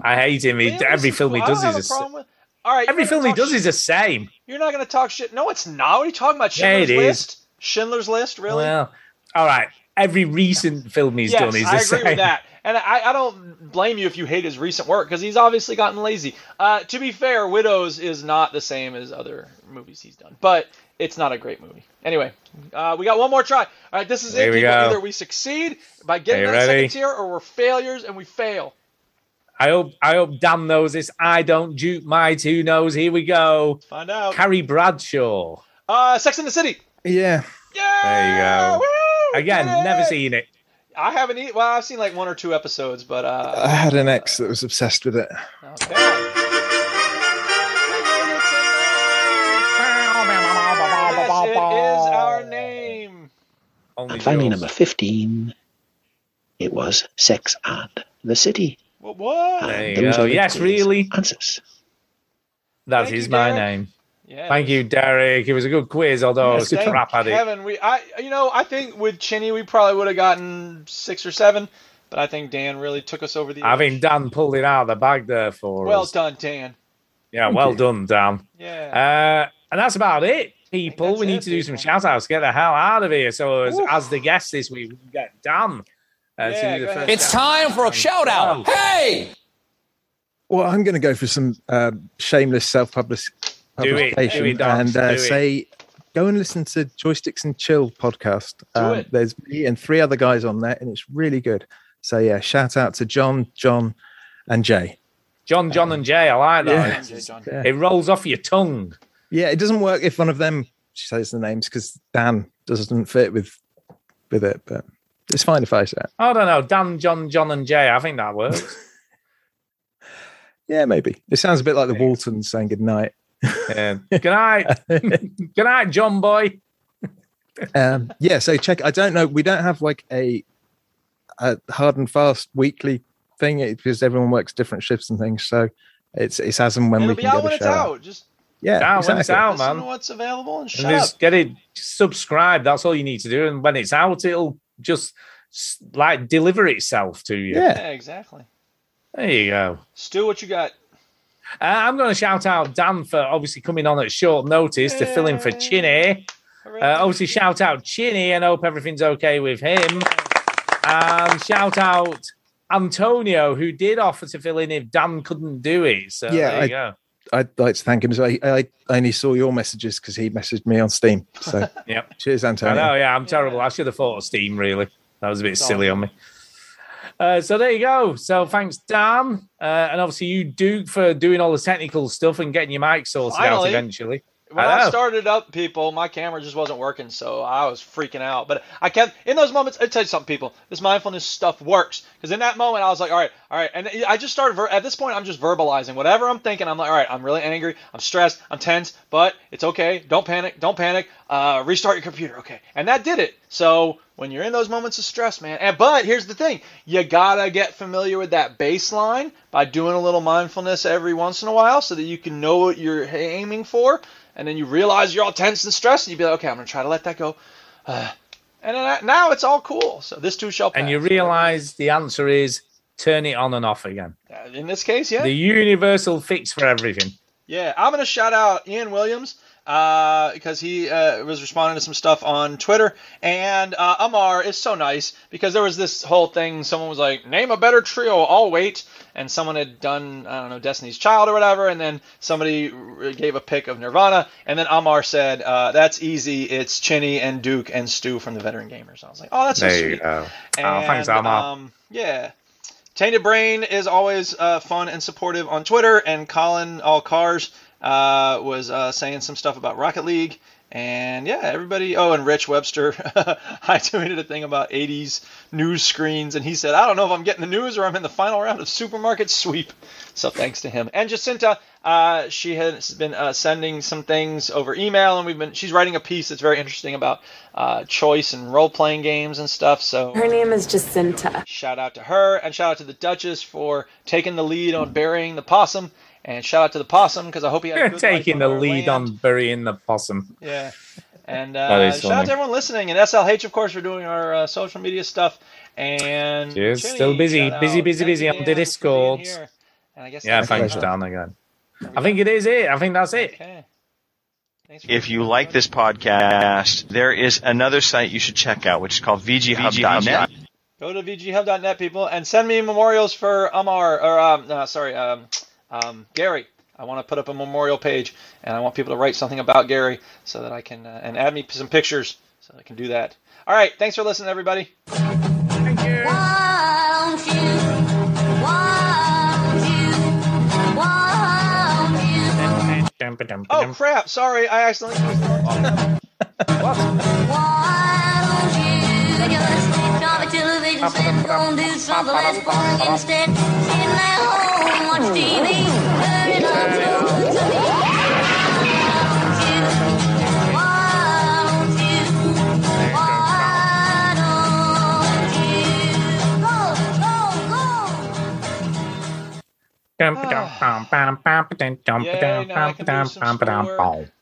[SPEAKER 4] I hate him. He,
[SPEAKER 11] Liam
[SPEAKER 4] every
[SPEAKER 11] Neeson's
[SPEAKER 4] film he
[SPEAKER 11] cool. I
[SPEAKER 4] does
[SPEAKER 11] don't
[SPEAKER 4] is
[SPEAKER 11] have
[SPEAKER 4] the
[SPEAKER 11] a
[SPEAKER 4] same.
[SPEAKER 11] problem with- All right,
[SPEAKER 4] Every
[SPEAKER 11] you're gonna
[SPEAKER 4] film he
[SPEAKER 11] talk
[SPEAKER 4] does
[SPEAKER 11] shit-
[SPEAKER 4] is the same.
[SPEAKER 11] You're not gonna talk shit. No, it's not. What are you talking about?
[SPEAKER 4] Yeah, it
[SPEAKER 11] Schindler's
[SPEAKER 4] is.
[SPEAKER 11] List. Schindler's List, really?
[SPEAKER 4] Well, all right. Every recent film he's
[SPEAKER 11] yes,
[SPEAKER 4] done is the
[SPEAKER 11] I agree
[SPEAKER 4] same.
[SPEAKER 11] with that, and I, I don't blame you if you hate his recent work because he's obviously gotten lazy. Uh, to be fair, Widows is not the same as other movies he's done, but it's not a great movie. Anyway, uh, we got one more try. All right, this is
[SPEAKER 4] There
[SPEAKER 11] it.
[SPEAKER 4] we
[SPEAKER 11] people.
[SPEAKER 4] go.
[SPEAKER 11] Either we succeed by getting
[SPEAKER 4] Are you
[SPEAKER 11] that
[SPEAKER 4] ready?
[SPEAKER 11] second tier, or we're failures and we fail.
[SPEAKER 4] I hope I hope Dan knows this. I don't juke my two nose. Here we go.
[SPEAKER 11] Find out.
[SPEAKER 4] Carrie Bradshaw.
[SPEAKER 11] Uh, Sex in the City.
[SPEAKER 3] Yeah.
[SPEAKER 4] There you go. Again, never seen it.
[SPEAKER 11] I haven't. E- well, I've seen like one or two episodes, but uh,
[SPEAKER 3] I had an ex that was obsessed with it.
[SPEAKER 11] yes, it is our name.
[SPEAKER 4] Only
[SPEAKER 13] And finally,
[SPEAKER 4] yours.
[SPEAKER 13] number 15, it was Sex and the City.
[SPEAKER 11] What? what?
[SPEAKER 4] There you
[SPEAKER 13] Those
[SPEAKER 4] go.
[SPEAKER 13] are the
[SPEAKER 4] Yes,
[SPEAKER 13] quiz
[SPEAKER 4] really.
[SPEAKER 13] Answers.
[SPEAKER 4] That is my name.
[SPEAKER 11] Yeah.
[SPEAKER 4] Thank you, Derek. It was a good quiz, although I was
[SPEAKER 11] Thank
[SPEAKER 4] crap at it.
[SPEAKER 11] Kevin, we I you know I think with Chinny we probably would have gotten six or seven, but I think Dan really took us over the.
[SPEAKER 4] I mean, Dan pulled it out of the bag there for
[SPEAKER 11] well
[SPEAKER 4] us.
[SPEAKER 11] done, Dan.
[SPEAKER 4] Yeah,
[SPEAKER 11] Thank
[SPEAKER 4] well
[SPEAKER 11] you.
[SPEAKER 4] done, Dan. Yeah. Uh, and that's about it, people. We need to do some shout outs. Get the hell out of here. So, as, as the guest this week, we've got Dan. Uh, to do the first
[SPEAKER 14] It's time for a shout out. Hey!
[SPEAKER 3] Well, I'm going to go for some uh, shameless self publication
[SPEAKER 4] Do it, do it, Doc,
[SPEAKER 3] and uh,
[SPEAKER 4] do it.
[SPEAKER 3] say, go and listen to Joysticks and Chill podcast. Um, there's me and three other guys on there, and it's really good. So, yeah, shout out to John, John, and Jay.
[SPEAKER 4] John, John, and Jay. I like that.
[SPEAKER 3] Yeah.
[SPEAKER 4] It- It rolls off your tongue.
[SPEAKER 3] Yeah, it doesn't work if one of them says the names because Dan doesn't fit with with it, but it's fine if I say it.
[SPEAKER 4] I don't know. Dan, John, John, and Jay. I think that works.
[SPEAKER 3] Yeah, maybe. It sounds a bit like the Waltons saying goodnight.
[SPEAKER 4] Um, good night. good night, John boy.
[SPEAKER 3] um, yeah, so check. I don't know. We don't have like a, a hard and fast weekly thing it- because everyone works different shifts and things. So it's it's as and when
[SPEAKER 11] It'll
[SPEAKER 3] we
[SPEAKER 11] be
[SPEAKER 3] can
[SPEAKER 11] out
[SPEAKER 3] get
[SPEAKER 11] when
[SPEAKER 3] a
[SPEAKER 11] it's
[SPEAKER 3] show.
[SPEAKER 11] out. Just
[SPEAKER 3] Yeah,
[SPEAKER 4] Out when it's
[SPEAKER 3] exactly.
[SPEAKER 4] out,
[SPEAKER 11] listen
[SPEAKER 4] man.
[SPEAKER 11] to what's available and
[SPEAKER 4] And
[SPEAKER 11] shut up.
[SPEAKER 4] just get it subscribe. That's all you need to do. And when it's out, it'll just s- like deliver itself to you.
[SPEAKER 11] exactly.
[SPEAKER 4] There you go.
[SPEAKER 11] Stu, what you got?
[SPEAKER 4] Uh, I'm going to shout out Dan for obviously coming on at short notice to fill in for Chinny. Uh, obviously, shout out Chinny and hope everything's okay with him. And shout out Antonio, who did offer to fill in if Dan couldn't do it. So
[SPEAKER 3] yeah,
[SPEAKER 4] there you
[SPEAKER 3] I,
[SPEAKER 4] go.
[SPEAKER 3] I'd like to thank him. So I, I only saw your messages because he messaged me on Steam. So
[SPEAKER 4] Yep.
[SPEAKER 3] cheers,
[SPEAKER 4] I
[SPEAKER 3] Antonio.
[SPEAKER 4] know, yeah, I'm terrible. I should have thought of Steam, really. That was a bit
[SPEAKER 3] It's all
[SPEAKER 4] silly on me. Uh, so there you go. So thanks, Dan. Uh, and obviously, you, Duke, for doing all the technical stuff and getting your mic sorted out
[SPEAKER 11] Finally.
[SPEAKER 4] eventually.
[SPEAKER 11] When
[SPEAKER 4] I
[SPEAKER 11] I,
[SPEAKER 4] know.
[SPEAKER 11] started up, people, my camera just wasn't working, so I was freaking out. But I kept in those moments. I tell you something, people, this mindfulness stuff works. Because in that moment, I was like, all right, all right, and I just started. Ver- at this point, I'm just verbalizing whatever I'm thinking. I'm like, all right, I'm really angry, I'm stressed, I'm tense, but it's okay. Don't panic. Don't panic. Uh, restart your computer, okay? And that did it. So when you're in those moments of stress, man. And but here's the thing, you gotta get familiar with that baseline by doing a little mindfulness every once in a while, so that you can know what you're aiming for and then you realize you're all tense and stressed, and you'd be like, okay, I'm gonna try to let that go. Uh, and then I, now it's all cool. So this too shall pass.
[SPEAKER 4] And you realize the answer is turn it on and off again.
[SPEAKER 11] Uh, in this case, yeah,
[SPEAKER 4] The universal fix for everything.
[SPEAKER 11] yeah. I'm gonna shout out Ian Williams uh, because he uh, was responding to some stuff on Twitter, and uh, Amar is so nice because there was this whole thing. Someone was like, name a better trio. I'll wait. And someone had done I don't know Destiny's Child or whatever, and then somebody r- gave a pic of Nirvana, and then Amar said, uh, "That's easy. It's Chinny and Duke and Stu from the Veteran Gamers." I was like, "Oh, that's so
[SPEAKER 4] there
[SPEAKER 11] sweet."
[SPEAKER 4] you go. oh,
[SPEAKER 11] Uh, And,
[SPEAKER 4] thanks, Alma.
[SPEAKER 11] Um, yeah. Tainted Brain is always uh, fun and supportive on Twitter, and Colin All Cars uh, was uh, saying some stuff about Rocket League. And yeah, everybody. Oh, and Rich Webster, I tweeted a thing about 80s news screens, and he said, I don't know if I'm getting the news or I'm in the final round of supermarket sweep. So thanks to him. And Jacinta, uh, she has been uh, sending some things over email, and we've been. She's writing a piece that's very interesting about uh, choice and role playing games and stuff. So
[SPEAKER 15] Her name is Jacinta.
[SPEAKER 11] Shout out to her and shout out to the Duchess for taking the lead on burying the possum. And shout out to the possum because I hope he had a
[SPEAKER 4] You're
[SPEAKER 11] good
[SPEAKER 4] taking
[SPEAKER 11] life
[SPEAKER 4] the
[SPEAKER 11] on our
[SPEAKER 4] lead
[SPEAKER 11] land.
[SPEAKER 4] on burying the possum.
[SPEAKER 11] Yeah. And
[SPEAKER 4] That
[SPEAKER 11] uh,
[SPEAKER 4] is
[SPEAKER 11] shout out
[SPEAKER 4] funny.
[SPEAKER 11] to everyone listening and SLH of course for doing our uh, social media stuff. And
[SPEAKER 4] Cheers.
[SPEAKER 11] Jenny,
[SPEAKER 4] Still busy,
[SPEAKER 11] shout
[SPEAKER 4] busy,
[SPEAKER 11] out.
[SPEAKER 4] busy,
[SPEAKER 11] Thank
[SPEAKER 4] busy
[SPEAKER 11] you,
[SPEAKER 4] on
[SPEAKER 11] Dan,
[SPEAKER 4] the
[SPEAKER 11] for being
[SPEAKER 4] Discord.
[SPEAKER 11] here. And I guess
[SPEAKER 4] Yeah,
[SPEAKER 11] that's
[SPEAKER 4] thanks,
[SPEAKER 11] it.
[SPEAKER 4] Dan, again. I think it is it. I think that's it.
[SPEAKER 16] If you like this podcast, there is another site you should check out, which is called VGHub.net.
[SPEAKER 11] Go to vghub.net, people, and send me memorials for Amar or um, no, sorry, um, um, Gary. I want to put up a memorial page, and I want people to write something about Gary so that I can uh, and add me some pictures so I can do that. All right, thanks for listening, everybody.
[SPEAKER 8] Won't you? Won't you? Won't you?
[SPEAKER 11] Oh crap! Sorry, I accidentally. closed the door.
[SPEAKER 8] Won't you just turn off the television set and go and do something less boring instead? Sitting at home, watch TV, learning lots of things to me. Won't you? Won't you? Why don't you? Go, go, go!
[SPEAKER 11] Yay, now I can do some
[SPEAKER 4] Boom.